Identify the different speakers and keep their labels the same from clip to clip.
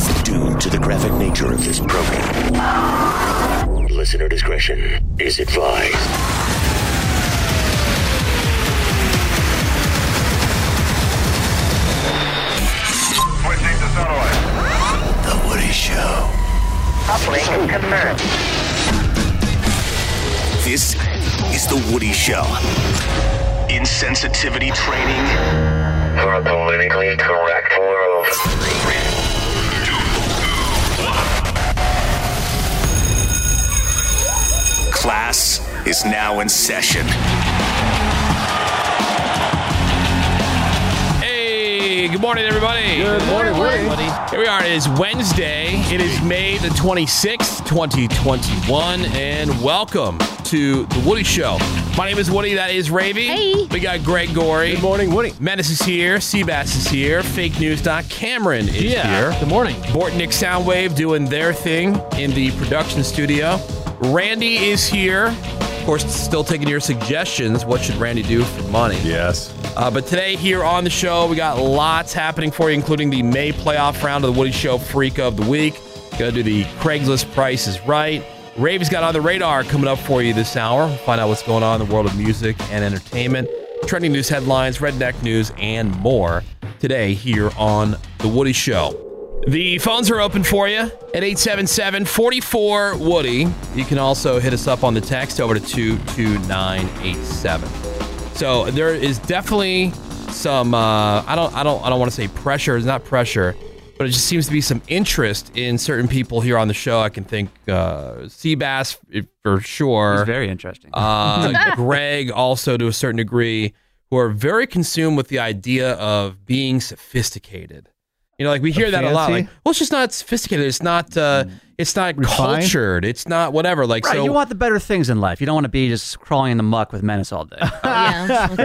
Speaker 1: to the graphic nature of this program. Listener discretion is advised.
Speaker 2: Switching to satellite.
Speaker 1: The Woody Show.
Speaker 3: Uplink confirmed.
Speaker 1: This is The Woody Show. Insensitivity training
Speaker 2: For a politically correct world.
Speaker 1: class is now in session.
Speaker 4: Hey, good morning, everybody. Good morning, everybody. Here we are. It is Wednesday. It is May the 26th, 2021, and welcome to The Woody Show. My name is Woody. That is Ravy.
Speaker 5: Hey.
Speaker 4: We got Greg Gorey. Good
Speaker 6: morning, Woody.
Speaker 4: Menace is here. Seabass is here. Fake News Doc Cameron is
Speaker 6: Yeah.
Speaker 4: here.
Speaker 6: Good morning.
Speaker 4: Bort Nick Soundwave doing their thing in the production studio. Randy is here. Of course, still taking your suggestions. What should Randy do for money?
Speaker 6: Yes.
Speaker 4: Uh, but today here on the show, we got lots happening for you, including the May playoff round of the Woody Show Freak of the Week. Gonna do the Craigslist Price is Right. Rave's got on the radar coming up for you this hour. Find out what's going on in the world of music and entertainment, trending news headlines, redneck news, and more today here on the Woody Show. The phones are open for you at 877 44 Woody. You can also hit us up on the text over to 22987. So there is definitely some uh, I don't I don't I don't want to say pressure, it's not pressure, but it just seems to be some interest in certain people here on the show. I can think uh Seabass if- for sure.
Speaker 7: It's very interesting.
Speaker 4: Uh, Greg also to a certain degree, who are very consumed with the idea of being sophisticated. You know, like we hear that a lot.
Speaker 6: Fancy?
Speaker 4: Like, well, it's just not sophisticated. It's not. Uh, it's not
Speaker 6: Refined?
Speaker 4: cultured. It's not whatever. Like
Speaker 7: Mm. right,
Speaker 4: so.
Speaker 7: you want the better things in life. You don't want to be just crawling in the muck with menace all day.
Speaker 5: yeah. Okay.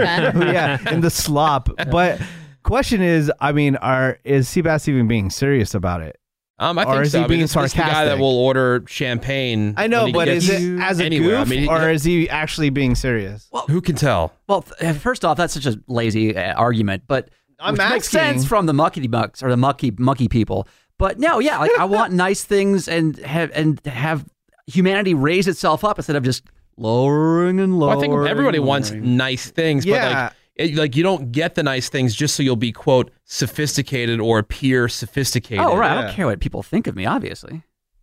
Speaker 6: yeah, in the slop. But question is, I mean, are is Seabass even being serious about it?
Speaker 4: um, I
Speaker 6: or
Speaker 4: think
Speaker 6: is
Speaker 4: so.
Speaker 6: he
Speaker 4: I mean,
Speaker 6: being
Speaker 4: it's- it's The guy that
Speaker 6: sarcastic?
Speaker 4: will order champagne.
Speaker 6: I know,
Speaker 4: when he
Speaker 6: but
Speaker 4: gets
Speaker 6: is it as a
Speaker 4: anywhere.
Speaker 6: goof,
Speaker 4: I mean,
Speaker 6: or is he actually being serious?
Speaker 4: who can tell?
Speaker 7: well, th- first off, that's such a lazy uh, argument, but
Speaker 6: I'm
Speaker 7: which makes
Speaker 6: asking.
Speaker 7: sense from the muckety mucks or the mucky mucky people. But no, yeah, like I want nice things and have and have humanity raise itself up instead of just lowering and lowering.
Speaker 4: Well, I think everybody
Speaker 7: and
Speaker 4: wants
Speaker 7: lowering.
Speaker 4: nice things,
Speaker 6: Yeah.
Speaker 4: but like, it, like you don't get the nice things just so you'll be quote sophisticated or appear sophisticated.
Speaker 7: Oh right, I
Speaker 6: Yeah.
Speaker 7: don't care what people think of me. Obviously,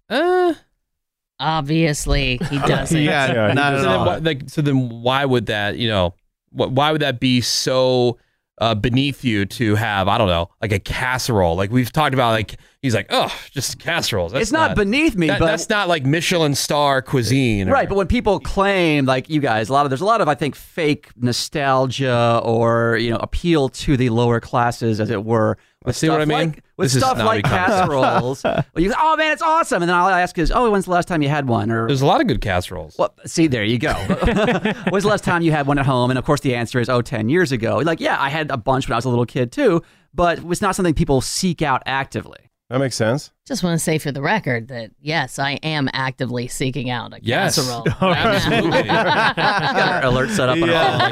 Speaker 4: Uh,
Speaker 5: Obviously, he doesn't.
Speaker 6: Yeah, not
Speaker 4: so
Speaker 6: at
Speaker 4: then,
Speaker 6: all.
Speaker 4: why, like, so then why would that? You know, wh- why would that be so? Uh, beneath you to have I don't know like a casserole like we've talked about like he's like oh just casseroles that's
Speaker 7: it's not, beneath me,
Speaker 4: that-
Speaker 7: but
Speaker 4: that's not like Michelin star cuisine or-
Speaker 7: Right, but when people claim, like you guys, a lot of there's a lot of I think fake nostalgia or you know appeal to the lower classes, as it were. With
Speaker 4: see what
Speaker 7: stuff
Speaker 4: I mean?
Speaker 7: Like, with
Speaker 4: This is
Speaker 7: stuff
Speaker 4: snobby
Speaker 7: like casseroles, well, you go, oh man, it's awesome, and then all I ask is, oh, when's the last time you had one? Or
Speaker 4: there's a lot of good casseroles
Speaker 7: well, see, there you go. when's the last time you had one at home? And of course, the answer is, oh, 10 years ago. Like, yeah, I had a bunch when I was a little kid too, but it's not something people seek out actively.
Speaker 8: That makes sense.
Speaker 5: Just want to say for the record that yes, I am actively seeking out a
Speaker 4: Yes.
Speaker 5: casserole.
Speaker 4: absolutely
Speaker 7: I've got our alert set up. On all.
Speaker 4: like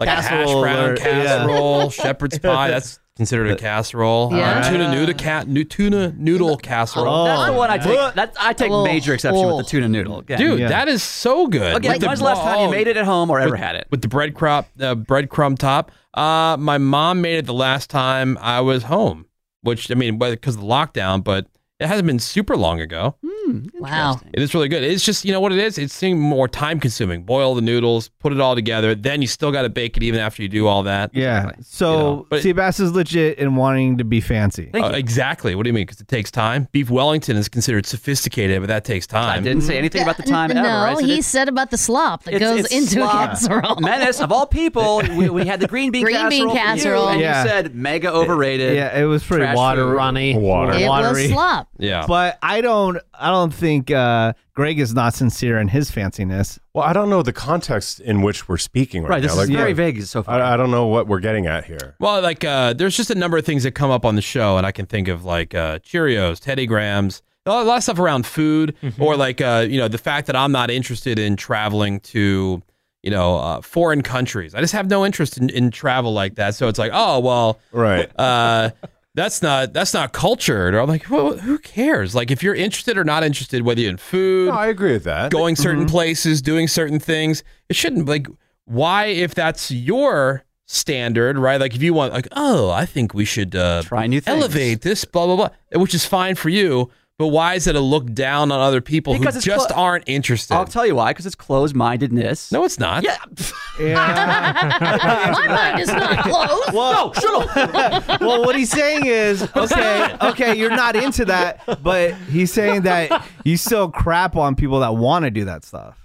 Speaker 4: a hash
Speaker 6: Casserole
Speaker 4: brown
Speaker 6: or-
Speaker 4: casserole, shepherd's pie. That's considered a casserole.
Speaker 5: Yeah.
Speaker 4: Uh, tuna noodle cat nu- tuna noodle casserole.
Speaker 7: That's the one I take. That's, I take
Speaker 5: Well,
Speaker 7: major exception
Speaker 5: well.
Speaker 7: with the tuna noodle. Yeah.
Speaker 4: Dude,
Speaker 6: Yeah.
Speaker 4: that is so good.
Speaker 7: Again,
Speaker 4: With the-
Speaker 7: when's the last time you
Speaker 4: oh,
Speaker 7: made it at home or ever had it?
Speaker 4: with the bread crop, uh, breadcrumb top? Uh, my mom made it the last time I was home, which I mean, because of the lockdown, but it hasn't been super long ago.
Speaker 7: Hmm.
Speaker 5: Wow.
Speaker 4: It is really good. It's just you know what it is. It's seem more time consuming. Boil the noodles, put it all together, then you still got to bake it even after you do all that.
Speaker 6: Yeah. So
Speaker 4: know, but-
Speaker 6: Seabass is legit in wanting to be fancy.
Speaker 7: Thank
Speaker 4: Uh,
Speaker 7: you.
Speaker 4: exactly. What do you mean? Because it takes time. Beef Wellington is considered sophisticated, but that takes
Speaker 7: I
Speaker 4: time.
Speaker 7: didn't say anything about the time
Speaker 5: no,
Speaker 7: ever. right? So
Speaker 5: he
Speaker 7: it's-
Speaker 5: said about the slop that
Speaker 7: it's-
Speaker 5: goes
Speaker 7: it's
Speaker 5: into
Speaker 7: slop.
Speaker 5: a casserole.
Speaker 7: Menace of all people. We, we had the green bean
Speaker 5: Green bean
Speaker 7: casserole. for you,
Speaker 5: casserole.
Speaker 7: and
Speaker 6: Yeah.
Speaker 7: you said mega overrated.
Speaker 6: Yeah, it was pretty
Speaker 7: Trash
Speaker 6: watery.
Speaker 7: food.
Speaker 8: Water.
Speaker 5: it
Speaker 6: watery.
Speaker 5: was slop.
Speaker 4: Yeah.
Speaker 6: But I don't I don't think uh, Greg is not sincere in his fanciness.
Speaker 8: Well, I don't know the context in which we're speaking right,
Speaker 7: Right. This
Speaker 8: now.
Speaker 7: is
Speaker 8: Like,
Speaker 7: very
Speaker 8: what-
Speaker 7: vague so far.
Speaker 8: I, I don't know what we're getting at here.
Speaker 4: Well, like uh, there's just a number of things that come up on the show, and I can think of like uh, Cheerios, Teddy Grahams, a lot a lot of stuff around food,
Speaker 8: Mm-hmm.
Speaker 4: or like uh, you know the fact that I'm not interested in traveling to you know uh, foreign countries. I just have no interest in, in travel like that. So it's like, oh well,
Speaker 8: Right.
Speaker 4: uh, that's not that's not cultured. Or I'm like, well, who cares? Like, if you're interested or not interested, whether you're in food,
Speaker 8: No, I agree with that. Mm-hmm.
Speaker 4: going certain places, doing certain things, it shouldn't like why if that's your standard, right? Like if you want like, oh, I think we should uh,
Speaker 7: Try new things.
Speaker 4: elevate this, blah blah blah, which is fine for you. But why is it a look down on other people
Speaker 7: Because
Speaker 4: who
Speaker 7: it's
Speaker 4: just
Speaker 7: clo-
Speaker 4: aren't interested?
Speaker 7: I'll tell you why, because it's closed mindedness.
Speaker 4: no, it's not.
Speaker 7: Yeah.
Speaker 6: Yeah.
Speaker 5: My mind is not closed.
Speaker 6: Well,
Speaker 7: Shut up.
Speaker 6: well, what he's saying is, okay, okay, you're not into that, but he's saying that you still crap on people that want to do that stuff.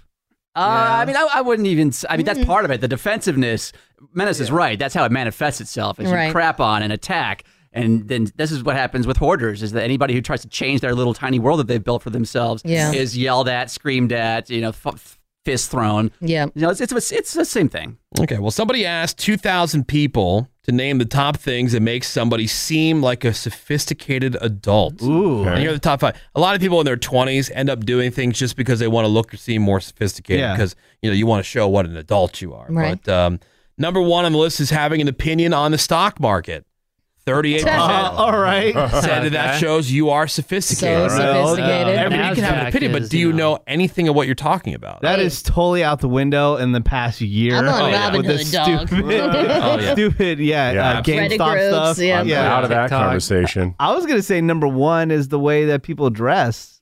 Speaker 7: Uh, I mean, I, I wouldn't even. s- I mean,
Speaker 5: Mm.
Speaker 7: that's part of it. The defensiveness. Menace is right. That's how it manifests itself. Is
Speaker 5: Right.
Speaker 7: you crap on and attack, and then this is what happens with hoarders: is that anybody who tries to change their little tiny world that they've built for themselves
Speaker 5: Yeah.
Speaker 7: is yelled at, screamed at, you know, f- f- fist thrown.
Speaker 5: Yeah.
Speaker 7: You know, it's, it's it's the same thing.
Speaker 4: Okay. Well, somebody asked 2,000 people to name the top things that make somebody seem like a sophisticated adult.
Speaker 6: Ooh.
Speaker 4: And you're the top five. A lot of people in their 20s end up doing things just because they want to look or seem more sophisticated
Speaker 6: Yeah.
Speaker 4: because you know you want to show what an adult you are.
Speaker 5: Right.
Speaker 4: But um, number one on the list is having an opinion on the stock market. 38
Speaker 6: Uh,
Speaker 4: percent
Speaker 6: all right.
Speaker 4: said that that shows you are
Speaker 5: Oh. So
Speaker 4: sophisticated.
Speaker 5: sophisticated.
Speaker 4: I mean, you can have an
Speaker 7: Nasdaq
Speaker 4: opinion, but
Speaker 7: is,
Speaker 4: do
Speaker 7: you
Speaker 4: you
Speaker 7: know-
Speaker 4: know anything of what you're talking about?
Speaker 6: That
Speaker 5: Right.
Speaker 6: is totally out the window in the past year.
Speaker 5: I'm on Robin
Speaker 6: with the
Speaker 5: Hood, dog.
Speaker 6: stupid,
Speaker 4: Oh, yeah.
Speaker 6: stupid, yeah,
Speaker 8: Yeah,
Speaker 6: uh,
Speaker 5: absolutely.
Speaker 6: GameStop
Speaker 5: Reddit groups,
Speaker 6: stuff.
Speaker 5: yeah.
Speaker 8: I'm out of that
Speaker 6: TikTok.
Speaker 8: conversation.
Speaker 6: I was gonna say number one is the way that people dress.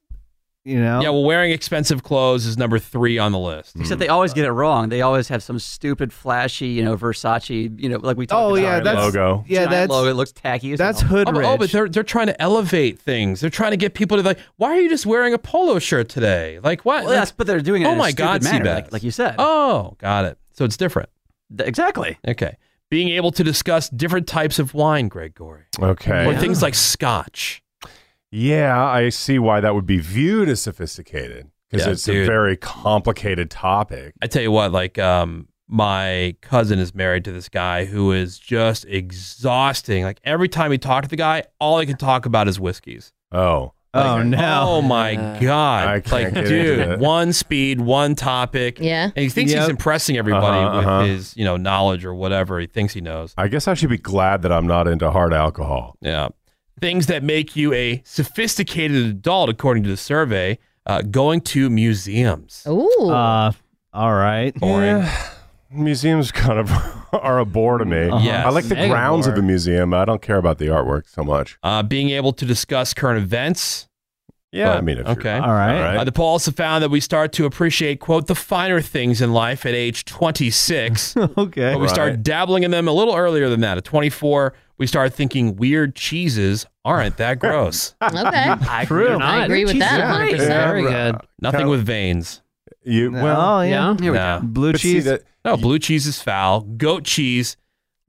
Speaker 6: You know,
Speaker 4: Yeah, well, wearing expensive clothes is number three on the list.
Speaker 7: Except they always get it wrong. They always have some stupid, flashy, you know, Versace, you know, like we talked
Speaker 6: Oh,
Speaker 7: about.
Speaker 6: yeah,
Speaker 7: earlier.
Speaker 6: that's-
Speaker 8: Logo.
Speaker 6: yeah,
Speaker 7: Giant
Speaker 6: that's
Speaker 7: logo. It looks tacky. as
Speaker 6: that's
Speaker 7: hell.
Speaker 6: hood
Speaker 4: Oh, but-
Speaker 6: rich.
Speaker 4: oh, but they're they're trying to elevate things. They're trying to get people to like, why are you just wearing a polo shirt today? Like what?
Speaker 7: Well, yes, but they're doing it.
Speaker 4: oh
Speaker 7: in a
Speaker 4: my
Speaker 7: stupid
Speaker 4: God,
Speaker 7: manner,
Speaker 4: Seabass.
Speaker 7: like, like you said.
Speaker 4: oh, got it. So it's different.
Speaker 7: Th- exactly.
Speaker 4: Okay. Being able to discuss different types of wine, Greg Gorey.
Speaker 8: Okay.
Speaker 4: Or things like scotch.
Speaker 8: Yeah, I see why that would be viewed as sophisticated because
Speaker 4: Yeah,
Speaker 8: it's
Speaker 4: dude.
Speaker 8: a very complicated topic.
Speaker 4: I tell you what, like um my cousin is married to this guy who is just exhausting. Like every time he talked to the guy, all he could talk about is whiskeys.
Speaker 8: Oh,
Speaker 6: oh
Speaker 4: Oh
Speaker 6: no,
Speaker 4: my
Speaker 7: Uh,
Speaker 4: god!
Speaker 8: I can't
Speaker 4: like,
Speaker 8: get into
Speaker 4: dude,
Speaker 8: that.
Speaker 4: one speed, one topic.
Speaker 5: Yeah.
Speaker 4: and he thinks he's
Speaker 6: Yep.
Speaker 4: impressing everybody
Speaker 8: Uh-huh,
Speaker 4: with
Speaker 8: uh-huh.
Speaker 4: his, you know, knowledge or whatever he thinks he knows.
Speaker 8: I guess I should be glad that I'm not into hard alcohol.
Speaker 4: Yeah, things that make you a sophisticated adult, according to the survey. Uh, going to museums.
Speaker 5: Ooh.
Speaker 6: uh, all right.
Speaker 4: Boring.
Speaker 8: Yeah. Museums kind of are a bore to me.
Speaker 4: Yes.
Speaker 7: Uh-huh.
Speaker 8: I like the
Speaker 6: Mega
Speaker 8: grounds of
Speaker 6: bore.
Speaker 8: the museum. I don't care about the artwork so much.
Speaker 4: Uh, being able to discuss current events.
Speaker 8: Yeah,
Speaker 4: But-
Speaker 8: I mean, if
Speaker 4: okay.
Speaker 8: You're,
Speaker 6: All right.
Speaker 4: Uh, the poll also found that we start to appreciate, quote, the finer things in life at age 26.
Speaker 6: Okay.
Speaker 4: But we start
Speaker 8: Right.
Speaker 4: dabbling in them a little earlier than that. At 24, we start thinking weird cheeses aren't that gross.
Speaker 5: okay.
Speaker 9: I,
Speaker 6: True.
Speaker 9: you're not.
Speaker 5: I agree with that
Speaker 9: Yeah.
Speaker 5: 100%.
Speaker 9: Very
Speaker 8: Yeah.
Speaker 9: good.
Speaker 4: Nothing
Speaker 8: Kinda-
Speaker 4: with veins.
Speaker 8: you well,
Speaker 6: oh yeah.
Speaker 9: Yeah.
Speaker 7: Here we
Speaker 4: Nah.
Speaker 6: Blue
Speaker 8: but see
Speaker 6: cheese.
Speaker 8: that
Speaker 4: No, blue cheese is foul. Goat cheese,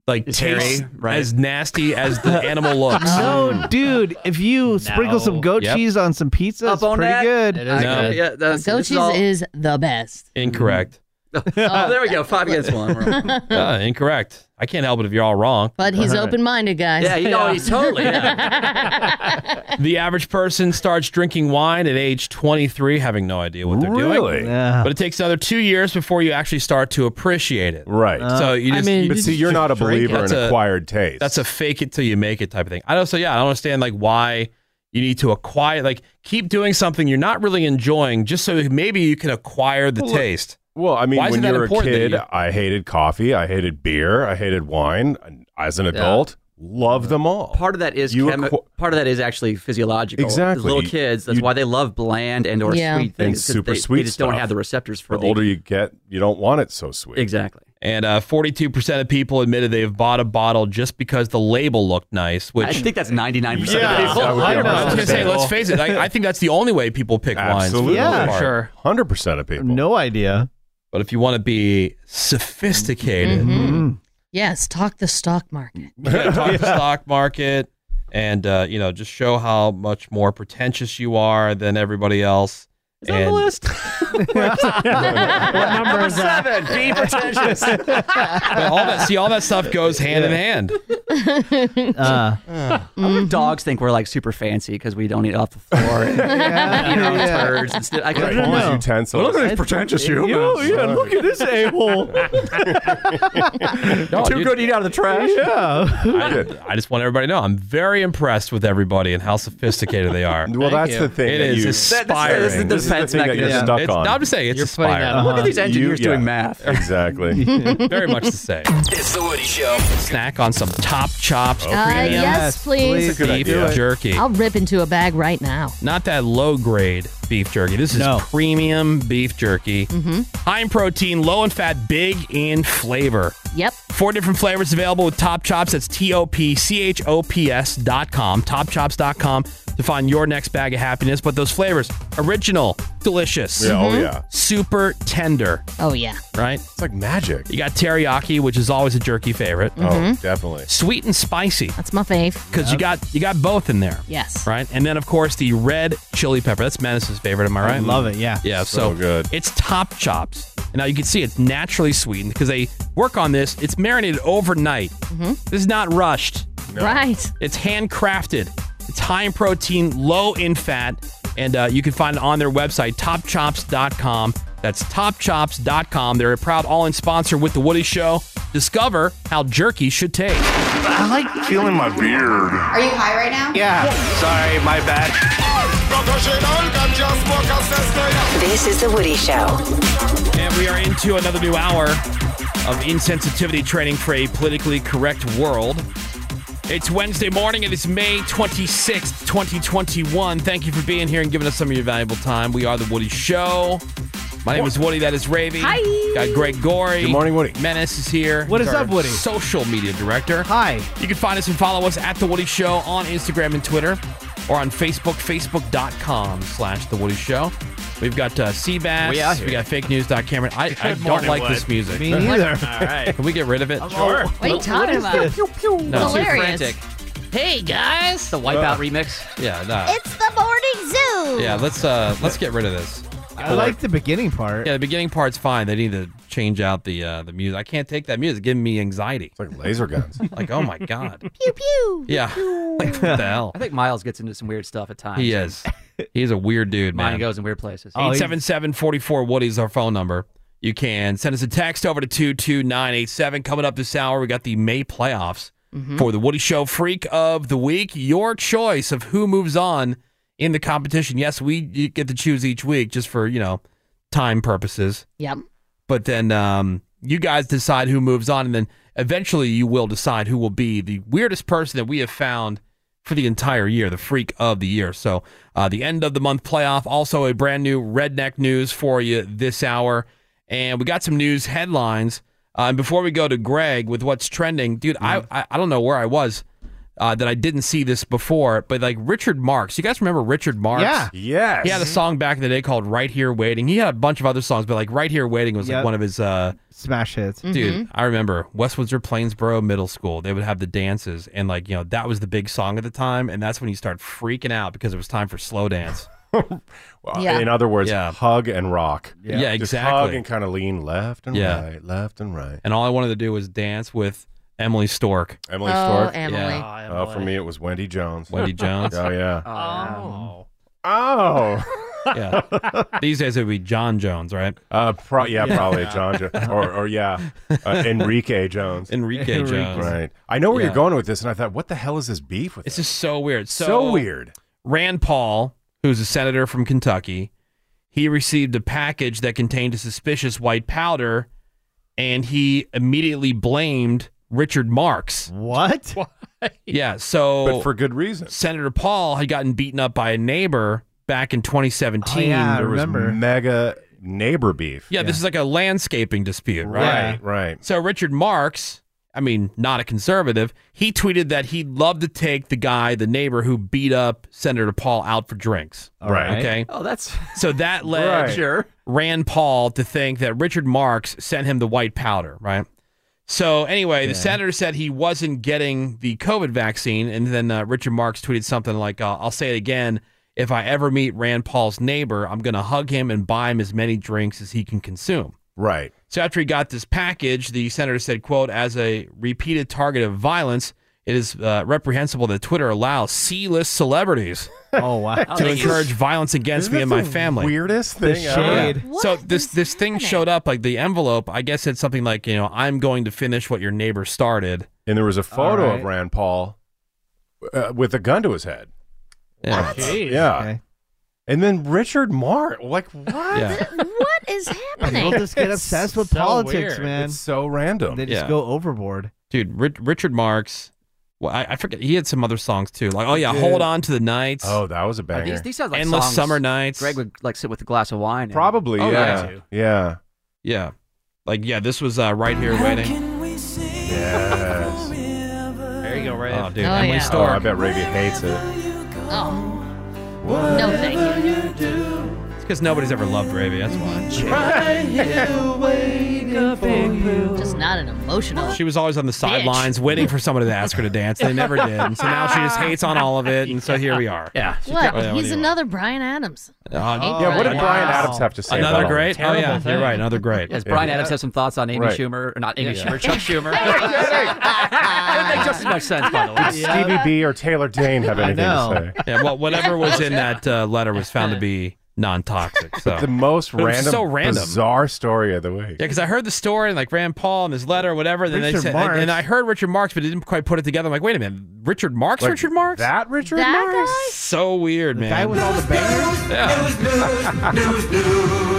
Speaker 4: like,
Speaker 7: Is
Speaker 4: tastes
Speaker 7: hairy, right?
Speaker 4: as nasty as the animal looks.
Speaker 6: No, dude, if you sprinkle some goat
Speaker 4: Yep.
Speaker 6: chease on some pizza,
Speaker 7: Up
Speaker 6: it's
Speaker 7: on
Speaker 6: pretty
Speaker 7: that.
Speaker 9: It
Speaker 6: good.
Speaker 9: is
Speaker 4: No.
Speaker 9: good.
Speaker 7: Yeah, that's,
Speaker 5: Goat
Speaker 7: this
Speaker 5: cheese
Speaker 7: all-
Speaker 5: is the best.
Speaker 4: Incorrect.
Speaker 7: Oh, there we go. Five against one. We're on.
Speaker 4: Uh, incorrect. I can't help it if you're all wrong.
Speaker 5: But he's open minded, guys.
Speaker 7: yeah, you know, he's totally. Yeah.
Speaker 4: The average person starts drinking wine at age 23, having no idea what they're doing.
Speaker 8: Really?
Speaker 6: Yeah.
Speaker 4: But it takes another two years before you actually start to appreciate it.
Speaker 8: right.
Speaker 4: so you just,
Speaker 8: but see, you're not a believer
Speaker 4: That's
Speaker 8: in
Speaker 4: a-
Speaker 8: acquired taste.
Speaker 4: that's a fake it till you make it type of thing. I don't so yeah, I don't understand like why you need to acquire like keep doing something you're not really enjoying just so maybe you can acquire the taste.
Speaker 8: Well, I mean,
Speaker 4: Why
Speaker 8: when
Speaker 4: isn't that
Speaker 8: you were a
Speaker 4: important that
Speaker 8: kid, uh,
Speaker 4: you-
Speaker 8: I hated coffee, I hated beer, I hated wine. And As an adult, love them all.
Speaker 7: Part of that is
Speaker 8: You
Speaker 7: chemi-
Speaker 8: acqu-
Speaker 7: part of that is actually physiological.
Speaker 8: Exactly.
Speaker 7: Little kids. That's
Speaker 8: You-
Speaker 7: why they love bland and or
Speaker 5: Yeah.
Speaker 7: sweet
Speaker 8: And
Speaker 7: things. 'cause
Speaker 8: super
Speaker 7: they,
Speaker 8: sweet
Speaker 7: They just don't
Speaker 8: stuff.
Speaker 7: have the receptors for
Speaker 8: the older you get, you don't want it so sweet.
Speaker 7: Exactly.
Speaker 4: And uh, 42% of people admitted they've bought a bottle just because the label looked nice, which
Speaker 7: I think that's 99%
Speaker 8: Yeah,
Speaker 7: of people.
Speaker 8: that would be
Speaker 4: I,
Speaker 8: I
Speaker 4: don't know, I was
Speaker 8: understandable.
Speaker 4: going to say, let's face it, I, I think that's the only way people pick
Speaker 8: Absolutely.
Speaker 4: wines. for the most
Speaker 6: Yeah.
Speaker 4: part.
Speaker 9: Sure.
Speaker 8: Hundred percent of people.
Speaker 6: No idea.
Speaker 4: But if you want to be sophisticated,
Speaker 7: Mm-hmm.
Speaker 5: Yes, talk the stock market.
Speaker 4: Yeah, talk the stock market and uh, you know just show how much more pretentious you are than everybody else.
Speaker 7: Is that on
Speaker 4: And-
Speaker 7: the list?
Speaker 9: What number is that?
Speaker 7: Seven. Be pretentious.
Speaker 4: but all that see all that stuff goes hand in hand.
Speaker 7: Uh, Our dogs think we're like super fancy because we don't eat off the floor. and, you know,
Speaker 8: Yeah.
Speaker 7: turds and stuff. I
Speaker 8: Right.
Speaker 7: couldn't-
Speaker 8: All these utensils. Look at these pretentious humans.
Speaker 7: Oh, yeah, look at this a-hole.
Speaker 4: No,
Speaker 7: Too
Speaker 4: dude.
Speaker 7: good to eat out of the trash.
Speaker 4: I, I just want everybody to know I'm very impressed with everybody and how sophisticated they are.
Speaker 8: Well, that's the thing.
Speaker 4: It
Speaker 8: that
Speaker 4: is
Speaker 8: you,
Speaker 4: inspiring.
Speaker 8: This is the defense
Speaker 7: thing that
Speaker 8: mechanism. You're
Speaker 4: Yeah.
Speaker 8: stuck
Speaker 4: It's-
Speaker 8: on.
Speaker 4: I'm just saying, it's inspiring.
Speaker 7: Look at these engineers doing math.
Speaker 8: Exactly.
Speaker 4: Very much the same.
Speaker 10: It's the Woody Show.
Speaker 4: Snack on some top chops.
Speaker 5: Uh, yes, Yes, please. please.
Speaker 4: Beef
Speaker 5: Do it.
Speaker 4: jerky.
Speaker 5: I'll rip into a bag right now.
Speaker 4: Not that low grade beef jerky. This is premium beef jerky.
Speaker 5: Mm-hmm.
Speaker 4: High in protein, low in fat, big in flavor.
Speaker 5: Yep.
Speaker 4: Four different flavors available with Top Chops. That's T O P C H O P S dot com, topchops.com to find your next bag of happiness. But those flavors original, delicious.
Speaker 8: Yeah,
Speaker 5: Mm-hmm.
Speaker 8: oh, Mhm. yeah.
Speaker 4: Super tender,
Speaker 5: Oh yeah.
Speaker 4: right?
Speaker 8: It's like magic.
Speaker 4: You got teriyaki, which is always a jerky favorite.
Speaker 8: Oh, definitely.
Speaker 4: Sweet and spicy.
Speaker 5: Mm-hmm. That's my fave.
Speaker 4: Because you got you got both in there.
Speaker 5: Yes.
Speaker 4: Right? And then of course the red chili pepper. That's Menace's favorite, am I right?
Speaker 6: love it, yeah.
Speaker 4: Yeah, so,
Speaker 8: So good.
Speaker 4: It's top chops. And now you can see it's naturally sweetened because they work on this. It's marinated overnight. This is not rushed.
Speaker 5: Mm-hmm. Right.
Speaker 4: It's handcrafted. It's high in protein, low in fat, and uh, you can find it on their website, topchops.com. That's topchops.com. They're a proud all-in sponsor with The Woody Show. Discover how jerky should taste.
Speaker 2: I like feeling my beard.
Speaker 11: Are you high right now?
Speaker 6: Yeah.
Speaker 2: Sorry, my bad.
Speaker 11: This is The Woody Show.
Speaker 4: And we are into another new hour of insensitivity training for a politically correct world. It's Wednesday morning. It is May 26th, 2021. Thank you for being here and giving us some of your valuable time. We are The Woody Show. My name is Woody. That is Ravy. Hi. Got Greg Gorey. Good morning, Woody. Menace is here.
Speaker 6: What
Speaker 4: He's
Speaker 6: is
Speaker 4: our
Speaker 6: up, Woody?
Speaker 4: Social media director.
Speaker 6: Hi.
Speaker 4: You can find us and follow us at The Woody Show on Instagram and Twitter or on Facebook, facebook.com slash The Woody Show. We've got uh, Seabass.
Speaker 7: We out here.
Speaker 4: We got fake news. Cameron. I, I don't
Speaker 7: morning,
Speaker 4: like
Speaker 7: Wood.
Speaker 4: this music.
Speaker 6: Me neither.
Speaker 7: All right.
Speaker 4: Can we get rid of it?
Speaker 7: Sure.
Speaker 5: What are you talking about?
Speaker 4: No.
Speaker 7: Too
Speaker 5: Hilarious.
Speaker 7: frantic.
Speaker 5: Hey guys.
Speaker 7: The Wipeout remix.
Speaker 4: Uh, Yeah, no.
Speaker 12: It's the morning zoo.
Speaker 4: Yeah, let's uh let's get rid of this.
Speaker 6: I like the beginning part.
Speaker 4: Yeah, the beginning part's fine. They need to change out the uh the music. I can't take that music. It's giving me anxiety. It's
Speaker 8: like laser guns.
Speaker 4: like, oh my god.
Speaker 12: Pew pew.
Speaker 4: Yeah. like what the hell?
Speaker 7: I think Miles gets into some weird stuff at times.
Speaker 4: He is. He's a weird dude,
Speaker 7: Mine
Speaker 4: man.
Speaker 7: goes in weird places.
Speaker 4: 877 44 Woody's our phone number. You can send us a text over to 22987. Coming up this hour, we got the May playoffs
Speaker 7: Mm-hmm.
Speaker 4: for the Woody Show Freak of the Week. Your choice of who moves on in the competition. Yes, we you get to choose each week just for, you know, time purposes.
Speaker 5: Yep.
Speaker 4: But then um, you guys decide who moves on, and then eventually you will decide who will be the weirdest person that we have found for the entire year, the freak of the year. So uh, the end of the month playoff, also a brand new redneck news for you this hour, and we got some news headlines. Uh, and before we go to Greg with what's trending, dude, I, I I don't know where I was. Uh, that I didn't see this before, but like Richard Marks, you guys remember Richard Marks?
Speaker 6: Yeah.
Speaker 8: Yes.
Speaker 4: He had a song back in the day called "Right Here Waiting." He had a bunch of other songs, but like "Right Here Waiting" was like
Speaker 6: Yep.
Speaker 4: one of his. Uh,
Speaker 6: Smash hits.
Speaker 5: Mm-hmm.
Speaker 4: Dude, I remember Westwoods Plainsboro Middle School. They would have the dances, and like you know, that was the big song at the time, and that's when you start freaking out because it was time for slow dance.
Speaker 8: Well,
Speaker 5: Yeah.
Speaker 8: In other words,
Speaker 4: Yeah.
Speaker 8: hug and rock.
Speaker 4: Yeah,
Speaker 8: Just
Speaker 4: exactly.
Speaker 8: hug and kind of lean left and
Speaker 4: Yeah.
Speaker 8: right, left and right.
Speaker 4: And all I wanted to do was dance with Emily Stork,
Speaker 8: Emily
Speaker 5: Oh,
Speaker 8: Stork.
Speaker 5: Em- Emily.
Speaker 8: Oh, for me, it was Wendy Jones.
Speaker 4: Wendy Jones.
Speaker 8: Oh, yeah.
Speaker 7: Oh.
Speaker 8: Oh.
Speaker 4: yeah. These days it would be John Jones, right?
Speaker 8: Uh, pro- yeah, probably John jo- or, or yeah, uh, Enrique Jones.
Speaker 4: Enrique Jones.
Speaker 8: Right. I know where
Speaker 4: Yeah.
Speaker 8: you're going with this, and I thought, what the hell is this beef with?
Speaker 4: It's
Speaker 8: that?
Speaker 4: just so weird. So,
Speaker 8: so weird.
Speaker 4: Rand Paul, who's a senator from Kentucky, he received a package that contained a suspicious white powder, and he immediately blamed Richard Marks.
Speaker 6: What?
Speaker 4: Yeah, so
Speaker 8: But for good reason.
Speaker 4: Senator Paul had gotten beaten up by a neighbor back in 2017.
Speaker 6: Oh, yeah, I
Speaker 8: There was
Speaker 6: remember.
Speaker 8: mega neighbor beef.
Speaker 4: Yeah, this is like a landscaping dispute, right?
Speaker 6: Yeah.
Speaker 8: Right. Right.
Speaker 4: So Richard Marks, I mean, not a conservative, he tweeted that he'd love to take the guy, the neighbor who beat up Senator Paul out for drinks.
Speaker 6: All right.
Speaker 4: Okay.
Speaker 7: Oh, that's
Speaker 4: So that led
Speaker 8: Right.
Speaker 7: sure.
Speaker 4: Rand Paul to think that Richard Marks sent him the white powder, right? So anyway, the senator said he wasn't getting the COVID vaccine, and then uh, Richard Marks tweeted something like, uh, "I'll say it again: if I ever meet Rand Paul's neighbor, I'm going to hug him and buy him as many drinks as he can consume."
Speaker 8: Right.
Speaker 4: So after he got this package, the senator said, "quote As a repeated target of violence, It is uh, reprehensible that Twitter allows C-list celebrities. Oh wow! to
Speaker 8: This is-
Speaker 4: encourage violence against
Speaker 8: Isn't
Speaker 4: me
Speaker 8: that
Speaker 4: and my
Speaker 8: the
Speaker 4: family.
Speaker 8: weirdest The thing ever? shade.
Speaker 4: Yeah. So this this thing showed up like the envelope. I guess it's something like you know I'm going to finish what your neighbor started.
Speaker 8: And there was a photo
Speaker 4: right.
Speaker 8: of Rand Paul uh, with a gun to his head.
Speaker 4: Yeah.
Speaker 8: Yeah. And then Richard Marr, like what?
Speaker 12: what is happening?
Speaker 6: People just get obsessed with politics, man.
Speaker 8: It's so random.
Speaker 6: They just
Speaker 4: Yeah.
Speaker 6: go overboard.
Speaker 4: dude. Rich, Richard Marks. Well, I, I forget. He had some other songs too. Like, oh yeah,
Speaker 7: Dude.
Speaker 4: hold on to the nights.
Speaker 8: Oh, that was a
Speaker 7: Are
Speaker 8: banger.
Speaker 7: These, these sound like
Speaker 4: Endless
Speaker 7: songs
Speaker 4: summer nights.
Speaker 7: Greg would like sit with a glass of wine. and-
Speaker 8: Probably,
Speaker 7: Oh,
Speaker 8: yeah.
Speaker 7: yeah.
Speaker 8: yeah.
Speaker 4: Yeah, like yeah. This was uh, right here waiting.
Speaker 8: Yes.
Speaker 10: There you go, Ray.
Speaker 4: Oh, dude,
Speaker 5: Oh,
Speaker 4: Emily
Speaker 5: yeah.
Speaker 4: Stark.
Speaker 8: Oh, I bet Ravi hates it.
Speaker 5: Oh. No, thank you.
Speaker 4: It's because nobody's ever loved Ravi. That's why.
Speaker 5: Just not an emotional.
Speaker 4: She was always on the sidelines waiting for somebody to ask her to dance. They never did. And so now she just hates on all of it. And so here we are. Yeah.
Speaker 5: What? He's another Brian Adams.
Speaker 8: yeah, what did Brian Adams have to say?
Speaker 4: Another
Speaker 8: about all
Speaker 4: great.
Speaker 8: this?
Speaker 4: Oh, yeah. You're right. Another great.
Speaker 7: Does Brian Adams have some thoughts on Amy
Speaker 4: Right.
Speaker 7: Schumer? Or not Amy
Speaker 4: Yeah.
Speaker 7: Schumer, Chuck Schumer. It would make just as much sense, by the way.
Speaker 8: Did Stevie B or Taylor Dane have anything to say?
Speaker 4: Yeah, well, whatever was in that uh, letter was found to be non toxic. So.
Speaker 8: The most
Speaker 4: But it was
Speaker 8: random,
Speaker 4: so random.
Speaker 8: bizarre story of the week.
Speaker 4: Yeah, because I heard the story and like Rand Paul and his letter, or whatever. And then they
Speaker 8: Richard
Speaker 4: said,
Speaker 8: Marx.
Speaker 4: and I heard Richard Marks, but didn't quite put it together. I'm like, wait a minute, Richard Marks,
Speaker 8: Like,
Speaker 4: Richard Marks,
Speaker 8: That Richard
Speaker 5: That
Speaker 8: Marx?
Speaker 4: so weird, man.
Speaker 6: guy with all the bangers?
Speaker 4: Yeah.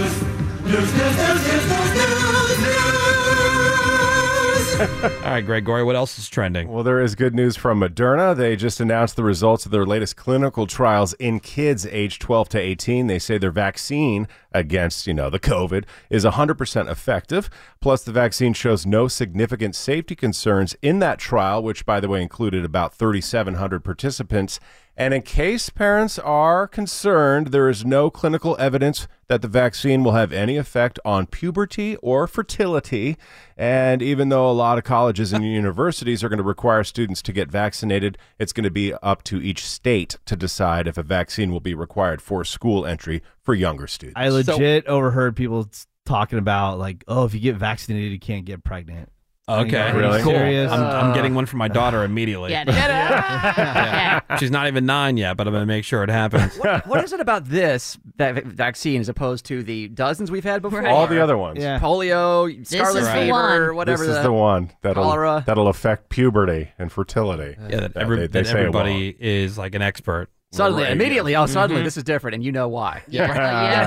Speaker 4: All right, Greg Gory, what else is trending?
Speaker 8: Well, there is good news from Moderna. They just announced the results of their latest clinical trials in kids aged 12 to 18. They say their vaccine against, you know, the COVID is 100% effective. Plus, the vaccine shows no significant safety concerns in that trial, which, by the way, included about 3,700 participants. And in case parents are concerned, there is no clinical evidence that the vaccine will have any effect on puberty or fertility. And even though a lot of colleges and universities are going to require students to get vaccinated, it's going to be up to each state to decide if a vaccine will be required for school entry for younger students.
Speaker 6: I legit overheard people s- talking about like, oh, if you get vaccinated, you can't get pregnant.
Speaker 4: Okay,
Speaker 6: Are you
Speaker 4: cool.
Speaker 6: serious? Uh,
Speaker 4: I'm, I'm getting one for my daughter immediately.
Speaker 5: Yeah,
Speaker 4: Yeah. She's not even nine yet, but I'm gonna make sure it happens.
Speaker 7: what is it about this that v- vaccine as opposed to the dozens we've had before?
Speaker 8: All the other ones. Yeah.
Speaker 7: Polio, scarlet
Speaker 5: is the
Speaker 7: fever,
Speaker 5: one.
Speaker 7: whatever.
Speaker 8: this is the one that'll
Speaker 7: cholera.
Speaker 8: that'll affect puberty and fertility.
Speaker 4: Yeah, that,
Speaker 8: Uh,
Speaker 4: every,
Speaker 8: they- they
Speaker 4: that
Speaker 8: say it will.
Speaker 4: everybody is like an expert.
Speaker 7: Suddenly,
Speaker 4: Right.
Speaker 7: immediately, oh, suddenly,
Speaker 4: Mhm.
Speaker 7: this is different, and you know why.
Speaker 4: Yeah. Yeah.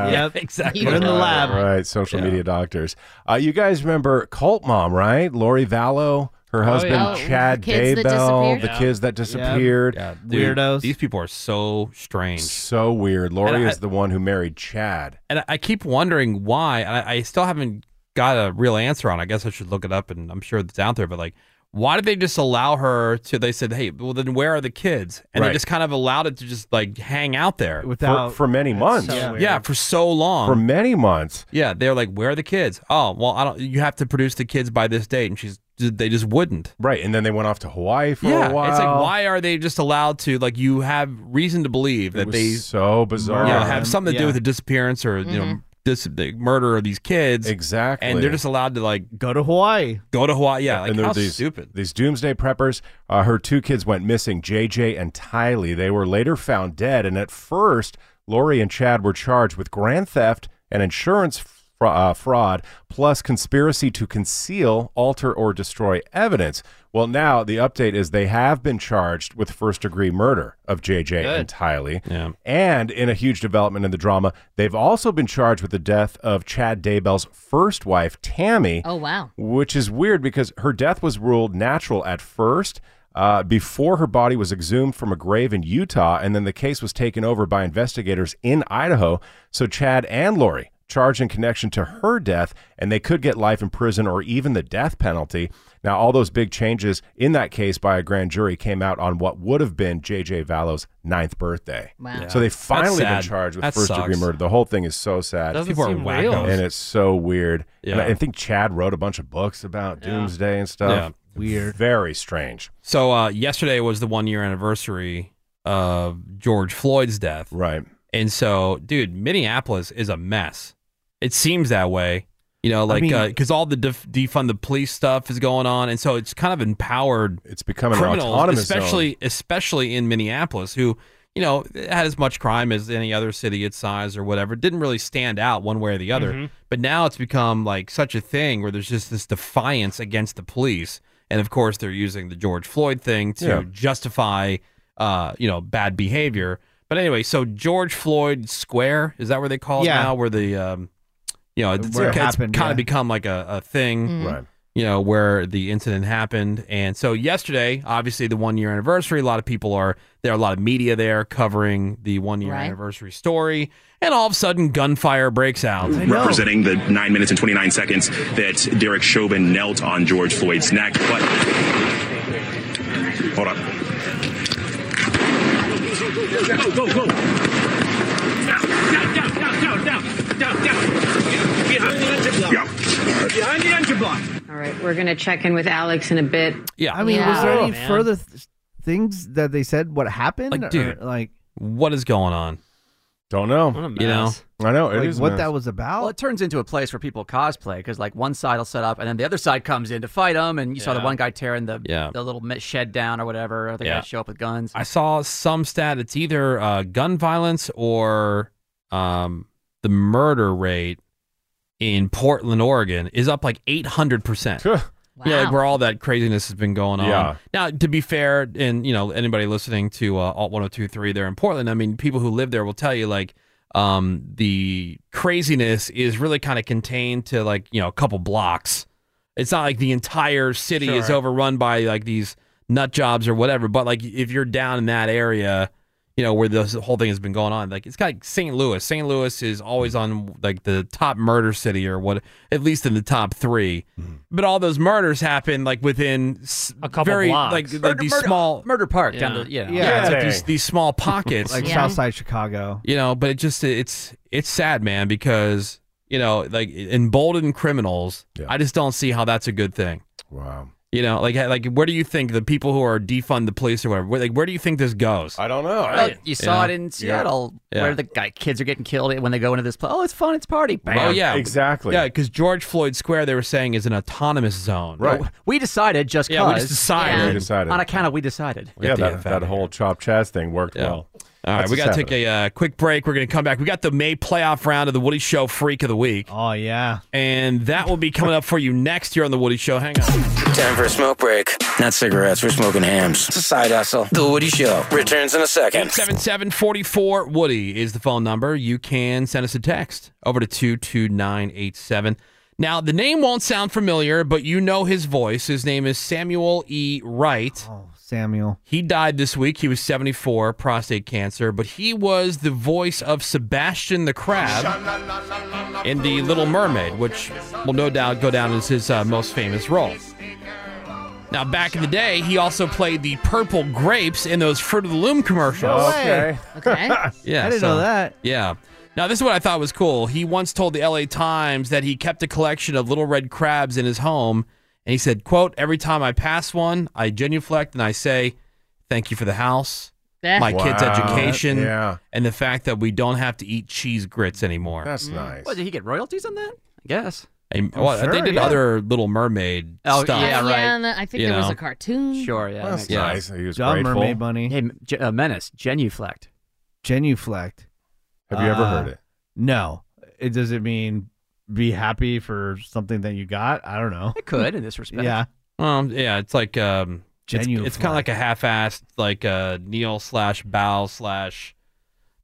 Speaker 4: Yeah. Yep. Exactly. We're in the lab.
Speaker 8: Right, social media doctors. Uh, you guys remember Cult Mom, right? Lori Vallow, her
Speaker 4: Oh,
Speaker 8: husband
Speaker 4: yeah. Oh,
Speaker 8: Chad
Speaker 4: the kids that
Speaker 8: Daybell,
Speaker 4: disappeared?
Speaker 8: the
Speaker 4: Yeah.
Speaker 8: kids that disappeared.
Speaker 4: Yeah, dude, These people are so strange.
Speaker 8: So weird. Lori
Speaker 4: And I-
Speaker 8: is the one who married Chad.
Speaker 4: And I- I keep wondering why. and I, I still haven't got a real answer on. it. I guess I should look it up, and I'm sure it's out there. But like, why did they just allow her to? They said, "Hey, well, then where are the kids?" And
Speaker 8: Right.
Speaker 4: they just kind of allowed it to just like hang out there
Speaker 8: For, for many months.
Speaker 4: yeah, for so long.
Speaker 8: For many months.
Speaker 4: yeah, they're like, "Where are the kids?" Oh, well, I don't. You have to produce the kids by this date, and she's. They just wouldn't.
Speaker 8: Right. And then they went off to Hawaii for
Speaker 4: yeah,
Speaker 8: a while.
Speaker 4: it's like why are they just allowed to like? You have reason to believe that
Speaker 8: was
Speaker 4: they
Speaker 8: so bizarre.
Speaker 4: you know, have something to
Speaker 8: Yeah.
Speaker 4: do with the disappearance or you know
Speaker 8: Mhm.
Speaker 4: this the murder of these kids
Speaker 8: Exactly.
Speaker 4: and they're just allowed to like
Speaker 6: go to Hawaii.
Speaker 4: Go to Hawaii, yeah. Like
Speaker 8: and there
Speaker 4: how
Speaker 8: were these,
Speaker 4: stupid.
Speaker 8: These doomsday preppers. Uh, her two kids went missing, JJ and Tylee. They were later found dead. And at first, Lori and Chad were charged with grand theft and insurance fra- uh, fraud, plus conspiracy to conceal, alter, or destroy evidence. Well, now the update is they have been charged with first degree murder of JJ and Tylee.
Speaker 4: Yeah.
Speaker 8: And in a huge development in the drama, they've also been charged with the death of Chad Daybell's first wife, Tammy
Speaker 5: Oh, wow.
Speaker 8: which is weird because her death was ruled natural at first. Uh, before her body was exhumed from a grave in Utah, and then the case was taken over by investigators in Idaho. So Chad and Lori charged in connection to her death, and they could get life in prison or even the death penalty. Now, all those big changes in that case by a grand jury came out on what would have been J.J. Vallow's ninth birthday.
Speaker 5: Wow. Yeah.
Speaker 8: So they
Speaker 4: That's
Speaker 8: finally been
Speaker 4: sad.
Speaker 8: charged with
Speaker 4: That
Speaker 8: first degree
Speaker 4: sucks.
Speaker 8: murder. The whole thing is so sad.
Speaker 4: Doesn't People are seem real. wackos.
Speaker 8: and it's so weird.
Speaker 4: Yeah.
Speaker 8: And I- I think Chad wrote a bunch of books about doomsday and stuff.
Speaker 4: Yeah.
Speaker 6: Weird.
Speaker 8: Very strange.
Speaker 4: so uh yesterday was the one year anniversary of george floyd's death
Speaker 8: right
Speaker 4: and so dude minneapolis is a mess it seems that way You know, like
Speaker 8: mean-
Speaker 4: because all the def- defund the police stuff is going on, and so it's kind of empowered.
Speaker 8: It's becoming an
Speaker 4: criminals,
Speaker 8: autonomous zone.
Speaker 4: especially especially in Minneapolis, who you know had as much crime as any other city its size or whatever. It didn't really stand out one way or the other.
Speaker 8: Mm-hmm.
Speaker 10: Mhm.
Speaker 6: Mm-hmm.
Speaker 4: But now it's become like such a thing where there's just this defiance against the police, and of course they're using the George Floyd thing to
Speaker 10: Yeah.
Speaker 4: justify uh, you know bad behavior. But anyway, so George Floyd Square is that where they call
Speaker 6: Yeah.
Speaker 4: it now? Where the um, you know it's,
Speaker 6: Where it
Speaker 4: it's
Speaker 6: happened,
Speaker 4: kind
Speaker 6: yeah.
Speaker 4: of become like a, a thing,
Speaker 6: Mhm. Right.
Speaker 4: You know where the incident happened, and so yesterday, obviously the one year anniversary, a lot of people are there, are a lot of media there covering the one year
Speaker 10: Right.
Speaker 4: anniversary story, and all of a sudden gunfire breaks out.
Speaker 13: representing the nine minutes and 29 seconds that Derek Chauvin knelt on George Floyd's neck. But hold on.
Speaker 9: Go, go, go. Down, down, down, down, down, down, down. Behind the engine block. Behind the engine block.
Speaker 14: All right, we're going to check in with Alex in a bit.
Speaker 4: Yeah.
Speaker 6: I mean, was there any
Speaker 14: man.
Speaker 6: further th- things that they said? What happened?
Speaker 4: Like,
Speaker 6: Or,
Speaker 4: dude,
Speaker 6: like
Speaker 4: what is going on?
Speaker 8: Don't know.
Speaker 4: You know,
Speaker 8: I
Speaker 4: Oh,
Speaker 8: know
Speaker 6: Like, what that was about?
Speaker 7: Well, it turns into a place where people cosplay because like one side will set up and then the other side comes in to fight them, and you saw the
Speaker 4: Yeah.
Speaker 7: one guy tearing the
Speaker 4: Yeah.
Speaker 7: the little mi- shed down or whatever. Other
Speaker 4: Yeah.
Speaker 7: guys show up with guns.
Speaker 4: I saw some stat. It's either uh, gun violence or um, the murder rate in Portland, Oregon, is up like eight hundred percent. Yeah, like where all that craziness has been going on.
Speaker 10: Yeah.
Speaker 4: Now, to be fair, and you know anybody listening to uh, Alt 102.3 there in Portland, I mean, people who live there will tell you like um, the craziness is really kind of contained to like you know a couple blocks. It's not like the entire city is
Speaker 10: Sure.
Speaker 4: overrun by like these nut jobs or whatever. But like if you're down in that area, you know where this whole thing has been going on, like it's got like, St. Louis. St. Louis is always on like the top murder city or what, at least in the top 3 But all those murders happen like within s-
Speaker 7: A couple
Speaker 4: very
Speaker 7: blocks.
Speaker 4: like, like
Speaker 7: Murder-
Speaker 4: these
Speaker 7: murder-
Speaker 4: small
Speaker 7: Murder Park down to- yeah.
Speaker 4: yeah,
Speaker 7: Yeah.
Speaker 4: it's like
Speaker 7: Yeah.
Speaker 4: these, these small pockets
Speaker 6: like South Side Chicago.
Speaker 4: you know but it just it's it's sad man because you know like emboldened criminals i just don't see how that's a good thing
Speaker 8: wow
Speaker 4: you know like like where do you think the people who are defund the police or whatever where, like where do you think this goes
Speaker 8: i don't know
Speaker 7: Well, you saw it in Seattle where the guy, kids are getting killed when they go into this place. Oh, it's fun. It's party. Bam.
Speaker 4: Oh yeah, Yeah, because George Floyd Square, they were saying, is an autonomous zone.
Speaker 7: Right. We decided just
Speaker 4: Yeah, we
Speaker 7: cause.
Speaker 4: just decided. Yeah. We
Speaker 8: decided.
Speaker 7: On account of we decided.
Speaker 8: Yeah, that, that whole chop chaz thing worked well.
Speaker 4: All right, we got to take a uh, quick break. We're going to come back. We got the May playoff round of the Woody Show Freak of the Week.
Speaker 6: Oh, yeah.
Speaker 4: And that will be coming up for you next year on the Woody Show. Hang on.
Speaker 15: Time for a smoke break. Not cigarettes, we're smoking hams. It's a side hustle. The Woody Show returns in a second.
Speaker 4: 877-44 Woody is the phone number. You can send us a text over to 22987. Now, the name won't sound familiar, but you know his voice. His name is Samuel E. Wright.
Speaker 6: Samuel.
Speaker 4: He died this week. He was 74, prostate cancer, but he was the voice of Sebastian the Crab in The Little Mermaid, which will no doubt go down as his uh, most famous role. Now, back in the day, he also played the purple grapes in those Fruit of the Loom commercials.
Speaker 5: Okay.
Speaker 4: Yeah,
Speaker 6: I didn't know
Speaker 4: so-
Speaker 6: that.
Speaker 4: Yeah. Now this is what I thought was cool. He once told the LA Times that he kept a collection of little red crabs in his home, and he said, "quote Every time I pass one, I genuflect and I say, thank you for the house,
Speaker 10: Yeah.
Speaker 4: my kids'
Speaker 10: Wow.
Speaker 4: education,
Speaker 10: Yeah.
Speaker 4: and the fact that we don't have to eat cheese grits anymore."
Speaker 8: That's
Speaker 7: nice. What, did he get royalties on that? Mm, I guess.
Speaker 4: And- well,
Speaker 7: sure,
Speaker 4: they did
Speaker 7: yeah.
Speaker 4: other Little Mermaid
Speaker 7: Oh,
Speaker 4: stuff.
Speaker 7: yeah, right.
Speaker 5: and I think
Speaker 4: You
Speaker 5: there was
Speaker 4: know.
Speaker 5: a cartoon.
Speaker 7: Sure, yeah.
Speaker 4: That's nice.
Speaker 8: He was
Speaker 6: Dumb
Speaker 8: grateful.
Speaker 6: mermaid bunny.
Speaker 7: Hey, J- uh, Menace, genuflect.
Speaker 6: Genuflect. Uh,
Speaker 8: Have you ever heard it?
Speaker 6: No. It does it mean be happy for something that you got? I don't know. It
Speaker 7: could in this respect.
Speaker 6: Yeah.
Speaker 4: Um, yeah, it's like um, it's, it's kind of like a half-assed, like uh, kneel slash bow slash,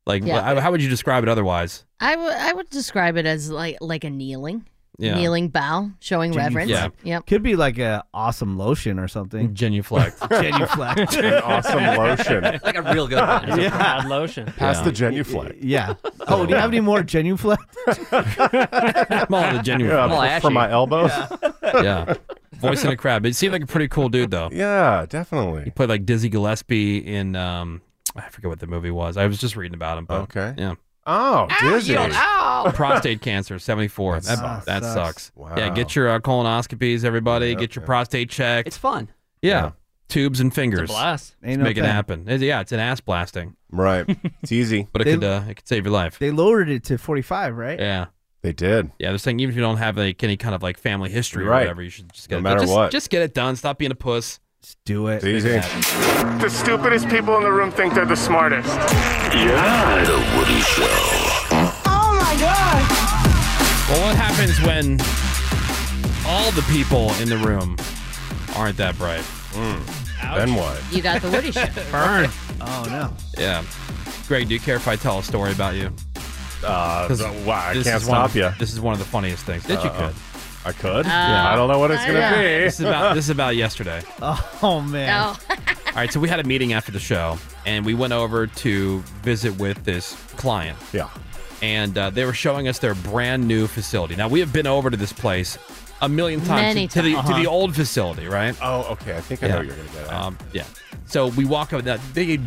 Speaker 4: like
Speaker 5: Yeah.
Speaker 4: wh- how would you describe it otherwise?
Speaker 5: I would I would describe it as like like a kneeling,
Speaker 4: Yeah.
Speaker 5: kneeling bow, showing reverence.
Speaker 6: Genuflect.
Speaker 5: Yep.
Speaker 6: Could be like a awesome lotion or something.
Speaker 4: Genuflect.
Speaker 6: Genuflect.
Speaker 8: An awesome lotion.
Speaker 7: Like a real good one.
Speaker 6: Yeah.
Speaker 16: Bad lotion.
Speaker 8: Pass the genuflect.
Speaker 6: Yeah. Oh, do you have any more genuflect?
Speaker 4: Well, the genuine
Speaker 8: Yeah,
Speaker 4: fun.
Speaker 8: for- for my elbows.
Speaker 4: yeah. Voice in a crab. It seemed like a pretty cool dude, though.
Speaker 8: Yeah, definitely.
Speaker 4: He played like Dizzy Gillespie in um, I forget what the movie was. I was just reading about him. But, okay. Yeah.
Speaker 8: Oh, dizzy.
Speaker 4: Prostate cancer, seventy four. That,
Speaker 8: sucks.
Speaker 4: that
Speaker 8: Sucks.
Speaker 4: sucks.
Speaker 8: Wow.
Speaker 4: Yeah. Get your uh, colonoscopies, everybody. get your prostate checked.
Speaker 7: It's fun.
Speaker 4: Yeah. Tubes and fingers.
Speaker 7: blast.
Speaker 4: Just
Speaker 6: no
Speaker 4: make it
Speaker 6: thing.
Speaker 4: happen. It- yeah, it's an ass blasting.
Speaker 8: Right. It's easy.
Speaker 4: But it
Speaker 6: They-
Speaker 4: could uh, it could save your life.
Speaker 6: They lowered it to 45, right?
Speaker 4: Yeah.
Speaker 8: They did.
Speaker 4: Yeah, they're saying even if you don't have like, any kind of like family history or
Speaker 8: Right.
Speaker 4: whatever, you should just get
Speaker 8: No
Speaker 4: it
Speaker 8: matter
Speaker 4: done. Just-
Speaker 8: what.
Speaker 4: Just get it done. Stop being a puss. Just
Speaker 6: do it.
Speaker 8: Easy.
Speaker 2: The stupidest people in the room think they're the smartest.
Speaker 1: Yeah, the Woody Show.
Speaker 2: Oh my god!
Speaker 4: Well, what happens when all the people in the room aren't that bright?
Speaker 8: Hmm. Then what?
Speaker 5: You got the Woody shit.
Speaker 4: Burn.
Speaker 6: Oh no.
Speaker 4: Yeah. Greg, do you care if I tell a story about you?
Speaker 8: Uh, wow, I
Speaker 4: this
Speaker 8: can't
Speaker 4: is one of-
Speaker 8: stop ya.
Speaker 4: This is one of the funniest things that you
Speaker 8: Uh-oh.
Speaker 4: could.
Speaker 8: I could? Yeah. Uh, I don't know what it's gonna
Speaker 4: Yeah.
Speaker 8: be.
Speaker 4: This is about this is about yesterday.
Speaker 6: Oh man.
Speaker 12: Oh.
Speaker 4: All right, so we had a meeting after the show, and we went over to visit with this client.
Speaker 8: Yeah.
Speaker 4: And uh, they were showing us their brand new facility. Now we have been over to this place a million times
Speaker 5: Many
Speaker 4: to the
Speaker 5: times.
Speaker 4: to the
Speaker 5: Uh-huh.
Speaker 4: old facility, right?
Speaker 8: Oh, okay. I think I know what you're gonna get at.
Speaker 4: Um, yeah. So we walk over that they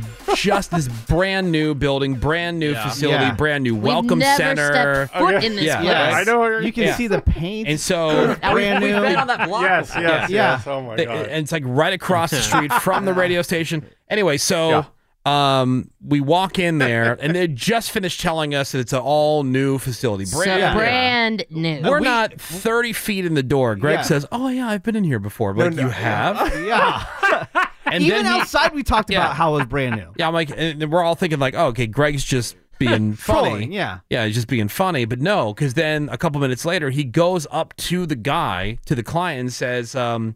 Speaker 4: just this brand new building, brand new
Speaker 8: Yeah.
Speaker 4: facility,
Speaker 8: Yeah.
Speaker 4: brand new
Speaker 8: We've
Speaker 4: welcome
Speaker 5: never
Speaker 4: center. Oh,
Speaker 5: stepped foot Okay. in this place. I know where-
Speaker 6: You can
Speaker 4: Yeah.
Speaker 6: see the paint.
Speaker 4: And so
Speaker 6: Now we- Brand we've new. been on
Speaker 7: that block
Speaker 6: Yes, before. yes, yes. Oh, my
Speaker 4: They-
Speaker 6: God.
Speaker 4: And it's like right across the street from the radio station. Anyway, so um, we walk in there, and they just finished telling us that it's an all new facility,
Speaker 5: So
Speaker 4: brand new.
Speaker 5: brand new.
Speaker 4: We're not thirty feet in the door. Greg
Speaker 5: Yeah.
Speaker 4: says, "Oh yeah, I've been in here before." But like, you have.
Speaker 6: Uh, yeah.
Speaker 4: And
Speaker 6: Even
Speaker 4: then he-
Speaker 6: outside, we talked
Speaker 4: Yeah.
Speaker 6: about how it was brand new.
Speaker 4: Yeah, I'm like, and then we're all thinking like, oh, okay, Greg's just being funny.
Speaker 6: Trolling, yeah.
Speaker 4: yeah, he's just being funny. But no, because then a couple minutes later, he goes up to the guy, to the client, and says, um,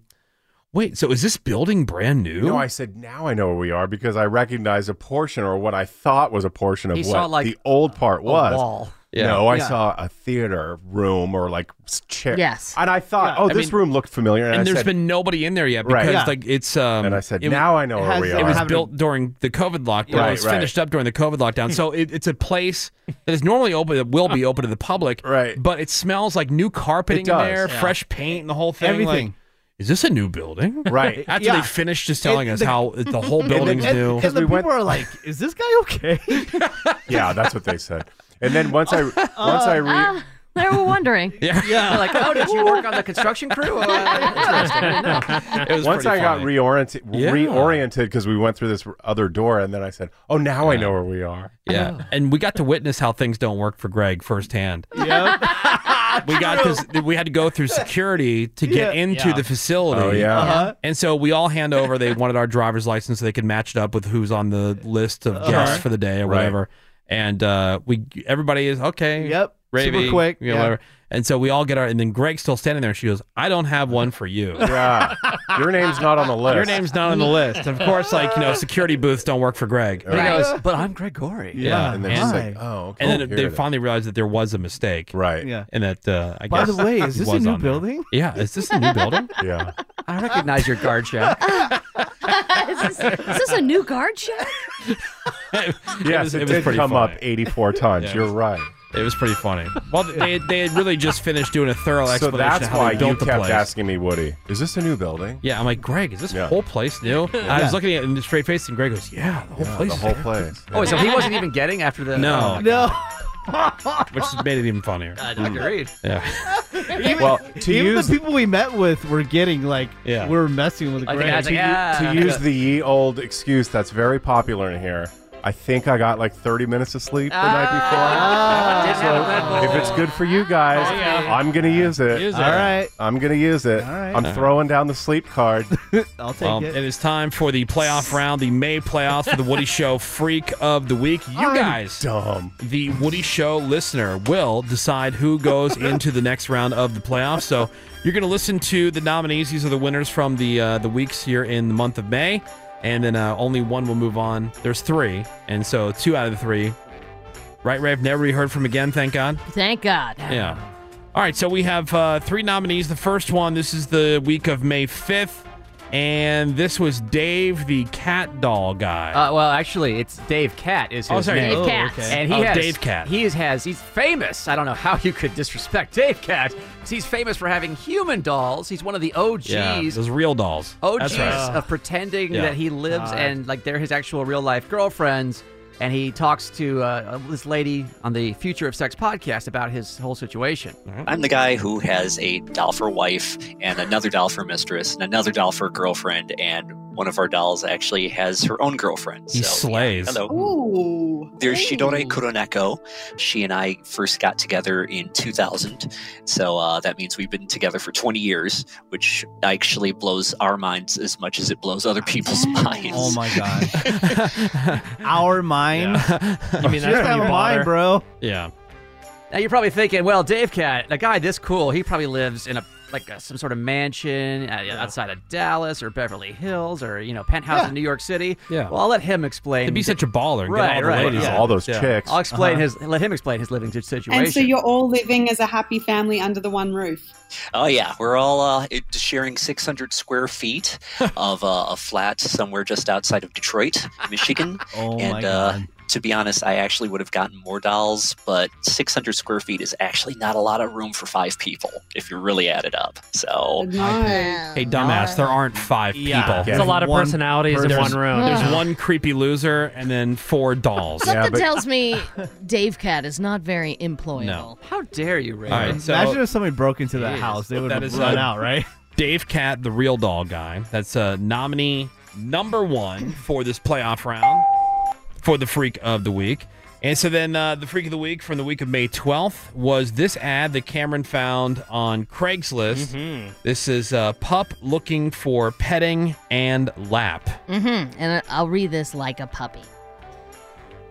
Speaker 4: "Wait, so is this building brand new?"
Speaker 8: No, I said now I know where we are because I recognize a portion or what I thought was a portion of
Speaker 7: He
Speaker 8: what
Speaker 7: saw, like,
Speaker 8: the old part
Speaker 7: a
Speaker 8: was.
Speaker 7: wall.
Speaker 8: No, I
Speaker 7: Yeah.
Speaker 8: saw a theater room or like s- chair.
Speaker 7: Yes.
Speaker 8: And I thought, oh,
Speaker 4: I
Speaker 8: this
Speaker 4: mean-
Speaker 8: room looked familiar. And,
Speaker 4: and
Speaker 8: I
Speaker 4: there's
Speaker 8: said,
Speaker 4: been nobody in there yet because
Speaker 8: Right. Yeah.
Speaker 4: like it's um
Speaker 8: And I said,
Speaker 4: w-
Speaker 8: "Now I know where we
Speaker 4: It was
Speaker 8: are."
Speaker 4: built during the COVID lockdown.
Speaker 8: Right,
Speaker 4: it was
Speaker 8: right.
Speaker 4: finished up during the COVID lockdown. so it, it's a place that is normally open that will be open to the public. Right. But it smells like new carpeting
Speaker 8: It
Speaker 4: in
Speaker 8: does.
Speaker 4: there,
Speaker 8: Yeah.
Speaker 4: fresh paint and the whole thing.
Speaker 8: Everything.
Speaker 4: Like, is this a new building?
Speaker 8: Right.
Speaker 4: After
Speaker 8: Yeah.
Speaker 4: they finished just telling
Speaker 8: And
Speaker 4: us
Speaker 8: the-
Speaker 4: how the whole
Speaker 8: And the-
Speaker 4: building's
Speaker 8: and-
Speaker 4: new.
Speaker 8: and the We went- people are
Speaker 6: like, is this guy okay?
Speaker 8: yeah, that's what they said. And then once I once
Speaker 7: Uh,
Speaker 4: Uh,
Speaker 8: I re-
Speaker 5: Ah, they were wondering.
Speaker 4: yeah.
Speaker 7: They're like, oh, did you work on the construction crew? Uh, interesting. No.
Speaker 8: Once I got reoriented,
Speaker 4: Yeah.
Speaker 8: reoriented because we went through this other door, and then I said, "Oh, now I know where we are."
Speaker 4: Yeah. And we got to witness how things don't work for Greg firsthand. we got this, we had to go through security to get
Speaker 8: Yeah.
Speaker 4: into
Speaker 8: Yeah.
Speaker 4: the facility.
Speaker 8: Oh, yeah. Uh-huh.
Speaker 4: And so we all hand over. They wanted our driver's license so they could match it up with who's on the list of guests
Speaker 6: Sure.
Speaker 4: for the day or
Speaker 6: Right.
Speaker 4: whatever. And uh, we everybody is okay.
Speaker 6: Yep.
Speaker 4: Ravy,
Speaker 6: Super quick,
Speaker 4: You know,
Speaker 6: yeah.
Speaker 4: whatever. And so we all get our, and then Greg's still standing there. and She goes, "I don't have one for you."
Speaker 8: Yeah. Your name's not on the list.
Speaker 4: Your name's not on the list. Of course, like you know, security booths don't work for Greg.
Speaker 7: And he goes, but I'm Greg Gorey.
Speaker 4: Yeah,
Speaker 8: and then it's like, oh, okay.
Speaker 4: And then
Speaker 8: Here
Speaker 4: they
Speaker 8: it is.
Speaker 4: finally realized that there was a mistake,
Speaker 8: right?
Speaker 6: Yeah.
Speaker 4: and that uh, I
Speaker 6: By
Speaker 4: guess
Speaker 6: the way, is
Speaker 4: he
Speaker 6: this a
Speaker 4: was
Speaker 6: new
Speaker 4: on there.
Speaker 6: building?
Speaker 4: Yeah, is this a new building?
Speaker 8: yeah,
Speaker 7: I recognize your guard shack.
Speaker 12: is, this, is this a new guard shack?
Speaker 8: Yes, it,
Speaker 4: was- it was
Speaker 8: did
Speaker 4: pretty
Speaker 8: come
Speaker 4: funny.
Speaker 8: up 84 times.
Speaker 4: Yeah.
Speaker 8: You're right.
Speaker 4: It was pretty funny. Well, they they had really just finished doing a thorough
Speaker 8: So
Speaker 4: explanation.
Speaker 8: that's
Speaker 4: of how
Speaker 8: why
Speaker 4: they
Speaker 8: you
Speaker 4: built
Speaker 8: kept
Speaker 4: the place.
Speaker 8: asking me, Woody, is this a new building?
Speaker 4: Yeah, I'm like Greg, is this
Speaker 8: Yeah.
Speaker 4: whole place new? And I
Speaker 8: Yeah.
Speaker 4: was looking at it in the straight face, and Greg goes, "Yeah, the whole
Speaker 8: Yeah,
Speaker 4: place,
Speaker 8: the
Speaker 4: is
Speaker 8: whole
Speaker 4: new."
Speaker 8: place.
Speaker 7: Oh, so he wasn't even getting after the.
Speaker 4: No.
Speaker 7: Oh,
Speaker 6: No.
Speaker 4: which made it even funnier. Hmm.
Speaker 7: I I can read.
Speaker 4: Yeah.
Speaker 6: Even,
Speaker 8: Well, to
Speaker 6: even
Speaker 8: use-
Speaker 6: the people we met with were getting like,
Speaker 8: Yeah.
Speaker 6: we're messing with
Speaker 7: Like,
Speaker 6: Greg.
Speaker 7: guys, like, "Ah." yeah.
Speaker 8: To use the ye old excuse that's very popular in here, I think I got like 30 minutes of sleep the night
Speaker 7: Ah. Didn't have a Oh, Red
Speaker 8: before.
Speaker 7: Bull.
Speaker 8: If it's good for you guys, I'm going to use it.
Speaker 4: Use it.
Speaker 8: All
Speaker 4: Alright.
Speaker 8: I'm going to use it. I'm throwing down the sleep card.
Speaker 6: I'll take
Speaker 4: Well, Um, it is time for the playoff round, the May playoffs for the Woody Show Freak of the Week. You guys,
Speaker 8: dumb.
Speaker 4: the Woody Show listener will decide who goes into the next round of the playoffs. So you're going to listen to the nominees. These are the winners from the uh, the weeks here in the month of May, and then uh, only one will move on. There's three, and so two out of the three. Right, Rave. Never we heard from again. Thank God.
Speaker 5: Thank God.
Speaker 4: Yeah. All right, so we have uh, three nominees. The first one, this is the week of May 5th, and this was Dave the cat doll guy.
Speaker 7: Uh, well, actually, it's Dave Cat is his
Speaker 4: Oh, sorry.
Speaker 7: name.
Speaker 4: Dave Oh, Cat. okay.
Speaker 7: And he
Speaker 4: Oh,
Speaker 7: has
Speaker 4: Dave Cat.
Speaker 7: He is, has he's famous. I don't know how you could disrespect Dave Cat. 'cause He's famous for having human dolls. He's one of the OGs.
Speaker 4: yeah, those real dolls.
Speaker 10: Oh,
Speaker 7: OGs
Speaker 4: That's right.
Speaker 7: of pretending
Speaker 4: Yeah.
Speaker 7: that he lives
Speaker 4: God.
Speaker 7: and like they're his actual real life girlfriends. And he talks to uh, this lady on the Future of Sex podcast about his whole situation.
Speaker 10: I'm the guy who has a doll for wife and another doll for mistress and another doll for girlfriend and one of our dolls actually has her own girlfriend.
Speaker 4: He slays.
Speaker 10: Hello.
Speaker 16: Ooh.
Speaker 10: There's Shidone Kuroneko. She and I first got together in 2000. So uh, that means we've been together for 20 years, which actually blows our minds as much as it blows other people's minds.
Speaker 6: Oh my god. Our mind. You
Speaker 7: when you
Speaker 6: mean that's
Speaker 7: bought her?
Speaker 6: mind, bro?
Speaker 4: Yeah.
Speaker 7: Now you're probably thinking, well, Dave Cat, a guy this cool, he probably lives in a like a, some sort of mansion uh, outside of Dallas or Beverly Hills or you know penthouse in New York City.
Speaker 4: Yeah.
Speaker 7: Well, I'll let him explain.
Speaker 4: He'd be such a baller and get
Speaker 7: right,
Speaker 4: all the
Speaker 7: right,
Speaker 4: ladies.
Speaker 7: yeah.
Speaker 4: All those Yeah. chicks.
Speaker 7: I'll explain
Speaker 4: Uh-huh.
Speaker 7: his. Let him explain his living situation.
Speaker 16: And so you're all living as a happy family under the one roof.
Speaker 10: Oh yeah, we're all uh, it- sharing 600 square feet of uh, a flat somewhere just outside of Detroit, Michigan.
Speaker 6: oh
Speaker 10: and
Speaker 6: my
Speaker 10: Uh, to be honest, I actually would have gotten more dolls, but 600 square feet is actually not a lot of room for five people if you really add it up. So
Speaker 4: Hey, dumbass, there aren't five
Speaker 10: Yeah.
Speaker 4: people.
Speaker 10: There's a lot of
Speaker 4: One
Speaker 10: personalities in
Speaker 4: person-
Speaker 10: one room.
Speaker 4: There's
Speaker 5: Ugh.
Speaker 4: one creepy loser and then four dolls.
Speaker 5: Something tells me Dave Cat is not very employable.
Speaker 4: No.
Speaker 7: How dare you, Ray?
Speaker 4: All right, so
Speaker 6: Imagine if somebody broke into that house, they would
Speaker 4: that
Speaker 6: have
Speaker 4: is
Speaker 6: run
Speaker 4: uh,
Speaker 6: out, right?
Speaker 4: Dave Cat, the real doll guy. That's uh, nominee number one for this playoff round for the Freak of the Week. And so then uh, the Freak of the Week from the week of May 12th was this ad that Cameron found on Craigslist.
Speaker 6: Mm-hmm.
Speaker 5: Mhm.
Speaker 4: This is uh, pup looking for petting and lap.
Speaker 12: Mm-hmm.
Speaker 5: And I- I'll read this like a puppy.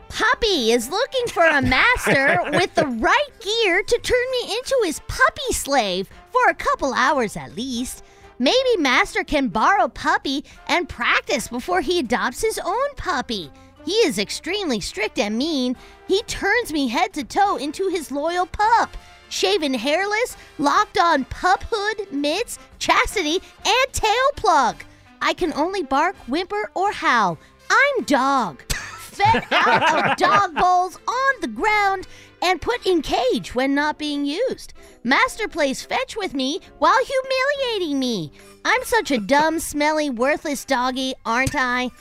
Speaker 12: Puppy is looking for a master with the right gear to turn me into his puppy slave for a couple hours at least. Maybe master can borrow puppy and practice before he adopts his own puppy. He is extremely strict and mean. He turns me head to toe into his loyal pup. Shaven hairless, locked on pup hood, mitts, chastity, and tail plug. I can only bark, whimper, or howl. I'm dog fed out of dog bowls on the ground and put in cage when not being used. Master plays fetch with me while humiliating me. I'm such a dumb, smelly, worthless doggy, aren't I?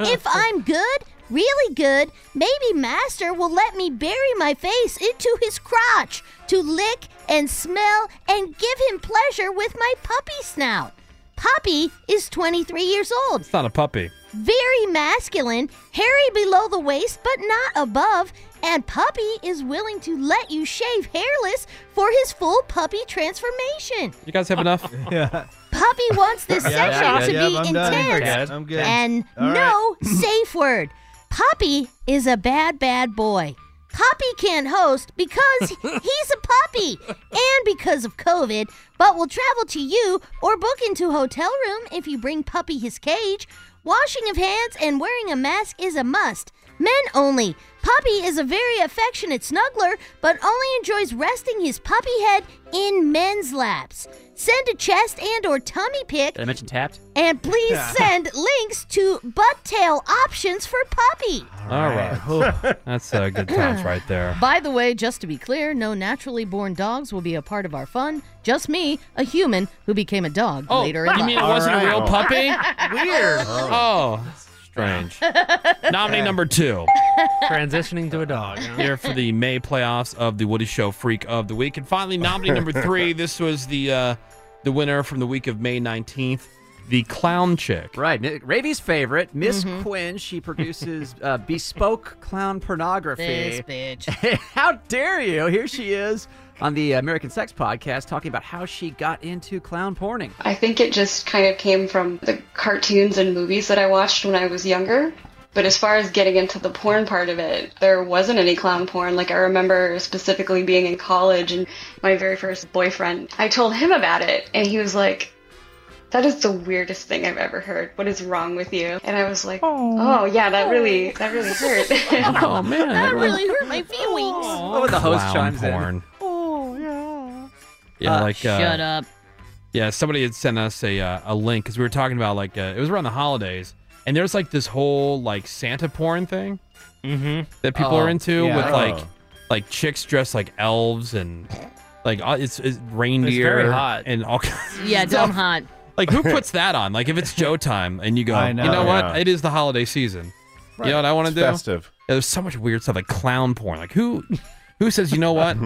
Speaker 12: if I'm good, really good, maybe Master will let me bury my face into his crotch to lick and smell and give him pleasure with my puppy snout. Poppy is 23 years old
Speaker 4: It's not a puppy.
Speaker 12: very masculine, hairy below the waist but not above, and Puppy is willing to let you shave hairless for his full puppy transformation.
Speaker 4: You guys have enough?
Speaker 6: yeah.
Speaker 12: Puppy wants this
Speaker 4: Yeah,
Speaker 12: section
Speaker 4: yeah,
Speaker 12: to
Speaker 4: yeah,
Speaker 12: be
Speaker 4: I'm done.
Speaker 12: intense
Speaker 4: We're good. I'm good.
Speaker 12: and
Speaker 4: All
Speaker 12: no safe word. Puppy is a bad, bad boy. Puppy can't host because he's a puppy and because of COVID, but will travel to you or book into hotel room if you bring Puppy his cage. Washing of hands and wearing a mask is a must. Men only. Puppy is a very affectionate snuggler, but only enjoys resting his puppy head in men's laps. Send a chest and or tummy pic
Speaker 7: Did I mention tapped?
Speaker 12: and please
Speaker 7: Yeah.
Speaker 12: send links to butt tail options for puppy.
Speaker 4: All right. That's uh, good times right there.
Speaker 5: By the way, just to be clear, no naturally born dogs will be a part of our fun. Just me, a human who became a dog
Speaker 15: Oh,
Speaker 5: later in
Speaker 4: you
Speaker 5: life.
Speaker 4: mean it wasn't a real puppy?
Speaker 5: Weird. Oh.
Speaker 4: Oh, strange. Nominee number two. Transitioning to a dog. Here for the May playoffs of the Woody Show Freak of the Week. And finally, nominee number three. This was the uh, the winner from the week of May 19th, the clown chick.
Speaker 7: Right, Mi- Ravi's favorite, Miss Quinn. She produces uh, bespoke clown pornography.
Speaker 5: This
Speaker 7: how dare you? Here she is on the American Sex Podcast talking about how she got into clown porning.
Speaker 17: I think it just kind of came from the cartoons and movies that I watched when I was younger. But as far as getting into the porn part of it, there wasn't any clown porn. Like, I remember specifically being in college and my very first boyfriend, I told him about it, and he was like, that is the weirdest thing I've ever heard. What is wrong with you? And I was like, oh yeah, that really, that really hurt.
Speaker 7: Oh, man,
Speaker 12: that
Speaker 7: everyone-
Speaker 12: really hurt my feelings.
Speaker 7: Oh, the host
Speaker 4: Clown
Speaker 7: chimes in.
Speaker 4: porn.
Speaker 12: Oh yeah.
Speaker 4: Yeah, like uh,
Speaker 5: Shut up.
Speaker 4: Yeah, somebody had sent us a uh, a link because we were talking about like uh, it was around the holidays, and there's like this whole like Santa porn thing
Speaker 7: Mm-hmm.
Speaker 4: that people
Speaker 18: Oh,
Speaker 4: are into
Speaker 18: yeah.
Speaker 4: with
Speaker 18: Oh.
Speaker 4: like like chicks dressed like elves and like uh, it's, it's reindeer
Speaker 5: hot.
Speaker 4: and all kinds.
Speaker 5: Yeah, dumb hot.
Speaker 4: Like who puts that on? Like if it's Joe time and you go,
Speaker 8: I
Speaker 4: you
Speaker 8: know.
Speaker 4: know what?
Speaker 8: Yeah.
Speaker 4: It is the holiday season. You
Speaker 8: Right.
Speaker 4: know what I want to
Speaker 8: It's
Speaker 4: do?
Speaker 8: festive.
Speaker 4: Yeah, there's so much weird stuff like clown porn. Like who who says you know what?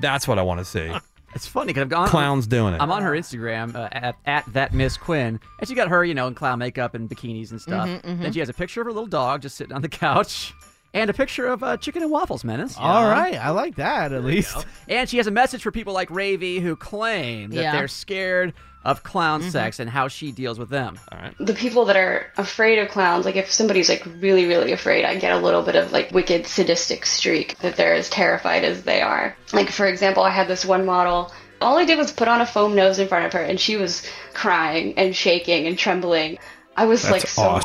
Speaker 4: That's what I want to see.
Speaker 7: It's funny because I've gone
Speaker 4: Clowns doing it.
Speaker 7: I'm on her Instagram uh, at, at that Miss Quinn, and she got her, you know, in clown makeup and bikinis and stuff.
Speaker 4: Mhm, mhm.
Speaker 7: Then she has a picture of her little dog just sitting on the couch, and a picture of uh, chicken and waffles, menace.
Speaker 6: All right, I like that at least.
Speaker 7: And she has a message for people like Ravy who claim that
Speaker 17: Yeah.
Speaker 7: they're scared of clown sex and how she deals with them. All right.
Speaker 17: the people that are afraid of clowns, like if somebody's like really, really afraid, I get a little bit of like wicked sadistic streak that they're as terrified as they are. Like for example, I had this one model. All I did was put on a foam nose in front of her, and she was crying and shaking and trembling. I was like so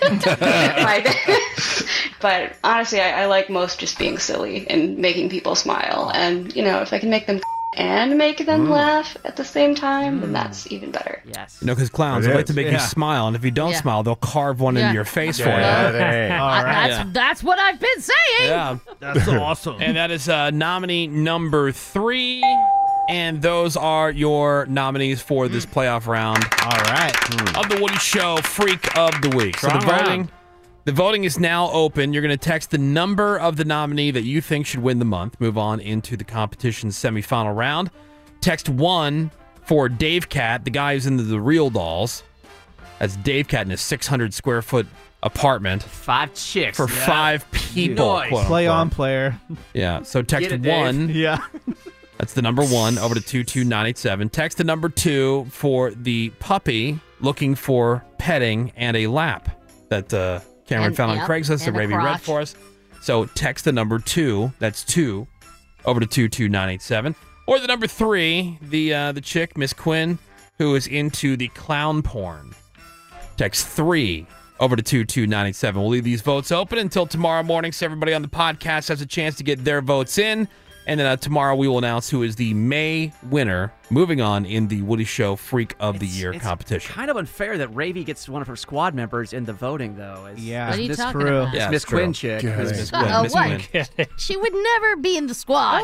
Speaker 17: by then. but honestly, I, I like most just being silly and making people smile. And you know, if I can make them and make them
Speaker 4: Mm.
Speaker 17: laugh at the same time, then that's even better.
Speaker 7: Yes.
Speaker 4: You know, because clowns
Speaker 18: It
Speaker 4: they like
Speaker 18: is.
Speaker 4: to make you
Speaker 18: Yeah.
Speaker 4: smile, and if you don't
Speaker 5: Yeah.
Speaker 4: smile, they'll carve one
Speaker 5: Yeah.
Speaker 4: into your face
Speaker 5: Yeah,
Speaker 4: for you.
Speaker 5: they- I- that's
Speaker 4: Yeah.
Speaker 5: that's what I've been saying.
Speaker 4: Yeah.
Speaker 18: That's awesome.
Speaker 4: And that is uh, nominee number three. And those are your nominees for this playoff round. All right. Of the Woody Show Freak of the Week. So the
Speaker 18: Strong round.
Speaker 4: voting the voting is now open. You're going to text the number of the nominee that you think should win the month. Move on into the competition semifinal round. Text one for Dave Cat, the guy who's into the real dolls. That's Dave Cat in a 600 square foot apartment.
Speaker 7: Five chicks.
Speaker 4: For
Speaker 6: Yeah.
Speaker 4: five people. quote
Speaker 6: Play
Speaker 4: unquote.
Speaker 6: on player.
Speaker 4: Yeah. So text
Speaker 6: it, Dave.
Speaker 4: one. Yeah. That's the number one over to 22987. Text the number two for the puppy looking for petting and a lap that uh, Cameron
Speaker 18: And-
Speaker 4: found on
Speaker 18: yep,
Speaker 4: Craigslist that
Speaker 18: and a
Speaker 4: Ravi read
Speaker 18: crotch.
Speaker 4: for us. So text the number two, that's two, over to 22987. Or the number three, the uh, the chick, Miss Quinn, who is into the clown porn. Text three over to 22987. We'll leave these votes open until tomorrow morning so everybody on the podcast has a chance to get their votes in. And then uh, tomorrow we will announce who is the May winner moving on in the Woody Show Freak of the Year competition.
Speaker 7: Kind of unfair that Ravy gets one of her squad members in the voting, though. It's,
Speaker 4: Yeah.
Speaker 7: it's
Speaker 4: What are you
Speaker 7: Miss-
Speaker 4: talking about?
Speaker 7: it's
Speaker 4: Yeah,
Speaker 7: Miss
Speaker 4: it's true.
Speaker 7: Quinn chick.
Speaker 4: Good.
Speaker 7: It's Miss
Speaker 4: Uh-oh,
Speaker 7: Quinn. Miss
Speaker 5: Uh, what?
Speaker 7: Quinn.
Speaker 5: She would never be in the squad.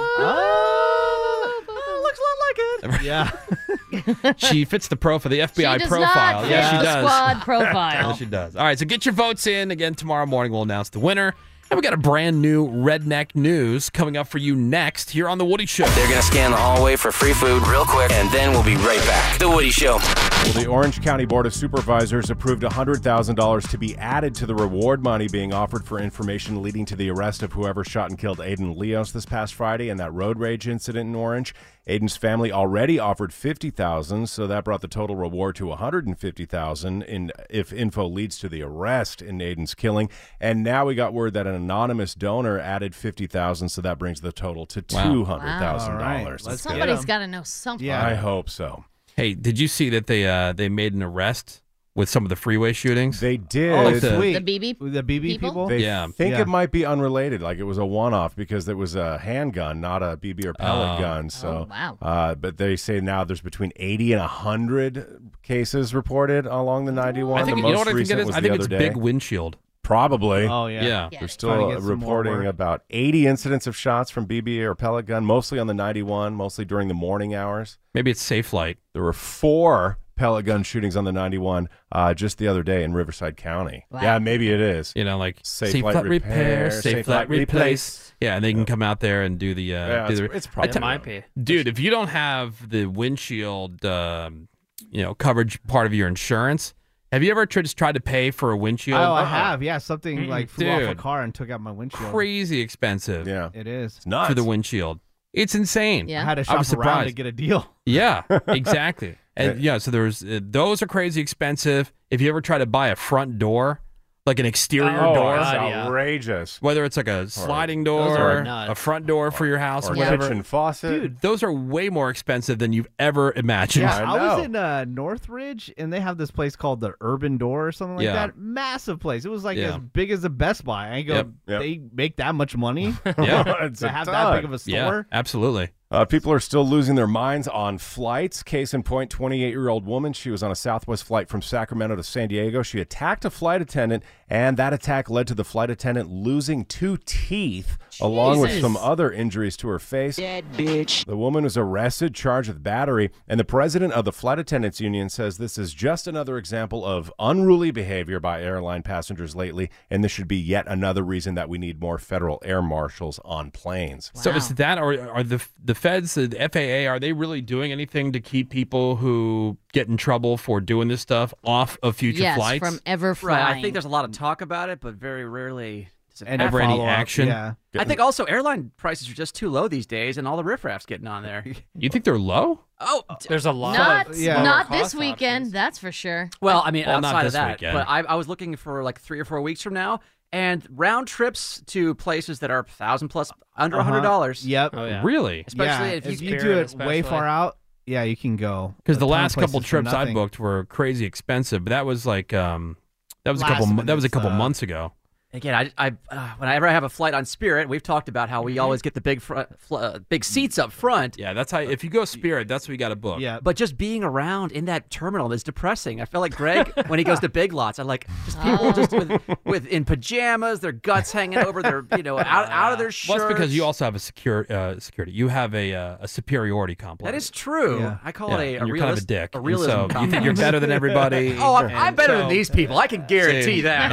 Speaker 5: Oh.
Speaker 7: looks a lot like it.
Speaker 4: Yeah. she fits the profile, the FBI
Speaker 5: does
Speaker 4: profile.
Speaker 5: not
Speaker 4: yeah,
Speaker 5: fit
Speaker 4: she
Speaker 5: the
Speaker 4: does.
Speaker 5: squad profile.
Speaker 4: Yeah, she does. All right, so get your votes in again tomorrow morning. We'll announce the winner. And we got a brand new redneck news coming up for you next here on the Woody Show.
Speaker 15: They're gonna scan the hallway for free food real quick, and then we'll be right back. The Woody Show.
Speaker 8: Well, the Orange County Board of Supervisors approved $100,000 to be added to the reward money being offered for information leading to the arrest of whoever shot and killed Aiden Leos this past Friday in that road rage incident in Orange. Aiden's family already offered 50000 so that brought the total reward to 150000 in if info leads to the arrest in Aiden's killing. And now we got word that an anonymous donor added 50000 so that brings the total to
Speaker 4: Wow.
Speaker 8: $200,000.
Speaker 5: Somebody's got to know something.
Speaker 8: I hope so.
Speaker 4: Hey, did you see that they uh, they made an arrest with some of the freeway shootings?
Speaker 8: They did.
Speaker 4: Like the-
Speaker 5: BB,
Speaker 6: the BB people.
Speaker 8: They
Speaker 4: Yeah.
Speaker 8: think
Speaker 4: Yeah.
Speaker 8: it might be unrelated, like it was a one-off because it was a handgun, not a BB or pellet
Speaker 4: Oh.
Speaker 8: gun. So,
Speaker 4: Oh, wow.
Speaker 8: uh, but they say now there's between 80 and 100 cases reported along the 91.
Speaker 4: I
Speaker 8: the
Speaker 4: think you know
Speaker 8: most
Speaker 4: what I think
Speaker 8: recent
Speaker 4: it is.
Speaker 8: was
Speaker 4: I
Speaker 8: the
Speaker 4: think it's
Speaker 8: other day.
Speaker 4: Big Windshield.
Speaker 8: Probably.
Speaker 4: Oh, yeah. Yeah. Yeah.
Speaker 8: They're
Speaker 4: Trying
Speaker 8: still
Speaker 4: to get some more
Speaker 8: reporting
Speaker 4: work.
Speaker 8: about 80 incidents of shots from BB or pellet gun, mostly on the 91, mostly during the morning hours.
Speaker 4: Maybe it's Safe Light.
Speaker 8: There were four pellet gun shootings on the 91 uh, just the other day in Riverside County.
Speaker 4: Wow.
Speaker 8: Yeah, maybe it is.
Speaker 4: You know, like
Speaker 8: safe, light, repair,
Speaker 4: safe light replace. Yeah, and they can come out there and do the. Uh,
Speaker 8: Yeah,
Speaker 4: do the-
Speaker 8: it's- it's
Speaker 4: I
Speaker 8: probably
Speaker 4: tell-
Speaker 8: might be.
Speaker 4: Dude, if you don't have the windshield, um, you know, coverage part of your insurance, have you ever tr- just tried to pay for a windshield? Uh-uh.
Speaker 6: Oh, I have. Yeah, something
Speaker 4: Mm,
Speaker 6: like flew off a
Speaker 4: dude.
Speaker 6: car and took out my windshield.
Speaker 4: Crazy expensive.
Speaker 8: Yeah,
Speaker 6: It is. It's
Speaker 4: for the windshield. It's insane.
Speaker 6: Yeah. I had to
Speaker 4: I
Speaker 6: shop
Speaker 4: was
Speaker 6: around to
Speaker 4: surprised.
Speaker 6: get a deal.
Speaker 4: Yeah, exactly. And yeah, so there's uh, those are crazy expensive. If you ever try to buy a front door, like an exterior
Speaker 8: Oh,
Speaker 4: door,
Speaker 8: it's outrageous.
Speaker 4: Whether it's like a sliding
Speaker 8: those are
Speaker 4: door,
Speaker 8: nuts.
Speaker 4: a front door for your house,
Speaker 8: or
Speaker 4: or
Speaker 8: a
Speaker 4: whatever,
Speaker 8: kitchen faucet.
Speaker 4: dude, those are way more expensive than you've ever imagined.
Speaker 6: Yeah, I, was in uh, Northridge, and they have this place called the Urban Door or something like
Speaker 4: Yeah.
Speaker 6: that. Massive place. It was like
Speaker 4: Yeah.
Speaker 6: as big as the Best Buy. I go,
Speaker 4: Yep. Yep.
Speaker 6: they make that much money.
Speaker 4: Yeah.
Speaker 6: to have that big of a store.
Speaker 4: absolutely.
Speaker 8: Uh, people are still losing their minds on flights. Case in point, 28 year old woman. She was on a Southwest flight from Sacramento to San Diego. She attacked a flight attendant And that attack led to the flight attendant losing two teeth, along with
Speaker 18: Jesus.
Speaker 8: some other injuries to her face. Dead bitch. The woman was arrested, charged with battery, and the president of the flight attendants union says this is just another example of unruly behavior by airline passengers lately, and this should be yet another reason that we need more federal air marshals on planes.
Speaker 4: So is that, or are the the feds, the FAA, are they really doing anything to keep people who get in trouble for doing this stuff off of future
Speaker 5: yes,
Speaker 4: flights?
Speaker 5: from ever flying.
Speaker 7: Right. I think there's a lot of talk about it, but very rarely. does it
Speaker 4: And
Speaker 7: happen.
Speaker 4: ever any Follow up, action? yeah.
Speaker 7: I think also airline prices are just too low these days, and all the riffraff's getting on there.
Speaker 4: You think they're low?
Speaker 7: Oh,
Speaker 19: there's a lot.
Speaker 5: not, not
Speaker 7: Lower
Speaker 5: this
Speaker 7: cost
Speaker 5: weekend, that's for sure.
Speaker 7: Well, I mean,
Speaker 4: Well, not
Speaker 7: outside
Speaker 4: this
Speaker 7: of that,
Speaker 4: weekend.
Speaker 7: but I, I was looking for like three or four weeks from now, and round trips to places that are thousand plus under a
Speaker 6: Uh-huh.
Speaker 7: hundred dollars.
Speaker 6: Yep.
Speaker 4: Really?
Speaker 7: Especially
Speaker 6: Yeah,
Speaker 7: if you,
Speaker 6: do it way far out, yeah, you can go.
Speaker 4: Because the
Speaker 6: A ton of
Speaker 4: last couple
Speaker 6: places for
Speaker 4: trips I
Speaker 6: nothing.
Speaker 4: booked were crazy expensive, but that was like um, that was a
Speaker 7: Last
Speaker 4: couple mo- that was a
Speaker 7: minute
Speaker 4: couple
Speaker 7: stuff.
Speaker 4: months ago.
Speaker 7: Again, I, I uh, whenever I have a flight on Spirit, we've talked about how we always get the big fr- fl- uh, big seats up front.
Speaker 4: Yeah, that's how. If you go Spirit, that's what you got to book.
Speaker 7: Yeah. But just being around in that terminal is depressing. I feel like Greg when he goes to Big Lots. I like just people just with, with in pajamas, their guts hanging over their you know out, out of their
Speaker 4: Well,
Speaker 7: shirts.
Speaker 4: it's because you also have a secure uh, security. You have a uh, a superiority complex.
Speaker 7: That is true.
Speaker 4: Yeah.
Speaker 7: I call
Speaker 4: Yeah,
Speaker 7: it a,
Speaker 4: and
Speaker 7: a
Speaker 4: you're
Speaker 7: realist,
Speaker 4: kind of a dick,
Speaker 7: A
Speaker 4: and
Speaker 7: realism.
Speaker 4: so you think
Speaker 7: complex.
Speaker 4: you're better than everybody,
Speaker 7: oh, I'm, I'm
Speaker 4: and
Speaker 7: better than
Speaker 4: so-
Speaker 7: these people. I can guarantee
Speaker 4: See,
Speaker 7: that.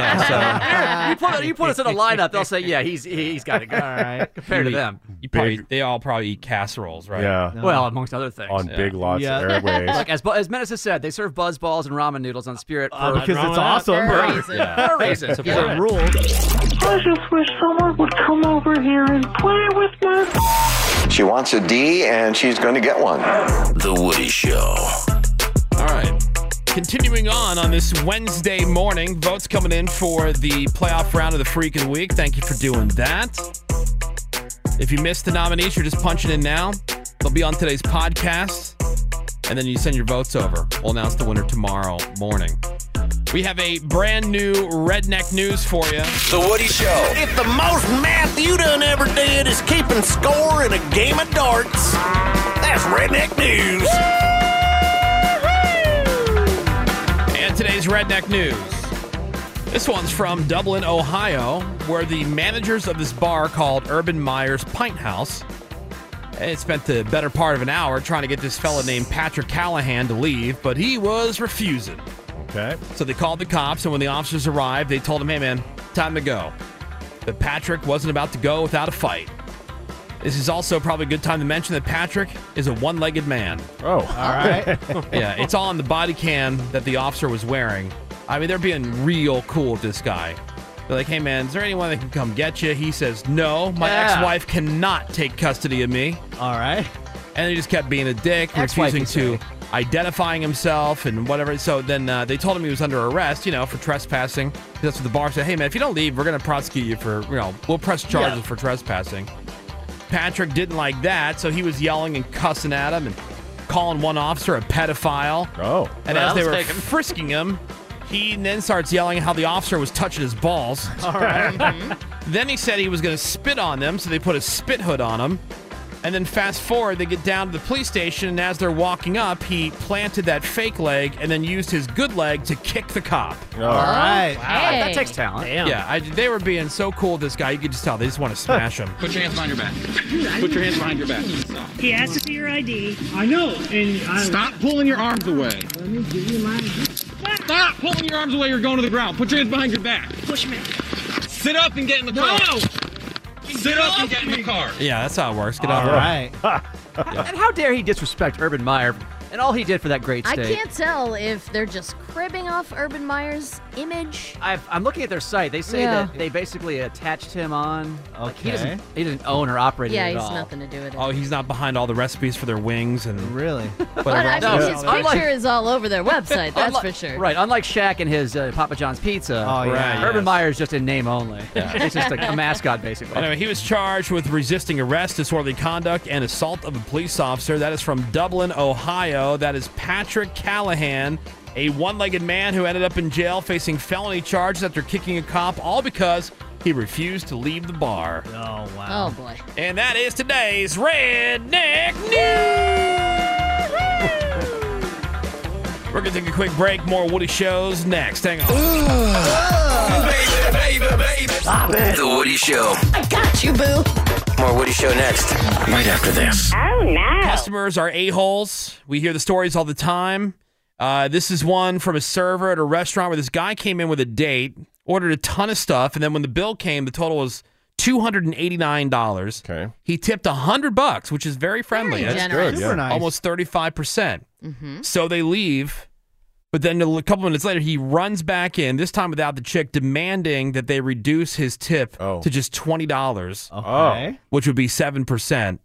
Speaker 4: yeah,
Speaker 7: you, put, you put us in a lineup, they'll say, yeah, he's he's got it. All right, compared to
Speaker 4: You eat-
Speaker 7: them.
Speaker 4: you probably, they all probably eat casseroles, right?
Speaker 8: Yeah. No.
Speaker 7: Well, amongst other things.
Speaker 8: On Big Lots
Speaker 7: Yeah.
Speaker 8: Airways.
Speaker 7: Look, as, Bu- as Menace has said, they serve buzz balls and ramen noodles on Spirit
Speaker 6: Uh,
Speaker 7: for,
Speaker 6: because it's
Speaker 7: For,
Speaker 6: awesome. For a reason.
Speaker 7: for a reason.
Speaker 6: It's a
Speaker 7: Yeah.
Speaker 6: rule.
Speaker 9: I just wish someone would come over here and play with me.
Speaker 20: She wants a D and she's going to get one.
Speaker 4: The Woody Show. All right. Continuing on on this Wednesday morning, votes coming in for the playoff round of the Freakin' Week. Thank you for doing that. If you missed the nominees, you're just punching in now. They'll be on today's podcast, and then you send your votes over. We'll announce the winner tomorrow morning. We have a brand new redneck news for you.
Speaker 15: The Woody Show.
Speaker 21: If the most math you done ever did is keeping score in a game of darts, that's redneck news.
Speaker 4: And today's Redneck News. This one's from Dublin, Ohio, where the managers of this bar called Urban Myers Pint House they spent the better part of an hour trying to get this fella named Patrick Callahan to leave, but he was refusing.
Speaker 8: Okay.
Speaker 4: So they called the cops, and when the officers arrived, they told him, hey, man, time to go. But Patrick wasn't about to go without a fight. This is also probably a good time to mention that Patrick is a one legged man.
Speaker 8: Oh, all
Speaker 4: right. yeah, it's all on the body cam that the officer was wearing. I mean, they're being real cool with this guy. They're like, hey, man, is there anyone that can come get you? He says, no, my
Speaker 7: Yeah.
Speaker 4: ex wife cannot take custody of me.
Speaker 6: All right.
Speaker 4: And he just kept being a dick,
Speaker 7: Ex-wife,
Speaker 4: refusing to identifying himself and whatever. So then uh, they told him he was under arrest, you know, for trespassing. That's what the bar said. Hey, man, if you don't leave, we're going to prosecute you for, you know, we'll press charges
Speaker 7: Yeah.
Speaker 4: for trespassing. Patrick didn't like that, so he was yelling and cussing at him and calling one officer a pedophile.
Speaker 8: Oh.
Speaker 4: And
Speaker 7: Well,
Speaker 4: as they
Speaker 7: let's
Speaker 4: were
Speaker 7: take him.
Speaker 4: frisking him, he then starts yelling how the officer was touching his balls. All right. Then he said he was going to spit on them, so they put a spit hood on him. And then fast forward, they get down to the police station, and as they're walking up, he planted that fake leg and then used his good leg to kick the cop.
Speaker 8: All right.
Speaker 7: Oh, Wow, that takes talent.
Speaker 4: Yeah, I, they were being so cool. with This guy, you could just tell they just want to smash him.
Speaker 9: Put your hands behind your back. Put your hands behind your back.
Speaker 22: He asked to see your ID.
Speaker 9: I know. And I... Stop pulling your arms away.
Speaker 22: Let me give you my
Speaker 9: Stop pulling your arms away. You're going to the ground. Put your hands behind your back. Push me. Sit up and get in the car. No. Sit up and get in the car.
Speaker 4: Yeah, that's how it works. Get
Speaker 7: All
Speaker 4: out of
Speaker 7: right. And how dare he disrespect Urban Meyer and all he did for that great
Speaker 5: I
Speaker 7: state.
Speaker 5: can't tell if they're just cribbing off Urban Meyer's image.
Speaker 7: I've, I'm looking at their site. They say
Speaker 5: Yeah.
Speaker 7: that they basically attached him on. Okay. Like he doesn't.
Speaker 4: Okay.
Speaker 7: He doesn't own or operate
Speaker 5: yeah,
Speaker 7: it at
Speaker 5: he's
Speaker 7: all.
Speaker 5: nothing to do with it.
Speaker 4: Oh, he's not behind all the recipes for their wings and
Speaker 6: really.
Speaker 5: But I mean,
Speaker 7: No,
Speaker 5: his
Speaker 7: no, no.
Speaker 5: picture is all over their website. That's for sure.
Speaker 7: Right, unlike Shaq and his uh, Papa John's Pizza,
Speaker 4: Oh, yeah. Right,
Speaker 7: Urban
Speaker 4: yes.
Speaker 7: Meyer is just in name only.
Speaker 4: Yeah.
Speaker 7: He's just a, a mascot, basically.
Speaker 4: Anyway, he was charged with resisting arrest, disorderly conduct, and assault of a police officer. That is from Dublin, Ohio. That is Patrick Callahan, a one legged man who ended up in jail facing felony charges after kicking a cop, all because he refused to leave the bar.
Speaker 6: Oh,
Speaker 5: wow. Oh, boy.
Speaker 4: And that is today's Redneck News! We're going to take a quick break. More Woody shows next. Hang on.
Speaker 15: baby, baby. Stop it. The Woody Show.
Speaker 11: I got you, boo.
Speaker 15: More Woody Show next, right after this.
Speaker 4: Oh no! Customers are a holes. We hear the stories all the time. Uh, this is one from a server at a restaurant where this guy came in with a date, ordered a ton of stuff, and then when the bill came, the total was two hundred and eighty nine dollars. Okay. He tipped hundred bucks, which is very friendly.
Speaker 11: Very That's generous. good, yeah. Super nice.
Speaker 4: Almost thirty five percent.
Speaker 11: Mm-hmm.
Speaker 4: So they leave, but then a couple minutes later, he runs back in, this time without the chick, demanding that they reduce his tip to just $20,
Speaker 11: Okay.
Speaker 4: which would be 7%.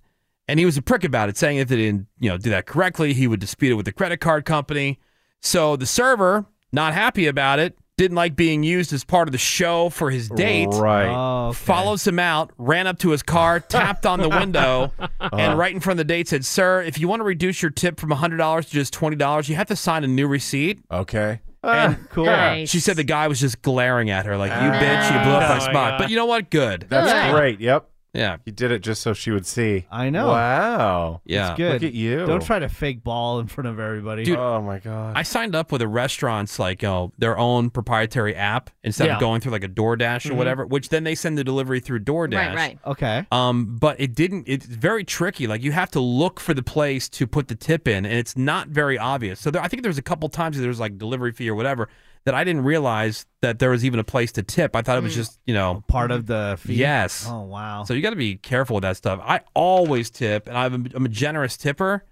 Speaker 4: And he was a prick about it, saying if they didn't you know, do that correctly, he would dispute it with the credit card company. So the server, not happy about it, didn't like being used as part of the show for his date.
Speaker 8: Right.
Speaker 4: Follows him out, ran up to his car, tapped on the window,
Speaker 8: Uh-huh.
Speaker 4: and right in front of the date said, Sir, if you want to reduce your tip from $100 to just $20, you have to sign a new receipt.
Speaker 8: Okay.
Speaker 4: And
Speaker 8: Ah, cool.
Speaker 4: yeah, She said the guy was just glaring at her like, "You
Speaker 6: Ah.
Speaker 4: bitch, you blew up my
Speaker 8: Oh,
Speaker 4: spot."
Speaker 8: yeah.
Speaker 4: But you know what? Good.
Speaker 8: That's
Speaker 4: Good.
Speaker 8: great. Yep.
Speaker 4: Yeah.
Speaker 8: He did it just so she would see.
Speaker 6: I know.
Speaker 8: Wow.
Speaker 4: Yeah.
Speaker 6: It's good.
Speaker 8: Look at you.
Speaker 6: Don't try to fake ball in front of everybody.
Speaker 4: Dude,
Speaker 8: oh my god!
Speaker 4: I signed up with a restaurant's like you know, their own proprietary app instead
Speaker 6: Yeah.
Speaker 4: of going through like a DoorDash or
Speaker 8: Mm-hmm.
Speaker 6: Mhm.
Speaker 4: whatever, which then they send the delivery through DoorDash.
Speaker 6: right. Okay.
Speaker 4: Um, but it didn't. It's very tricky. Like you have to look for the place to put the tip in, and it's not very obvious. So there, I think there was a couple times that there was like delivery fee or whatever that I didn't realize that there was even a place to tip. I thought it was
Speaker 6: Mm.
Speaker 4: just you know
Speaker 6: Part of the fee.
Speaker 4: Yes.
Speaker 6: Oh wow.
Speaker 4: So you got to be careful with that stuff. I always tip, and I'm a, I'm a generous tipper,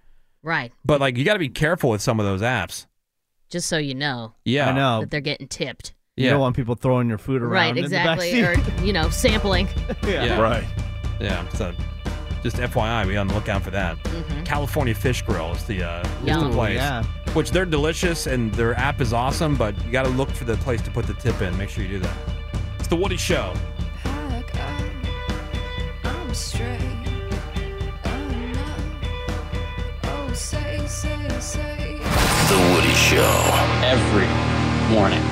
Speaker 5: Right.
Speaker 4: but like you got to be careful with some of those apps.
Speaker 5: Just so you know.
Speaker 4: Yeah. I know.
Speaker 5: That they're getting tipped.
Speaker 6: You don't want people throwing your food around.
Speaker 5: Right,
Speaker 6: in the
Speaker 5: exactly. Or,
Speaker 6: backseat.
Speaker 5: you know, sampling.
Speaker 8: Right.
Speaker 4: Yeah. So just FYI, be on the lookout for that. California Fish Grill is the uh, is the
Speaker 5: Yum.
Speaker 4: place.
Speaker 5: Yeah.
Speaker 4: Which they're delicious and their app is awesome, but you got to look for the place to put the tip in. Make sure you do that. It's the Woody Show.
Speaker 11: I'm straight. Oh, say, say, say.
Speaker 15: The Woody Show. Every morning.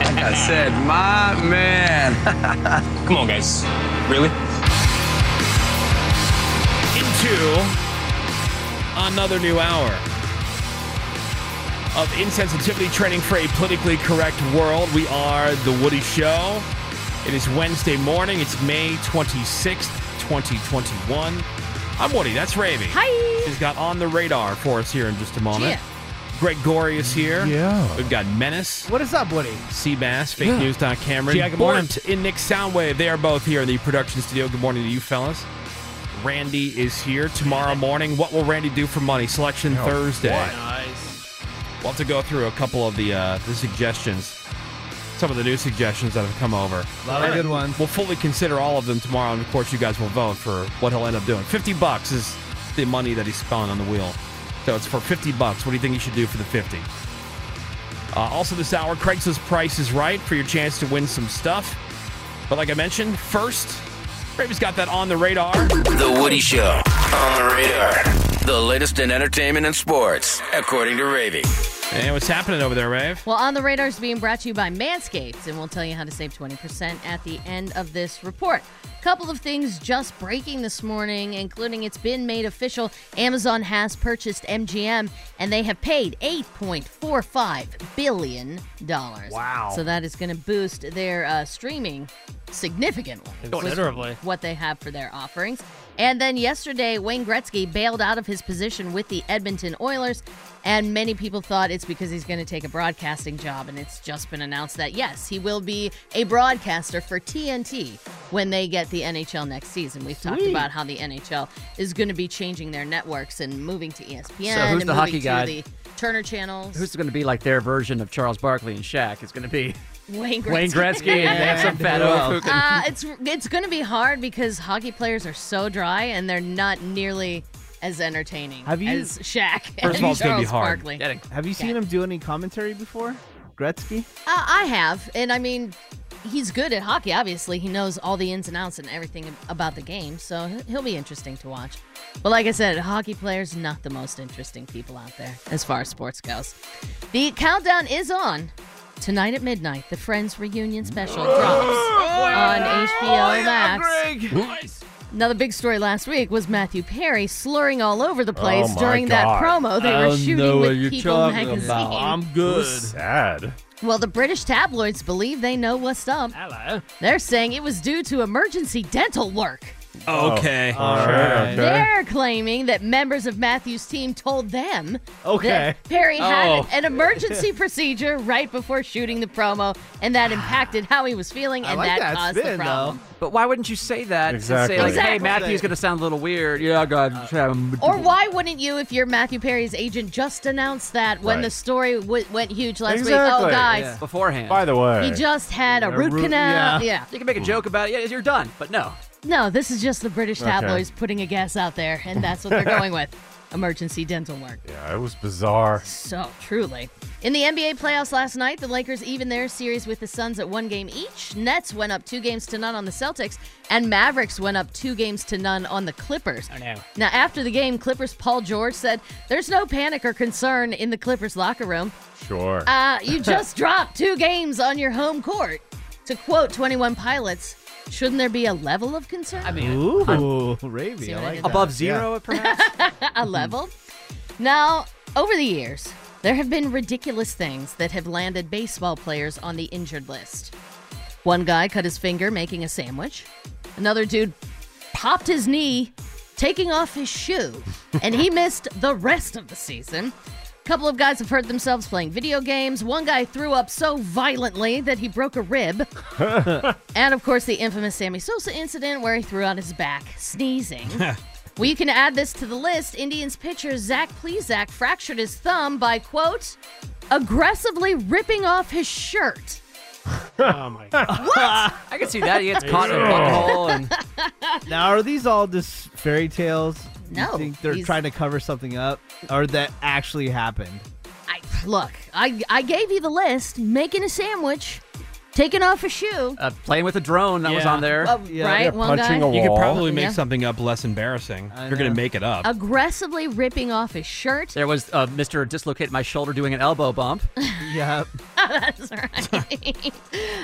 Speaker 15: like I said, my man. Come on, guys. Really?
Speaker 4: into another new hour of insensitivity training for a politically correct world. We are The Woody Show. It is Wednesday morning. It's May 26th, 2021. I'm Woody. That's Ravy. Hi. She's got On the Radar for us here in just a moment.
Speaker 6: Yeah.
Speaker 4: Greg Gorey is here.
Speaker 6: Yeah.
Speaker 4: We've got Menace.
Speaker 6: What is up, Woody?
Speaker 4: Seabass,
Speaker 6: Yeah.
Speaker 4: fake news. Don Cameron.
Speaker 6: Yeah, good morning.
Speaker 4: Bort in Nick Soundwave. They are both here in the production studio. Good morning to you, fellas. Randy is here tomorrow morning. What will Randy do for money? Selection
Speaker 18: Oh,
Speaker 4: Thursday.
Speaker 18: what?
Speaker 4: We'll have to go through a couple of the uh, the suggestions, some of the new suggestions that have come over.
Speaker 6: A lot of good ones.
Speaker 4: We'll fully consider all of them tomorrow, and of course, you guys will vote for what he'll end up doing. Fifty bucks is the money that he's spelling on the wheel, so it's for fifty bucks. What do you think you should do for the fifty? Uh, also, this hour, Craigslist Price is Right for your chance to win some stuff. But like I mentioned, first, Raven's got that on the radar.
Speaker 15: The Woody Show. On the radar. The latest in entertainment and sports, according to Ravy.
Speaker 4: And what's happening over there, Rave?
Speaker 5: Well, On the Radar is being brought to you by Manscaped, and we'll tell you how to save 20% at the end of this report. Couple of things just breaking this morning, including it's been made official. Amazon has purchased MGM, and they have paid $8.45 billion.
Speaker 19: Wow.
Speaker 5: So that is going to boost their uh, streaming significantly. with
Speaker 19: Considerably.
Speaker 5: What they have for their offerings. And then yesterday, Wayne Gretzky bailed out of his position with the Edmonton Oilers. And many people thought it's because he's going to take a broadcasting job. And it's just been announced that, yes, he will be a broadcaster for TNT when they get the NHL next season. We've talked
Speaker 19: Sweet.
Speaker 5: about how the NHL is going to be changing their networks and moving to E ESPN
Speaker 7: So who's
Speaker 5: and
Speaker 7: the
Speaker 5: moving
Speaker 7: hockey
Speaker 5: to
Speaker 7: guy?
Speaker 5: the Turner channels.
Speaker 7: Who's going to be like their version of Charles Barkley and Shaq? It's going to be
Speaker 5: Wayne Gretzky.
Speaker 7: Wayne Gretzky and Handsome Fat Oaf who can-
Speaker 5: Uh, it's it's going to be hard because hockey players are so dry and they're not nearly as entertaining
Speaker 6: Have you-
Speaker 5: as Shaq. Uh,
Speaker 6: First of
Speaker 5: and
Speaker 6: all, it's gonna be
Speaker 5: Charles
Speaker 6: hard.
Speaker 5: Barkley.
Speaker 6: Have you seen him do any commentary before? Gretzky?
Speaker 5: Uh, I have, and I mean, he's good at hockey. Obviously, he knows all the ins and outs and everything about the game, so he- he'll be interesting to watch. But like I said, hockey players not the most interesting people out there as far as sports goes. The countdown is on. Tonight at midnight, the Friends reunion special drops on
Speaker 6: Oh,
Speaker 5: HBO Max. Now, the big story last week was Matthew Perry slurring all over the place
Speaker 8: Oh my
Speaker 5: during that
Speaker 8: God.
Speaker 5: promo they
Speaker 8: I
Speaker 5: were
Speaker 8: don't
Speaker 5: shooting
Speaker 8: know what
Speaker 5: with
Speaker 8: you're
Speaker 5: People
Speaker 8: talking
Speaker 5: magazine.
Speaker 8: about. It was sad.
Speaker 5: Well, the British tabloids believe they know what's up.
Speaker 18: Hello.
Speaker 5: They're saying it was due to emergency dental work.
Speaker 4: Okay.
Speaker 18: Oh, all right, okay.
Speaker 5: They're claiming that members of Matthew's team told them
Speaker 18: Okay.
Speaker 5: that Perry
Speaker 18: Oh.
Speaker 5: had an emergency procedure right before shooting the promo, and that impacted how he was feeling, and that caused the problem.
Speaker 7: But why wouldn't you say that?
Speaker 18: Exactly.
Speaker 7: Say like, hey,
Speaker 5: Exactly. Uh,
Speaker 7: Matthew's going to sound a little weird. Yeah, God.
Speaker 5: Or why wouldn't you, if you're Matthew Perry's agent, just announce that when
Speaker 7: Right.
Speaker 5: the story w- went huge last
Speaker 7: Exactly.
Speaker 5: week? Oh, guys,
Speaker 7: Yeah. Beforehand.
Speaker 8: By the way,
Speaker 5: he just had a, root, canal. Yeah.
Speaker 7: You can make a joke about it. Yeah, you're done. But no.
Speaker 5: No, this is just the British
Speaker 8: Okay.
Speaker 5: tabloids putting a guess out there, and that's what they're going with. Emergency dental work.
Speaker 8: Yeah, it was bizarre.
Speaker 5: So, truly. In the NBA playoffs last night, the Lakers evened their series with the Suns at one game each. Nets went up two games to none on the Celtics, and Mavericks went up two games to none on the Clippers.
Speaker 18: Oh, no.
Speaker 5: Now, after the game, Clippers Paul George said, There's no panic or concern in the Clippers locker room.
Speaker 8: Sure.
Speaker 5: Uh, you just dropped two games on your home court. To quote 21 Pilots, shouldn't there be a level of concern? I
Speaker 6: Ooh, Ravy,
Speaker 5: See
Speaker 6: I
Speaker 5: what I
Speaker 6: like
Speaker 5: did there?
Speaker 6: that. Mm-hmm.
Speaker 5: Above
Speaker 7: zero,
Speaker 5: a level. Now, over the years, there have been ridiculous things that have landed baseball players on the injured list. One guy cut his finger making a sandwich. Another dude popped his knee taking off his shoe, and he missed the rest of the season. A couple of guys have hurt themselves playing video games. One guy threw up so violently that he broke a rib.
Speaker 6: Yeah.
Speaker 5: And of course, the infamous Sammy Sosa incident where he threw out his back sneezing. well, you can add this to the list. Indians pitcher Zach Plezak fractured his thumb by, quote, aggressively ripping off his shirt.
Speaker 18: oh my god.
Speaker 7: What? I can see that. He gets caught in a
Speaker 6: Yeah.
Speaker 7: butthole. And...
Speaker 6: now, are these all just fairy tales? You
Speaker 5: No,
Speaker 6: think they're
Speaker 5: these-
Speaker 6: trying to cover something up, or that actually happened?
Speaker 5: I, look, I, I gave you the list making a sandwich, taking off a shoe.
Speaker 7: Uh, playing with a drone that was
Speaker 4: Yeah.
Speaker 7: on there.
Speaker 5: Uh, Yeah. right, Yeah, one punching guy. a
Speaker 4: You could
Speaker 5: wall.
Speaker 4: probably make
Speaker 5: Yeah. Um,
Speaker 4: something up less embarrassing. You're going to make it
Speaker 7: Uh,
Speaker 4: up.
Speaker 5: Aggressively ripping off his shirt.
Speaker 7: There was uh, Mr. Dislocate My Shoulder doing an elbow bump.
Speaker 6: yep.
Speaker 5: That's right.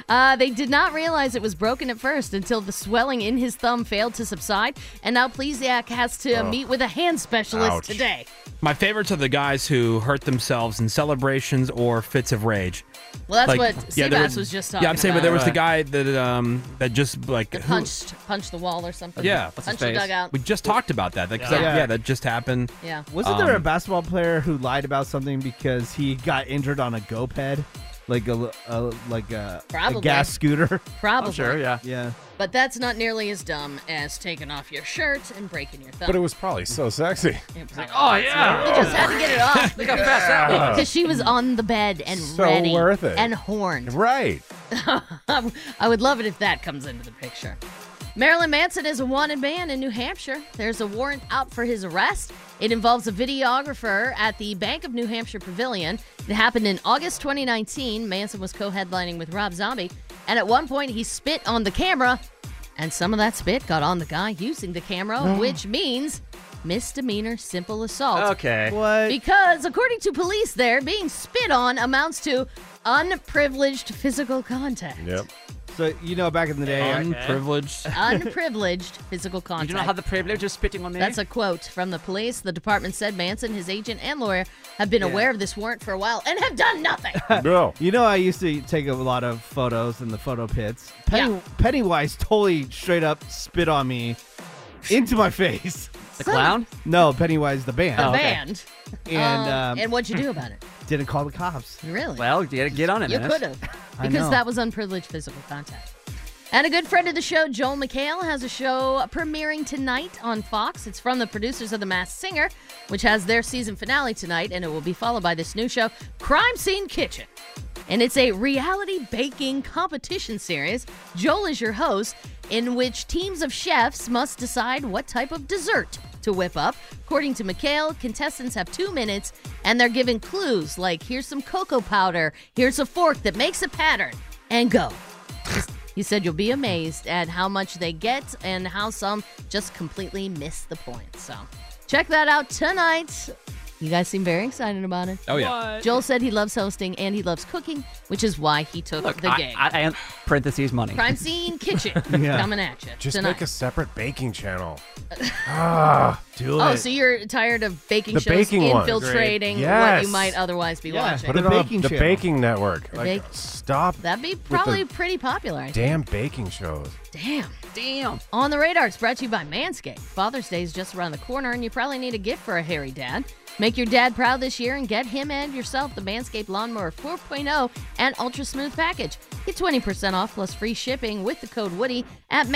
Speaker 5: uh, they did not realize it was broken at first until the swelling in his thumb failed to subside, and now Plesiak has to
Speaker 4: Oh.
Speaker 5: meet with a hand specialist
Speaker 4: Ouch.
Speaker 5: today.
Speaker 4: My favorites are the guys who hurt themselves in celebrations or fits of rage.
Speaker 5: Well, that's what
Speaker 4: there
Speaker 5: Seabass was just
Speaker 4: Yeah, I'm
Speaker 5: talking
Speaker 4: saying, but there was
Speaker 5: about.
Speaker 4: the guy that um that just like who-
Speaker 5: Punched, punched the wall or something.
Speaker 4: Yeah,
Speaker 5: punched the dugout.
Speaker 4: We just talked about that. that 'cause that-
Speaker 6: Yeah.
Speaker 4: yeah. that just happened.
Speaker 5: Yeah.
Speaker 6: Wasn't there a
Speaker 4: Um,
Speaker 6: basketball player who lied about something because he got injured on a go ped, like a, l- a- like a, a
Speaker 5: Probably.
Speaker 6: gas scooter?
Speaker 5: Probably. I'm sure,
Speaker 7: yeah.
Speaker 6: Yeah.
Speaker 5: But that's not nearly as dumb as taking off your shirt and breaking your thumb.
Speaker 8: But it was probably so sexy.
Speaker 5: like,
Speaker 7: oh yeah,
Speaker 5: you just had to get it off.
Speaker 7: Look how fast that
Speaker 8: Yeah.
Speaker 5: Because she was on the bed and
Speaker 8: So
Speaker 5: ready
Speaker 8: worth it.
Speaker 5: and horned.
Speaker 8: Right.
Speaker 5: I would love it if that comes into the picture. Marilyn Manson is a wanted man in New Hampshire. There's a warrant out for his arrest. It involves a videographer at the Bank of New Hampshire Pavilion. It happened in August 2019. Manson was co headlining with Rob Zombie. And at one point, he spit on the camera, and some of that spit got on the guy using the camera,
Speaker 7: No.
Speaker 5: which means misdemeanor simple assault.
Speaker 7: Okay.
Speaker 6: What?
Speaker 5: Because according to police, there being spit on amounts to unprivileged physical contact.
Speaker 8: Yep.
Speaker 6: So you know, back in the day,
Speaker 4: Unprivileged.
Speaker 5: Unprivileged physical contact.
Speaker 7: You do not have the privilege of spitting on me.
Speaker 5: That's a quote from the police. The department said Manson, his agent, and lawyer have been
Speaker 6: Yeah.
Speaker 5: aware of this warrant for a while and have done nothing.
Speaker 8: No.
Speaker 6: You know, I used to take a lot of photos in the photo pits. Penny, Pennywise totally straight up spit on me into my face.
Speaker 7: The clown?
Speaker 6: No, Pennywise the band.
Speaker 4: Oh,
Speaker 5: the band.
Speaker 6: And, um,
Speaker 5: and what'd you do about it?
Speaker 6: Didn't call the cops.
Speaker 5: Really?
Speaker 7: Well, get, get on it,
Speaker 5: You
Speaker 7: man.
Speaker 5: could have,
Speaker 6: I
Speaker 5: because
Speaker 6: know.
Speaker 5: that was unprivileged physical contact. And a good friend of the show, Joel McHale, has a show premiering tonight on Fox. It's from the producers of The Masked Singer, which has their season finale tonight, and it will be followed by this new show, Crime Scene Kitchen. And it's a reality baking competition series. Joel is your host, in which teams of chefs must decide what type of dessert to whip up. According to McHale, contestants have two minutes and they're given clues like here's some cocoa powder, here's a fork that makes a pattern, and go. He said you'll be amazed at how much they get and how some just completely miss the point. So check that out tonight You guys seem very excited about it.
Speaker 7: Oh, yeah. What?
Speaker 5: Joel said he loves hosting and he loves cooking, which is why he took the
Speaker 7: I,
Speaker 5: gig.
Speaker 7: I, I- parentheses money.
Speaker 5: Crime Scene Kitchen
Speaker 8: Yeah.
Speaker 5: coming at you
Speaker 8: Just
Speaker 5: tonight.
Speaker 8: make a separate baking channel. ah, do it.
Speaker 5: oh, so you're tired of baking
Speaker 8: The
Speaker 5: shows
Speaker 8: baking one.
Speaker 5: infiltrating
Speaker 8: Agreed.
Speaker 5: what
Speaker 8: Yes.
Speaker 5: you might otherwise be watching?
Speaker 8: Put it on the baking network.
Speaker 5: The
Speaker 8: Like,
Speaker 5: bake-
Speaker 8: stop.
Speaker 5: That'd be
Speaker 8: with the
Speaker 5: probably pretty popular. I think.
Speaker 8: damn baking shows.
Speaker 5: Damn. Damn. On the radar, it's brought to you by Manscaped. Father's Day is just around the corner, and you probably need a gift for a hairy dad. Make your dad proud this year and get him and yourself the Manscaped Lawnmower 4.0 and Ultra Smooth Package. Get 20% off plus free shipping with the code Woody at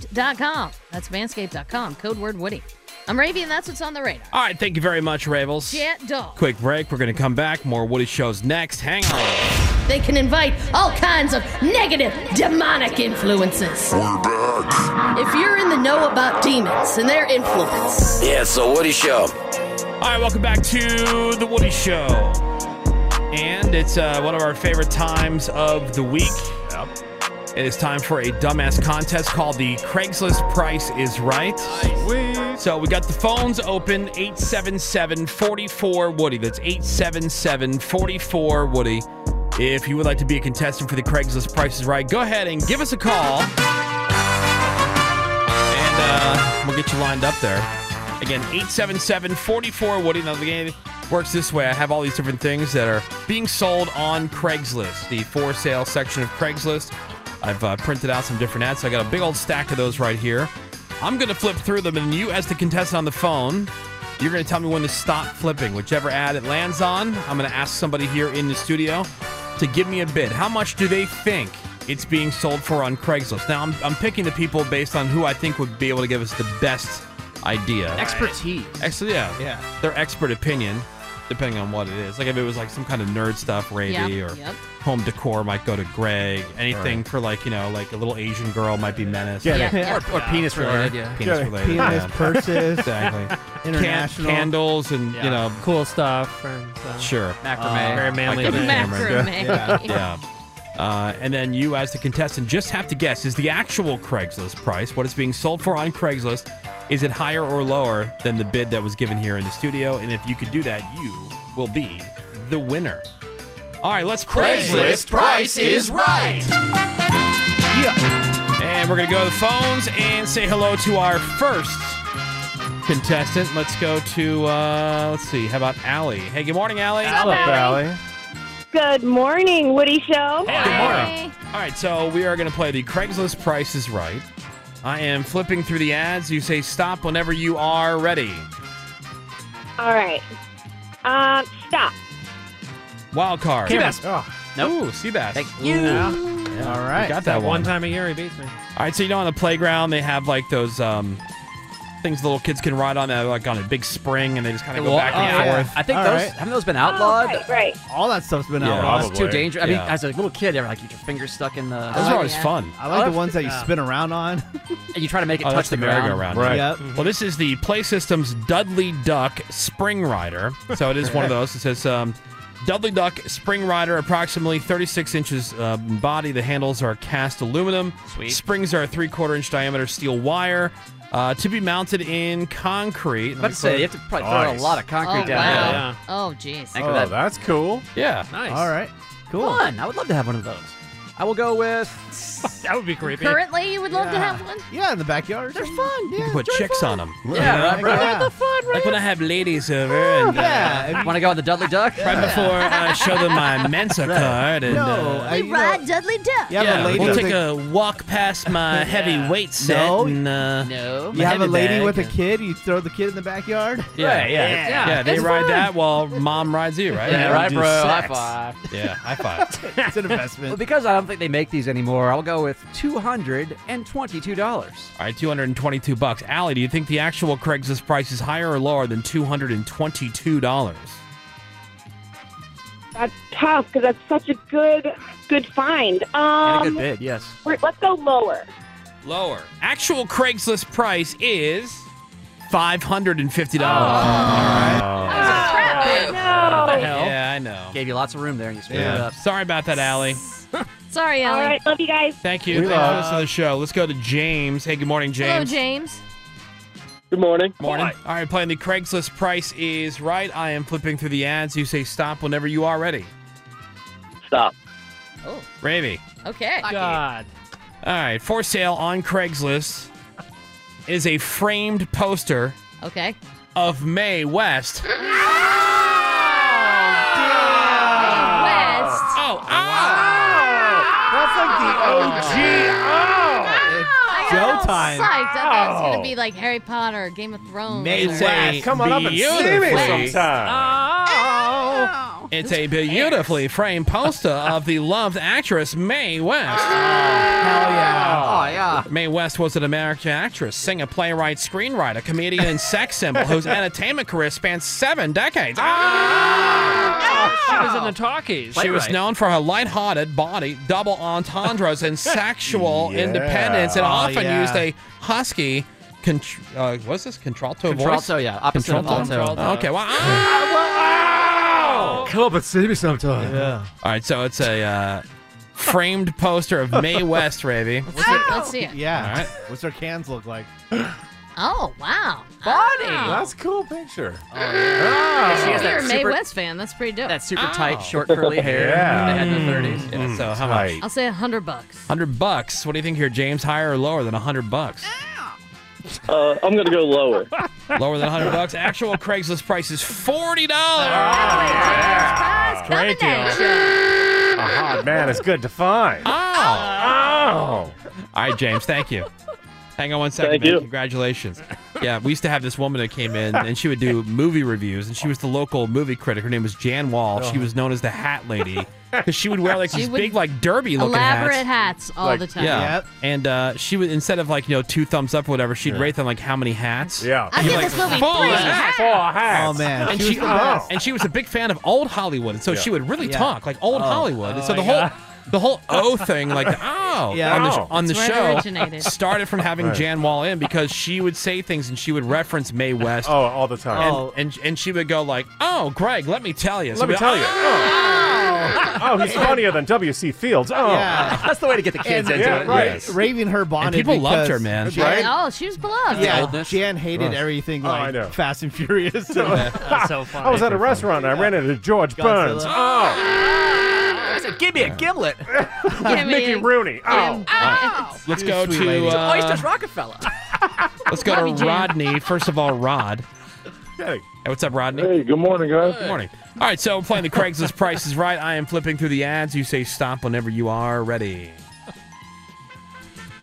Speaker 5: manscaped.com. That's manscaped.com, code word Woody. I'm Ravi, and that's what's on the radar.
Speaker 4: All right, thank you very much, Ravels.
Speaker 5: Jet dog.
Speaker 4: Quick break. We're going to come back. More Woody shows next. Hang on.
Speaker 5: They can invite all kinds of negative, demonic influences.
Speaker 21: We're back.
Speaker 5: If you're in the know about demons and their influence,
Speaker 21: Yeah, so Woody Show.
Speaker 4: All right, welcome back to the Woody Show, and it's uh, one of our favorite times of the week. It is time for a dumbass contest called the Craigslist Price is Right. So we got the phones open 877 44 Woody. That's 877 44 Woody. If you would like to be a contestant for the Craigslist Price is Right, go ahead and give us a call. And uh, we'll get you lined up there. Again, 877 44 Woody. Now, the game works this way. I have all these different things that are being sold on Craigslist, the for sale section of Craigslist. I've uh, printed out some different ads, so I got a big old stack of those right here. I'm going to flip through them, and you, as the contestant on the phone, you're going to tell me when to stop flipping. Whichever ad it lands on, I'm going to ask somebody here in the studio to give me a bid. How much do they think it's being sold for on Craigslist? Now, I'm, I'm picking the people based on who I think would be able to give us the best idea.
Speaker 7: Expertise.
Speaker 4: Actually, yeah. Yeah. Their expert opinion, depending on what it is. Like if it was like some kind of nerd stuff, Ravy,
Speaker 5: Yeah,
Speaker 4: or
Speaker 5: yep.
Speaker 4: home decor might go to Greg. Anything
Speaker 7: Right.
Speaker 4: for like, you know, like a little Asian girl might be menace.
Speaker 7: Get it. Yeah, yeah.
Speaker 4: Or, or penis
Speaker 7: Sure.
Speaker 4: related.
Speaker 7: Yeah.
Speaker 4: Penis
Speaker 7: Get it.
Speaker 4: related.
Speaker 7: Penis,
Speaker 4: yeah.
Speaker 7: purses,
Speaker 4: exactly. Can-
Speaker 18: international.
Speaker 4: candles and, you
Speaker 18: Yeah.
Speaker 4: know,
Speaker 18: cool stuff. And, uh,
Speaker 4: Sure.
Speaker 18: Macrame. very manly.
Speaker 4: Like a
Speaker 18: man.
Speaker 4: macrame.
Speaker 18: Yeah.
Speaker 4: Yeah. Uh, and then you, as the contestant, just have to guess is the actual Craigslist price, what it's being sold for on Craigslist, is it higher or lower than the bid that was given here in the studio? And if you could do that, you will be the winner. All right, let's play.
Speaker 21: Craigslist price is right.
Speaker 4: Yeah. And we're going to go to the phones and say hello to our first contestant. Let's go to, uh, let's see, how about Allie? Hey, good morning, Allie.
Speaker 3: Hello, Allie. Good morning, Woody Show.
Speaker 4: All right, so we are going to play the Craigslist Price is Right. I am flipping through the ads. You say stop whenever you are ready.
Speaker 3: All right. Um, stop.
Speaker 4: Wild card.
Speaker 18: Seabass.
Speaker 4: Ooh, Seabass. Thank
Speaker 18: you.
Speaker 4: All right. Got that one.
Speaker 18: one time a year he beats me.
Speaker 4: All right, so you know on the playground they have like those um, things little kids can ride on, uh, like on a big spring, and they just kind of go
Speaker 7: Well,
Speaker 4: back and
Speaker 7: oh, yeah.
Speaker 4: forth.
Speaker 7: I think
Speaker 4: All
Speaker 7: those
Speaker 4: right.
Speaker 7: haven't those been outlawed?
Speaker 3: right, right.
Speaker 7: All that stuff's been
Speaker 4: Yeah,
Speaker 7: outlawed. It's too
Speaker 4: probably.
Speaker 7: dangerous. I mean,
Speaker 4: Yeah.
Speaker 7: as a little kid, ever like get your finger stuck in the.
Speaker 4: Those are always fun.
Speaker 7: I like the
Speaker 6: ones that you spin
Speaker 7: around on. and you try to make it
Speaker 4: Oh,
Speaker 7: touch
Speaker 4: that's
Speaker 7: the,
Speaker 4: the
Speaker 7: ground.
Speaker 4: merry-go-round. Mm-hmm. Well, this is the Play System's Dudley Duck Spring Rider. So it is one of those. It says um, Dudley Duck Spring Rider, approximately 36 inches uh, body. The handles are cast aluminum. Sweet. Springs are a three-quarter inch diameter steel wire. Uh, to be mounted in concrete.
Speaker 7: About to say, you have to probably throw a lot of concrete
Speaker 5: oh,
Speaker 7: down
Speaker 5: Wow.
Speaker 7: there. Yeah.
Speaker 5: Oh, jeez.
Speaker 7: Think of that.
Speaker 8: that's cool.
Speaker 4: Yeah.
Speaker 7: Nice. All right. Cool. Fun. I would love to have one of those. I will go with. that would be creepy.
Speaker 5: Currently, you would love to
Speaker 7: Yeah.
Speaker 5: have one.
Speaker 6: Yeah, in the backyard. They're
Speaker 7: fun.
Speaker 4: You can put chicks on them.
Speaker 7: Yeah, right, bro.
Speaker 4: Like,
Speaker 7: the
Speaker 4: fun, like when I have ladies over and uh,
Speaker 7: Want to go on the Dudley Duck?
Speaker 4: right before I uh, show them my Mensa card. And,
Speaker 7: No,
Speaker 4: uh,
Speaker 12: We ride Dudley Duck.
Speaker 4: Yeah,
Speaker 7: Yeah,
Speaker 6: lady
Speaker 4: we'll
Speaker 6: with
Speaker 4: take a walk past my heavy weight set.
Speaker 6: No.
Speaker 4: and, uh,
Speaker 7: no.
Speaker 6: You have a lady with a kid. You throw the kid in the backyard.
Speaker 4: Yeah, yeah, yeah.
Speaker 6: Yeah.
Speaker 4: they
Speaker 6: It's
Speaker 4: ride
Speaker 6: fun.
Speaker 4: that while mom rides you, right?
Speaker 7: Yeah, right,
Speaker 4: Do
Speaker 7: bro. High
Speaker 4: sex.
Speaker 7: five.
Speaker 4: Yeah, high five.
Speaker 7: it's an investment. Well, because I don't think they make these anymore, I'll go with two hundred and twenty-two dollars.
Speaker 4: All right, 222 bucks. Allie, do you think the actual Craigslist price is higher or lower than $222?
Speaker 3: That's tough because that's such a good, good find. Um,
Speaker 7: yes.
Speaker 3: we're- Let's go lower.
Speaker 4: Lower. Actual Craigslist price is $550. Oh,
Speaker 5: Oh.
Speaker 4: Yeah, I know.
Speaker 7: Gave you lots of room there, and you screwed it
Speaker 4: Yeah.
Speaker 7: up.
Speaker 4: Sorry about that, Allie.
Speaker 5: Sorry, Allie. All right,
Speaker 3: love you guys.
Speaker 4: Thank you.
Speaker 5: We
Speaker 4: Thanks for
Speaker 5: love-
Speaker 4: listening to the show. Let's go to James. Hey, good morning, James.
Speaker 5: Hello, James.
Speaker 13: Good morning.
Speaker 4: Morning. All right, playing the Craigslist price is right. I am flipping through the ads. You say stop whenever you are ready.
Speaker 13: Stop.
Speaker 5: Oh.
Speaker 4: Ravy.
Speaker 5: Okay.
Speaker 18: God.
Speaker 4: All right, for sale on Craigslist is a framed poster
Speaker 5: Okay.
Speaker 4: of Mae West.
Speaker 5: West.
Speaker 4: Oh, oh.
Speaker 5: That's like the
Speaker 4: OG.
Speaker 5: Oh.
Speaker 4: Joe
Speaker 5: I
Speaker 4: time.
Speaker 5: thought that was
Speaker 4: Oh.
Speaker 5: gonna be like Harry Potter, or Game of Thrones.
Speaker 4: May
Speaker 5: or-
Speaker 4: West. Come on up and see me sometime.
Speaker 5: Oh.
Speaker 4: It's a beautifully framed poster of the loved actress Mae West.
Speaker 7: hell yeah. Oh, yeah.
Speaker 4: Mae West was an American actress, singer, playwright, screenwriter, comedian, and sex symbol whose entertainment career spans seven decades.
Speaker 7: Ah,
Speaker 18: She was in the talkies.
Speaker 4: She was known for her lighthearted body, double entendres, and sexual
Speaker 18: Yeah.
Speaker 4: independence, and
Speaker 18: Oh,
Speaker 7: Ah,
Speaker 4: often
Speaker 18: yeah.
Speaker 4: used a husky. Contr- uh, what's this contralto, voice?
Speaker 7: Contralto, yeah, opposite of alto.
Speaker 4: Okay, well, ah!
Speaker 19: Come up and see me sometime. Yeah.
Speaker 4: All right, so it's a uh, framed poster of Mae West, Ravy.
Speaker 5: Let's see, let's see it.
Speaker 6: Yeah.
Speaker 4: All right.
Speaker 6: What's their cans look like?
Speaker 5: Oh wow.
Speaker 6: Body.
Speaker 8: That's a cool picture.
Speaker 5: If
Speaker 7: She has
Speaker 5: you're
Speaker 7: that
Speaker 5: a Mae
Speaker 7: super-
Speaker 5: West fan. That's pretty dope.
Speaker 7: That super
Speaker 5: Ow.
Speaker 7: tight, short, curly hair.
Speaker 4: Yeah.
Speaker 7: They had in
Speaker 4: Oh. Mm.
Speaker 7: the 30s. Yeah.
Speaker 4: So how much?
Speaker 5: I'll say a hundred bucks.
Speaker 4: Hundred bucks. What do you think here, James? Higher or lower than hundred bucks?
Speaker 13: Uh, I'm gonna go lower.
Speaker 4: Lower than hundred bucks. Actual Craigslist price is forty dollars.
Speaker 7: Oh,
Speaker 8: Great deal. Aha, man, it's good to find.
Speaker 4: Ah. Oh. All right, James. Thank you. Hang on one second.
Speaker 8: Thank
Speaker 4: man.
Speaker 8: you.
Speaker 4: Congratulations. Yeah, we used to have this woman that came in and she would do movie reviews, and she was the local movie critic. Her name was Jan Wall. She was known as the Hat Lady because she would wear like
Speaker 5: She
Speaker 4: these
Speaker 5: would-
Speaker 4: big, like derby looking
Speaker 5: Elaborate hats, all the time.
Speaker 4: Yeah. And uh, she would instead of like you know two thumbs up or whatever, she'd rate them like how many hats. Yeah.
Speaker 5: I give this movie three hats.
Speaker 4: hats.
Speaker 6: Oh, man.
Speaker 4: And
Speaker 6: She
Speaker 4: she, oh.
Speaker 6: was the best.
Speaker 4: and she was a big fan of old Hollywood, and so
Speaker 6: Yeah.
Speaker 4: she would really
Speaker 6: Yeah.
Speaker 4: talk like old
Speaker 6: Oh.
Speaker 4: Hollywood. And so
Speaker 6: Oh,
Speaker 4: the
Speaker 6: my
Speaker 4: whole
Speaker 6: God.
Speaker 4: the whole O thing, like oh,
Speaker 6: Yeah.
Speaker 4: on the,
Speaker 6: Oh.
Speaker 4: on the
Speaker 6: It's where it
Speaker 4: show,
Speaker 6: originated.
Speaker 4: started from having
Speaker 6: Right.
Speaker 4: Jan Wall in because she would say things and she would reference Mae West. Oh, all the time. And,
Speaker 6: Oh.
Speaker 4: and and she would go like, oh, Greg, let me tell you.
Speaker 8: Let me
Speaker 4: we'd-
Speaker 8: tell you. Oh. oh, he's funnier than W.C. Fields. Oh,
Speaker 6: Yeah.
Speaker 7: that's the way to get the
Speaker 6: And yeah, right. Raving her bonnet.
Speaker 8: people loved her,
Speaker 6: because-
Speaker 8: man.
Speaker 6: She-
Speaker 8: Right?
Speaker 5: Oh, she was beloved.
Speaker 6: Yeah, Jan hated
Speaker 8: Right.
Speaker 6: everything
Speaker 8: Oh,
Speaker 6: like
Speaker 8: I know.
Speaker 6: Fast and Furious. So,
Speaker 8: That's
Speaker 18: so
Speaker 8: I was at a restaurant. and I ran into George
Speaker 6: Godzilla.
Speaker 8: Burns. Oh,
Speaker 7: I said, give me a gimlet.
Speaker 5: Ah! Give me
Speaker 8: Mickey
Speaker 5: a-
Speaker 8: Rooney. Oh,
Speaker 4: Let's go
Speaker 7: Sweet
Speaker 4: to
Speaker 7: lady. Oh, It's
Speaker 4: uh,
Speaker 7: Oysters Rockefeller.
Speaker 4: Let's go
Speaker 7: Love you,
Speaker 4: to
Speaker 7: Jan.
Speaker 4: Rodney. First of all, Rod.
Speaker 8: Hey.
Speaker 4: what's up, Rodney?
Speaker 23: Hey, good morning, guys.
Speaker 4: Good morning. All right, so we're playing the Craigslist Price is Right. I am flipping through the ads. You say stop whenever you are ready.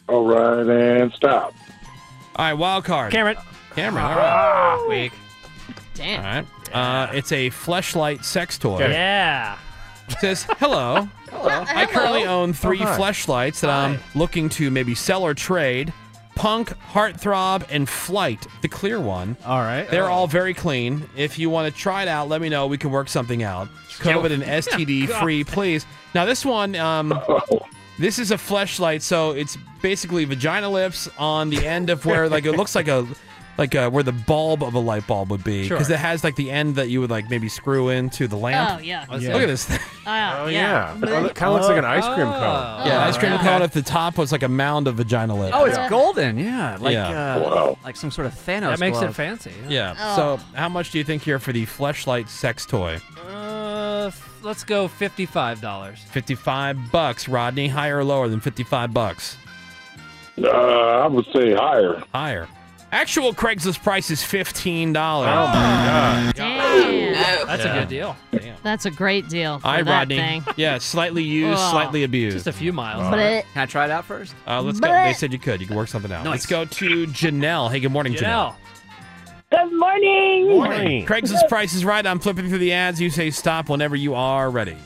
Speaker 23: All right, and stop.
Speaker 4: All right, wild card.
Speaker 18: Cameron.
Speaker 4: Cameron, all right.
Speaker 7: Ah,
Speaker 18: Weak.
Speaker 4: All right. Uh, it's a fleshlight sex toy.
Speaker 18: Yeah.
Speaker 4: It says, hello. hello. I currently own three
Speaker 18: Oh, hi.
Speaker 4: fleshlights that I'm looking to maybe sell or trade. Punk, Heartthrob, and Flight, the clear one.
Speaker 6: All right.
Speaker 4: They're all very clean. If you want to try it out, let me know. We can work something out. COVID and STD free, please. Now this one, um, this is a fleshlight, so it's basically vagina lips on the end of where like it looks like a like uh where the bulb of a light bulb would be because
Speaker 18: Sure.
Speaker 4: it has like the end that you would like maybe screw into the lamp.
Speaker 5: Oh yeah.
Speaker 4: Look at this thing.
Speaker 5: Oh,
Speaker 8: yeah. Oh, it kind of looks like an ice cream
Speaker 15: Oh.
Speaker 8: cone.
Speaker 4: Oh.
Speaker 8: Oh,
Speaker 4: Yeah, ice cream cone at the top was like a mound of vagina lips.
Speaker 7: Oh, it's golden. Yeah. Like,
Speaker 4: Yeah.
Speaker 7: Uh, like some sort of Thanos.
Speaker 18: That makes
Speaker 7: glove.
Speaker 18: it fancy.
Speaker 4: Yeah. So, how much do you think here for the fleshlight sex toy?
Speaker 18: Uh, f- let's go fifty-five dollars.
Speaker 4: Fifty-five bucks, Rodney. Higher or lower than fifty-five bucks?
Speaker 23: Uh, I
Speaker 4: Uh-huh.
Speaker 23: would say higher.
Speaker 4: Higher. Actual Craigslist price is fifteen dollars. Oh
Speaker 23: my
Speaker 5: Damn.
Speaker 18: That's a good deal.
Speaker 5: That's a great deal. For
Speaker 4: I
Speaker 5: that
Speaker 4: Oh, Rodney.
Speaker 5: Thing.
Speaker 4: Yeah, slightly used,
Speaker 5: Ugh.
Speaker 4: slightly abused.
Speaker 18: Just a few miles.
Speaker 5: But it-
Speaker 7: Can I try it out first?
Speaker 4: Uh, let's go.
Speaker 5: But-
Speaker 4: They said you could. You can work something out. Let's go to Janelle. Hey, good morning, Janelle.
Speaker 3: Good morning.
Speaker 4: Craigslist price is right. I'm flipping through the ads. You say stop whenever you are ready.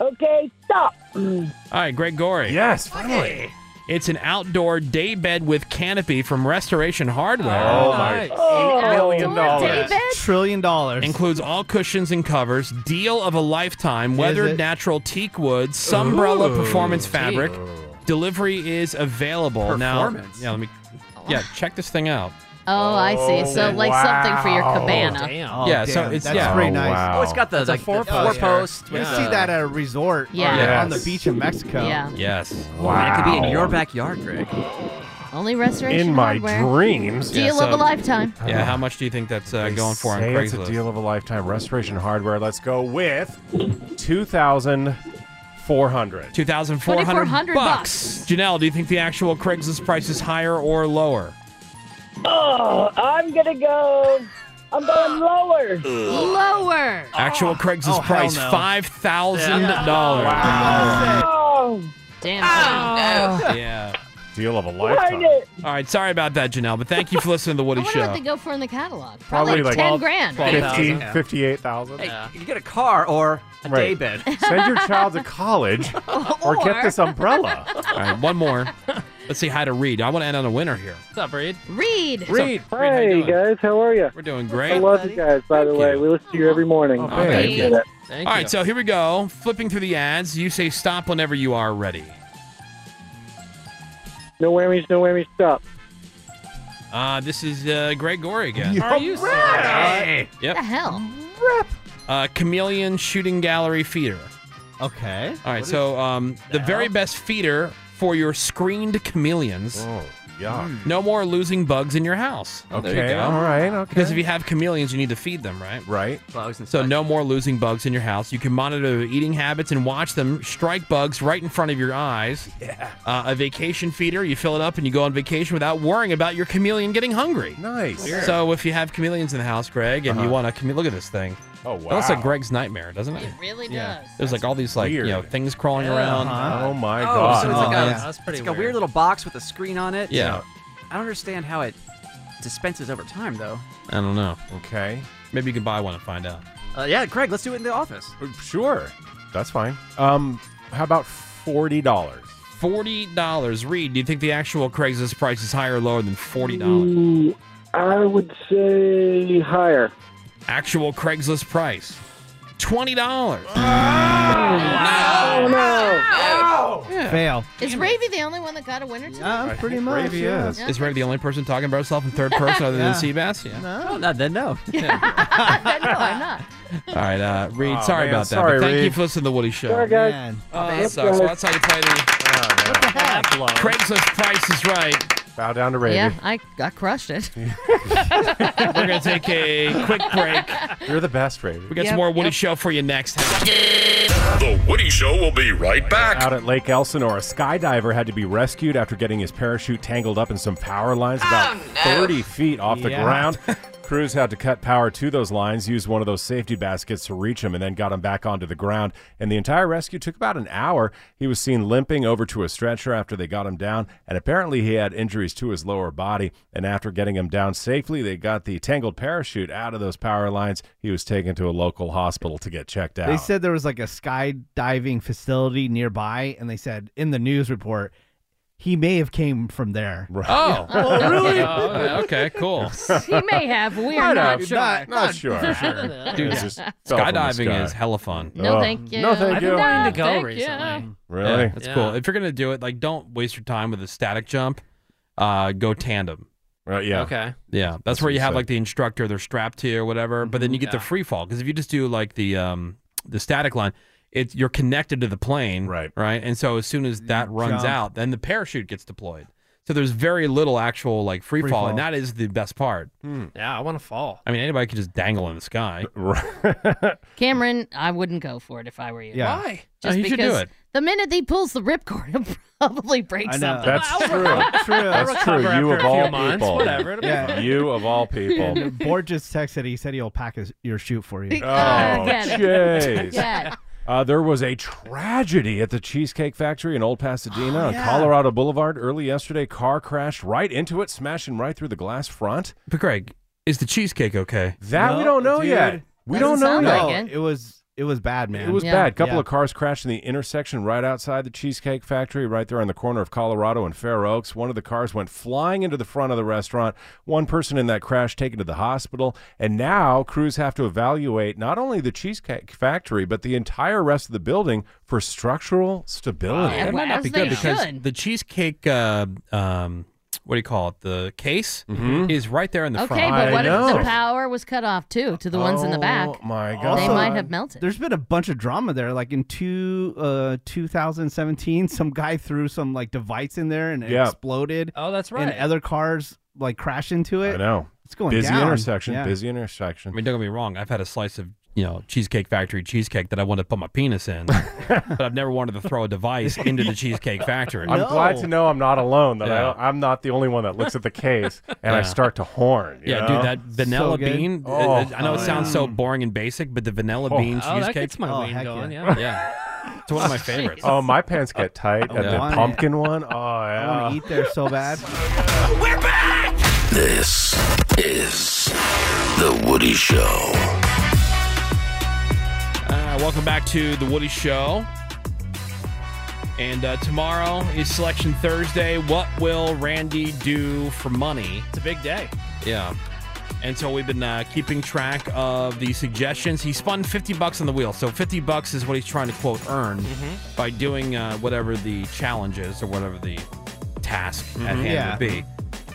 Speaker 3: Okay, stop.
Speaker 4: All right, Greg Gorey. Yes, finally. It's an outdoor day bed with canopy from Restoration Hardware.
Speaker 8: Oh, my Oh, $8 million
Speaker 6: dollars.
Speaker 4: Trillion dollars. Includes all cushions and covers, deal of a lifetime, weathered
Speaker 6: it?
Speaker 4: natural teak wood, Sunbrella
Speaker 6: Ooh,
Speaker 4: performance
Speaker 6: teak.
Speaker 4: fabric. Delivery is available.
Speaker 6: Performance.
Speaker 4: Now, yeah, let me Yeah, check this thing out.
Speaker 5: Oh, I see. So like something for your cabana.
Speaker 4: yeah, so it's
Speaker 6: Oh, That's
Speaker 4: yeah.
Speaker 6: pretty nice.
Speaker 7: Oh, it's got the,
Speaker 6: That's a
Speaker 7: like, the
Speaker 6: four
Speaker 7: four
Speaker 6: post.
Speaker 7: post
Speaker 6: You
Speaker 7: with
Speaker 6: see
Speaker 7: the-
Speaker 6: that at a resort
Speaker 7: Yeah.
Speaker 6: or
Speaker 7: Yes.
Speaker 6: on the beach in Mexico.
Speaker 7: Yeah.
Speaker 4: Yes. Oh.
Speaker 7: Wow. It could be in your backyard, Greg.
Speaker 5: Only restoration
Speaker 8: In my
Speaker 5: hardware.
Speaker 8: dreams.
Speaker 5: Deal
Speaker 4: Yeah,
Speaker 5: of a
Speaker 4: so-
Speaker 5: lifetime.
Speaker 4: Yeah, how much do you think that's uh, going for on
Speaker 8: Say it's
Speaker 4: Craigslist?
Speaker 8: a deal of a lifetime. Restoration Hardware. Let's go with two thousand four hundred.
Speaker 4: Two thousand four
Speaker 5: $2,400 bucks.
Speaker 4: Janelle, do you think the actual Craigslist price is higher or lower?
Speaker 3: Oh, I'm gonna go. I'm going lower.
Speaker 5: Lower.
Speaker 4: Actual Craigslist
Speaker 3: oh, hell
Speaker 4: price
Speaker 3: no.
Speaker 4: five thousand dollars.
Speaker 3: Oh,
Speaker 5: damn.
Speaker 4: Oh. yeah.
Speaker 8: Deal of a
Speaker 5: lifetime. it.
Speaker 4: All right, sorry about that, Janelle, but thank you for listening to the Woody
Speaker 5: I wonder
Speaker 4: Show.
Speaker 5: what they go for in the catalog. Probably, ten grand.
Speaker 8: 15, 58,000.
Speaker 7: You get a car or a
Speaker 8: Right.
Speaker 7: daybed.
Speaker 8: Send your child to college or, get this umbrella.
Speaker 4: All right, one more. Let's see how to read. I want to end on a winner here.
Speaker 18: What's up, Reed?
Speaker 5: Reed.
Speaker 4: Reed.
Speaker 1: Hey guys, how are you?
Speaker 4: We're doing great.
Speaker 1: I love you guys. By the way, we listen to you every morning.
Speaker 4: Oh, thank you.
Speaker 1: Appreciate it.
Speaker 4: All right, so here we go. Flipping through the ads. You say stop whenever you are ready.
Speaker 1: No whammies, no whammies. Stop.
Speaker 4: Uh, this is uh, Greg Gorey again.
Speaker 1: Are you
Speaker 4: right. Yep.
Speaker 5: the hell?
Speaker 4: Uh, Chameleon Shooting Gallery feeder.
Speaker 6: Okay.
Speaker 4: All right,
Speaker 6: What
Speaker 4: so um, the very best feeder for your screened chameleons.
Speaker 8: Oh, yeah.
Speaker 4: No more losing bugs in your house.
Speaker 8: Okay, all right, okay.
Speaker 4: Because if you have chameleons, you need to feed them, right?
Speaker 8: Right.
Speaker 4: so no more losing bugs in your house. You can monitor their eating habits and watch them strike bugs right in front of your eyes. Yeah. Uh, a vacation feeder, you fill it up and you go on vacation without worrying about your chameleon getting hungry.
Speaker 8: Nice.
Speaker 4: Sure. So if you have chameleons in the house, Greg, and you
Speaker 8: Uh-huh.
Speaker 4: want to chame- look at this thing.
Speaker 8: Oh,
Speaker 4: That looks like
Speaker 8: wow.
Speaker 4: Greg's nightmare, doesn't it?
Speaker 5: really
Speaker 4: does. There's like all these like you know
Speaker 8: weird.
Speaker 4: things crawling around.
Speaker 8: Oh my
Speaker 7: Oh,
Speaker 8: god.
Speaker 7: so it's like, a,
Speaker 18: that's pretty
Speaker 7: it's like a weird little box with a screen on it.
Speaker 4: Yeah.
Speaker 7: I don't understand how it dispenses over time, though.
Speaker 4: I don't know.
Speaker 8: Okay.
Speaker 4: Maybe you can buy one and find out.
Speaker 7: Uh, yeah, Craig, let's do it in the office.
Speaker 4: Uh,
Speaker 8: Sure. That's fine. Um, how about forty dollars?
Speaker 4: Forty dollars. Reed, do you think the actual Craigslist price is higher or lower than forty dollars?
Speaker 1: Ooh, I would say higher.
Speaker 4: Actual Craigslist price. Twenty dollars.
Speaker 1: Oh no!
Speaker 6: Fail.
Speaker 5: Is Ravy the only one that got a winner today?
Speaker 6: Yeah, pretty much.
Speaker 4: Ravy,
Speaker 6: yeah.
Speaker 4: Is, Ravy the only person talking about herself in third person other than
Speaker 6: Yeah.
Speaker 4: Seabass? Yeah.
Speaker 6: No.
Speaker 7: not then, no.
Speaker 5: no, I'm not.
Speaker 4: All right, uh, Reed,
Speaker 8: Oh,
Speaker 4: sorry
Speaker 8: man,
Speaker 4: about that. but
Speaker 8: sorry,
Speaker 4: thank you
Speaker 8: Reed.
Speaker 4: for listening to the Woody Show.
Speaker 1: Sorry, guys.
Speaker 4: Oh,
Speaker 1: Yep,
Speaker 4: that sucks.
Speaker 1: guys.
Speaker 4: Well, that's how you play
Speaker 8: Oh,
Speaker 4: the Craigslist price is right.
Speaker 8: Bow down to Ravy.
Speaker 5: Yeah, I, I crushed it.
Speaker 4: We're going to take a quick break.
Speaker 8: You're the best, Ravy.
Speaker 4: We got
Speaker 5: Yep,
Speaker 4: some more Woody
Speaker 5: yep.
Speaker 4: Show for you next.
Speaker 2: The Woody Show will be right back.
Speaker 8: Out at Lake Elsinore, a skydiver had to be rescued after getting his parachute tangled up in some power lines about 30 feet off the
Speaker 2: Yeah.
Speaker 8: ground. Crews had to cut power to those lines, use one of those safety baskets to reach him, and then got him back onto the ground. And the entire rescue took about an hour. He was seen limping over to a stretcher after they got him down, and apparently he had injuries to his lower body. And after getting him down safely, they got the tangled parachute out of those power lines. He was taken to a local hospital to get checked out.
Speaker 6: They said there was like a skydiving facility nearby, and they said in the news report he may have came from there.
Speaker 4: Oh.
Speaker 6: Oh, really?
Speaker 4: Oh, okay, cool.
Speaker 5: He may have. We
Speaker 6: I
Speaker 5: are
Speaker 6: know,
Speaker 5: not sure.
Speaker 6: not- not
Speaker 8: sure.
Speaker 4: Dude,
Speaker 8: It just fell from the sky.
Speaker 4: skydiving is hella fun.
Speaker 5: No, thank you.
Speaker 8: no, thank
Speaker 5: I've
Speaker 8: you.
Speaker 5: been
Speaker 8: wanting
Speaker 5: no,
Speaker 8: to go
Speaker 5: thank
Speaker 8: recently.
Speaker 5: You.
Speaker 8: Really?
Speaker 4: Yeah, that's cool. If you're gonna do it, like don't waste your time with a static jump. Uh, go tandem.
Speaker 8: Right, Uh, yeah.
Speaker 18: Okay.
Speaker 4: Yeah, that's,
Speaker 8: That's
Speaker 4: where
Speaker 8: what
Speaker 4: you
Speaker 8: he
Speaker 4: have
Speaker 8: said.
Speaker 4: like the instructor, they're strapped to you or whatever. But then you get the free fall because if you just do like the um the static line, it you're connected to the plane, right? Right, and so as soon as that runs
Speaker 6: jump.
Speaker 4: out, then the parachute gets deployed. So there's very little actual like free,
Speaker 18: Free
Speaker 4: fall,
Speaker 18: fall.
Speaker 4: and that is the best part.
Speaker 18: Yeah, I want to fall.
Speaker 4: I mean, anybody could just dangle in the sky.
Speaker 5: Cameron, I wouldn't go for it if I were you.
Speaker 4: Yeah. Why?
Speaker 5: Just
Speaker 4: No, he should
Speaker 5: because
Speaker 4: do it.
Speaker 5: the minute he pulls the ripcord, he'll probably break
Speaker 8: I know.
Speaker 5: something.
Speaker 8: That's true. That's true.
Speaker 18: recover
Speaker 8: You
Speaker 18: after
Speaker 8: of
Speaker 18: a few
Speaker 8: all
Speaker 18: months,
Speaker 8: people.
Speaker 18: whatever, it'll be
Speaker 8: Yeah.
Speaker 18: fine.
Speaker 8: You of all people.
Speaker 6: Board just texted. He said he'll pack his, your shoot for you.
Speaker 8: Oh, jeez.
Speaker 5: Yeah.
Speaker 8: Uh, there was a tragedy at the Cheesecake Factory in Old Pasadena on
Speaker 4: yeah.
Speaker 8: Colorado Boulevard early yesterday. Car crashed right into it, smashing right through the glass front.
Speaker 4: But Greg, is the cheesecake okay?
Speaker 8: That we don't know
Speaker 6: dude.
Speaker 8: yet. We don't know
Speaker 6: Doesn't
Speaker 8: yet.
Speaker 6: sound like it. It was it was bad, man.
Speaker 8: It was bad. A couple
Speaker 6: Yeah.
Speaker 8: of cars crashed in the intersection right outside the Cheesecake Factory, right there on the corner of Colorado and Fair Oaks. One of the cars went flying into the front of the restaurant. One person in that crash taken to the hospital. And now crews have to evaluate not only the Cheesecake Factory, but the entire rest of the building for structural stability.
Speaker 4: That might not be good because the cheesecake uh, um, what do you call it? The case
Speaker 8: Mm-hmm.
Speaker 4: is right there in the front.
Speaker 5: Okay, but what if the power was cut off too to the ones in the
Speaker 8: Oh,
Speaker 6: Oh,
Speaker 5: back?
Speaker 4: my
Speaker 5: They might have melted.
Speaker 6: There's been a bunch of drama there. Like in two, uh, 2017, some guy threw some like device in there and it
Speaker 8: Yeah.
Speaker 6: exploded.
Speaker 18: Oh, that's
Speaker 6: And
Speaker 18: right.
Speaker 6: other cars like crash into it.
Speaker 8: I know.
Speaker 6: It's going
Speaker 8: busy
Speaker 6: down.
Speaker 8: intersection.
Speaker 6: Yeah.
Speaker 8: Busy intersection.
Speaker 4: I mean, don't get me wrong. I've had a slice of you know cheesecake factory cheesecake that I wanted to put my penis in, but I've never wanted to throw a device into the cheesecake factory.
Speaker 8: I'm glad to know I'm not alone. That
Speaker 4: Yeah.
Speaker 8: I don't, I'm not the only one that looks at the case and I
Speaker 4: Yeah.
Speaker 8: start to horn. you
Speaker 4: Yeah,
Speaker 8: know?
Speaker 4: dude, that vanilla bean. I- I know it
Speaker 8: Oh,
Speaker 4: sounds
Speaker 8: yeah.
Speaker 4: so boring and basic, but the vanilla
Speaker 8: Oh.
Speaker 4: bean
Speaker 8: Oh, that
Speaker 4: cheesecake.
Speaker 8: gets my Oh, ween heck
Speaker 18: going, yeah.
Speaker 4: yeah. It's one of my favorites. Oh,
Speaker 8: Oh, my pants get tight
Speaker 4: I
Speaker 8: at the
Speaker 4: want it.
Speaker 8: pumpkin one. Oh, yeah. I
Speaker 6: want to eat there so bad.
Speaker 21: This is The Woody Show.
Speaker 4: Uh, welcome back to the Woody Show. And uh, tomorrow is Selection Thursday. What will Randy do for money?
Speaker 18: It's a big day.
Speaker 4: Yeah. And so we've been uh, keeping track of the suggestions. He spun 50 bucks on the wheel. So 50 bucks is what he's trying to quote earn
Speaker 18: Mhm.
Speaker 4: by doing uh, whatever the challenge is or whatever the task at
Speaker 18: Mhm.
Speaker 4: hand
Speaker 18: Yeah.
Speaker 4: would be.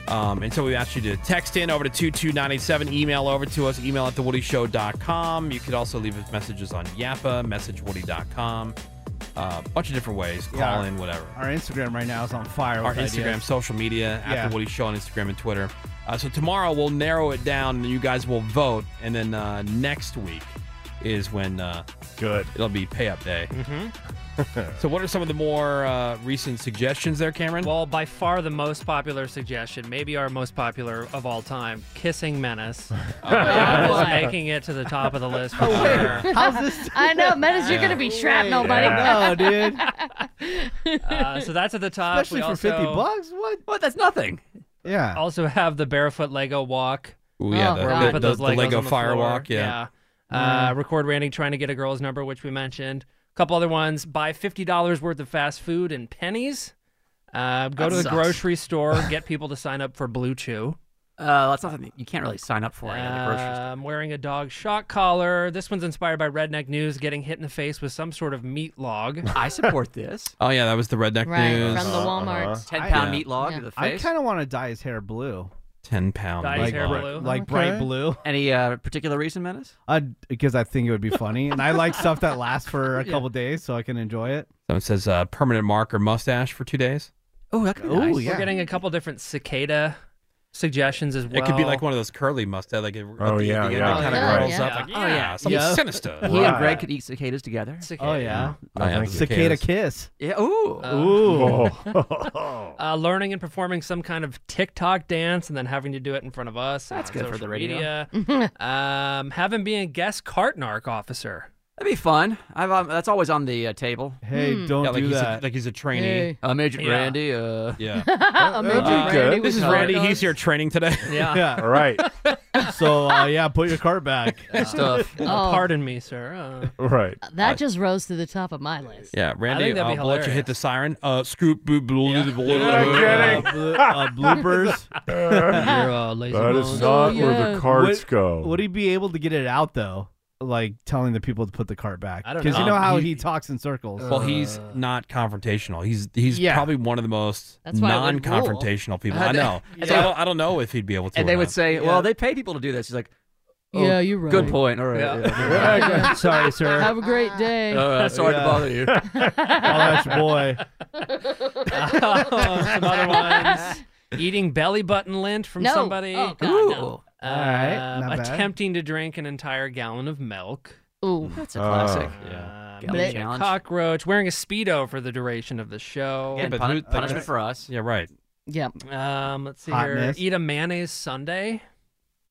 Speaker 4: Um, and so we asked you to text in over to 22987, email over to us, email at thewoodyshow.com. You could also leave us messages on Yappa, messagewoody.com, a uh, bunch of different ways, call
Speaker 6: Yeah.
Speaker 4: in, whatever
Speaker 6: Our Instagram right now is on fire.
Speaker 4: our
Speaker 6: with ideas.
Speaker 4: Instagram, social media, at
Speaker 6: Yeah.
Speaker 4: the Woody Show on Instagram and Twitter. Uh, so tomorrow we'll narrow it down, and you guys will vote. And then uh, next week is when uh,
Speaker 8: good
Speaker 4: it'll be pay up day. so what are some of the more uh, recent suggestions there, Cameron?
Speaker 18: Well, by far the most popular suggestion, maybe our most popular of all time, Kissing Menace.
Speaker 4: Oh,
Speaker 18: That is
Speaker 5: boy.
Speaker 18: making it to the top of the list. for
Speaker 5: Oh,
Speaker 18: sure.
Speaker 5: wait. I know, Menace, you're
Speaker 18: Yeah.
Speaker 5: gonna be shrapnel, buddy.
Speaker 18: Yeah.
Speaker 5: dude.
Speaker 18: Uh, so that's at the top.
Speaker 6: Especially
Speaker 18: We
Speaker 6: for
Speaker 18: also-
Speaker 6: 50 bucks? What?
Speaker 7: What? That's nothing.
Speaker 6: Yeah.
Speaker 18: Also have the barefoot Lego walk.
Speaker 4: Ooh, yeah, Oh, the-
Speaker 18: where we
Speaker 4: the-
Speaker 18: put
Speaker 4: the-
Speaker 18: those
Speaker 4: the
Speaker 18: Legos
Speaker 4: Lego
Speaker 18: on the
Speaker 4: fire
Speaker 18: floor.
Speaker 4: walk, yeah.
Speaker 18: yeah.
Speaker 7: Mm.
Speaker 18: Uh, record Randy trying to get a girl's number, which we mentioned. A couple other ones. Buy fifty dollars worth of fast food and pennies. Uh, go
Speaker 7: That
Speaker 18: to the
Speaker 7: sucks.
Speaker 18: grocery store. Get people to sign up for Blue Chew.
Speaker 7: Uh, that's nothing. You can't really sign up for it at the grocery store.
Speaker 18: I'm wearing a dog shock collar. This one's inspired by Redneck News getting hit in the face with some sort of meat log.
Speaker 7: I support this.
Speaker 4: oh yeah, that was the redneck news.
Speaker 18: Uh-huh.
Speaker 4: Uh-huh.
Speaker 7: pound meat log to the
Speaker 6: I
Speaker 7: face.
Speaker 6: kind of want to dye his hair blue.
Speaker 4: Ten pound.
Speaker 7: Dye his
Speaker 6: like,
Speaker 7: hair
Speaker 6: bri-
Speaker 7: blue?
Speaker 6: Like
Speaker 7: Okay.
Speaker 6: bright blue.
Speaker 7: Any uh, particular reason, Menace?
Speaker 6: Uh, because I think it would be funny, and I like stuff that lasts for a couple days, so I can enjoy it.
Speaker 4: Someone says uh, permanent marker mustache for two days.
Speaker 7: Oh, that could
Speaker 6: be nice.
Speaker 18: We're getting a couple different cicada suggestions as well.
Speaker 4: It could be like one of those curly mustache, like it,
Speaker 8: Oh, yeah, yeah.
Speaker 4: kind of
Speaker 18: Yeah,
Speaker 4: curls
Speaker 18: yeah.
Speaker 4: up. Like,
Speaker 18: Oh,
Speaker 4: yeah,
Speaker 18: yeah.
Speaker 4: something
Speaker 18: Yeah.
Speaker 4: sinister.
Speaker 7: He and Greg could eat cicadas together.
Speaker 18: Cicada. yeah.
Speaker 4: I am
Speaker 6: Cicada kiss.
Speaker 7: Yeah. Ooh.
Speaker 6: Ooh.
Speaker 18: Um, uh, learning and performing some kind of TikTok dance and then having to do it in front of us. That's
Speaker 7: good for the radio.
Speaker 18: Media. um, have him be a guest cart narc officer.
Speaker 7: That'd be fun. I've, um, that's always on the uh, table.
Speaker 6: Hey, Hmm. don't
Speaker 7: yeah,
Speaker 4: like he's A, like he's a trainee.
Speaker 7: Hey. I'm Agent
Speaker 4: Yeah.
Speaker 7: Randy. Uh,
Speaker 4: yeah.
Speaker 7: I'm Agent Randy with
Speaker 4: This is
Speaker 7: color
Speaker 4: Randy.
Speaker 7: guns.
Speaker 4: He's here training today.
Speaker 18: Yeah.
Speaker 6: All
Speaker 8: right.
Speaker 6: so uh, yeah, put your cart back.
Speaker 7: Stuff.
Speaker 18: Uh,
Speaker 5: Oh.
Speaker 18: Pardon me, sir. Uh,
Speaker 8: Right.
Speaker 5: That just rose to the top of my list.
Speaker 4: Yeah,
Speaker 18: I
Speaker 4: Randy,
Speaker 18: think
Speaker 4: uh,
Speaker 18: that'd be
Speaker 4: I'll let you hit the siren. Uh, scoop, boo, blue, blue, blue, blue,
Speaker 6: Yeah,
Speaker 4: blue,
Speaker 6: get
Speaker 4: blue.
Speaker 6: it. Uh, bloopers.
Speaker 18: You're, uh, lazy
Speaker 8: That is bones. not where the carts
Speaker 6: Would-
Speaker 8: go.
Speaker 6: Oh, Would he be able to get it out though? Like telling the people to put the cart back?
Speaker 4: I don't
Speaker 6: Because you Uh,
Speaker 4: know.
Speaker 6: know
Speaker 4: Um,
Speaker 6: how
Speaker 4: he-
Speaker 6: he, talks in circles.
Speaker 4: Well, he's not confrontational. He's he's
Speaker 6: Yeah.
Speaker 4: probably one of the most
Speaker 7: That's why I would rule.
Speaker 4: non-confrontational people
Speaker 7: Uh,
Speaker 4: I know.
Speaker 7: yeah.
Speaker 4: So I, don't, I don't know if he'd be able to.
Speaker 7: And
Speaker 4: or
Speaker 7: they
Speaker 4: not.
Speaker 7: would say, well, they pay people to do this. He's like, oh,
Speaker 4: Yeah, you're
Speaker 7: Good
Speaker 4: right.
Speaker 7: point. All right.
Speaker 4: Yeah.
Speaker 7: yeah, you're right.
Speaker 6: Sorry, sir.
Speaker 5: Have a great day.
Speaker 7: All right, sorry to bother you.
Speaker 6: oh, that's your boy.
Speaker 18: Oh, some other ones. Eating belly button lint from
Speaker 5: No.
Speaker 18: somebody.
Speaker 5: Oh, God,
Speaker 18: Ooh.
Speaker 5: no.
Speaker 18: Uh,
Speaker 5: All right, not bad.
Speaker 18: Attempting to drink an entire gallon of milk.
Speaker 5: Ooh.
Speaker 7: That's
Speaker 4: a classic.
Speaker 18: yeah.
Speaker 4: Gallon challenge.
Speaker 18: cockroach. Wearing a speedo for the duration of the show.
Speaker 4: Yeah, but who- like- Yeah, right.
Speaker 5: Yep.
Speaker 18: Um, let's see
Speaker 4: Hotness.
Speaker 18: here. Eat a mayonnaise sundae.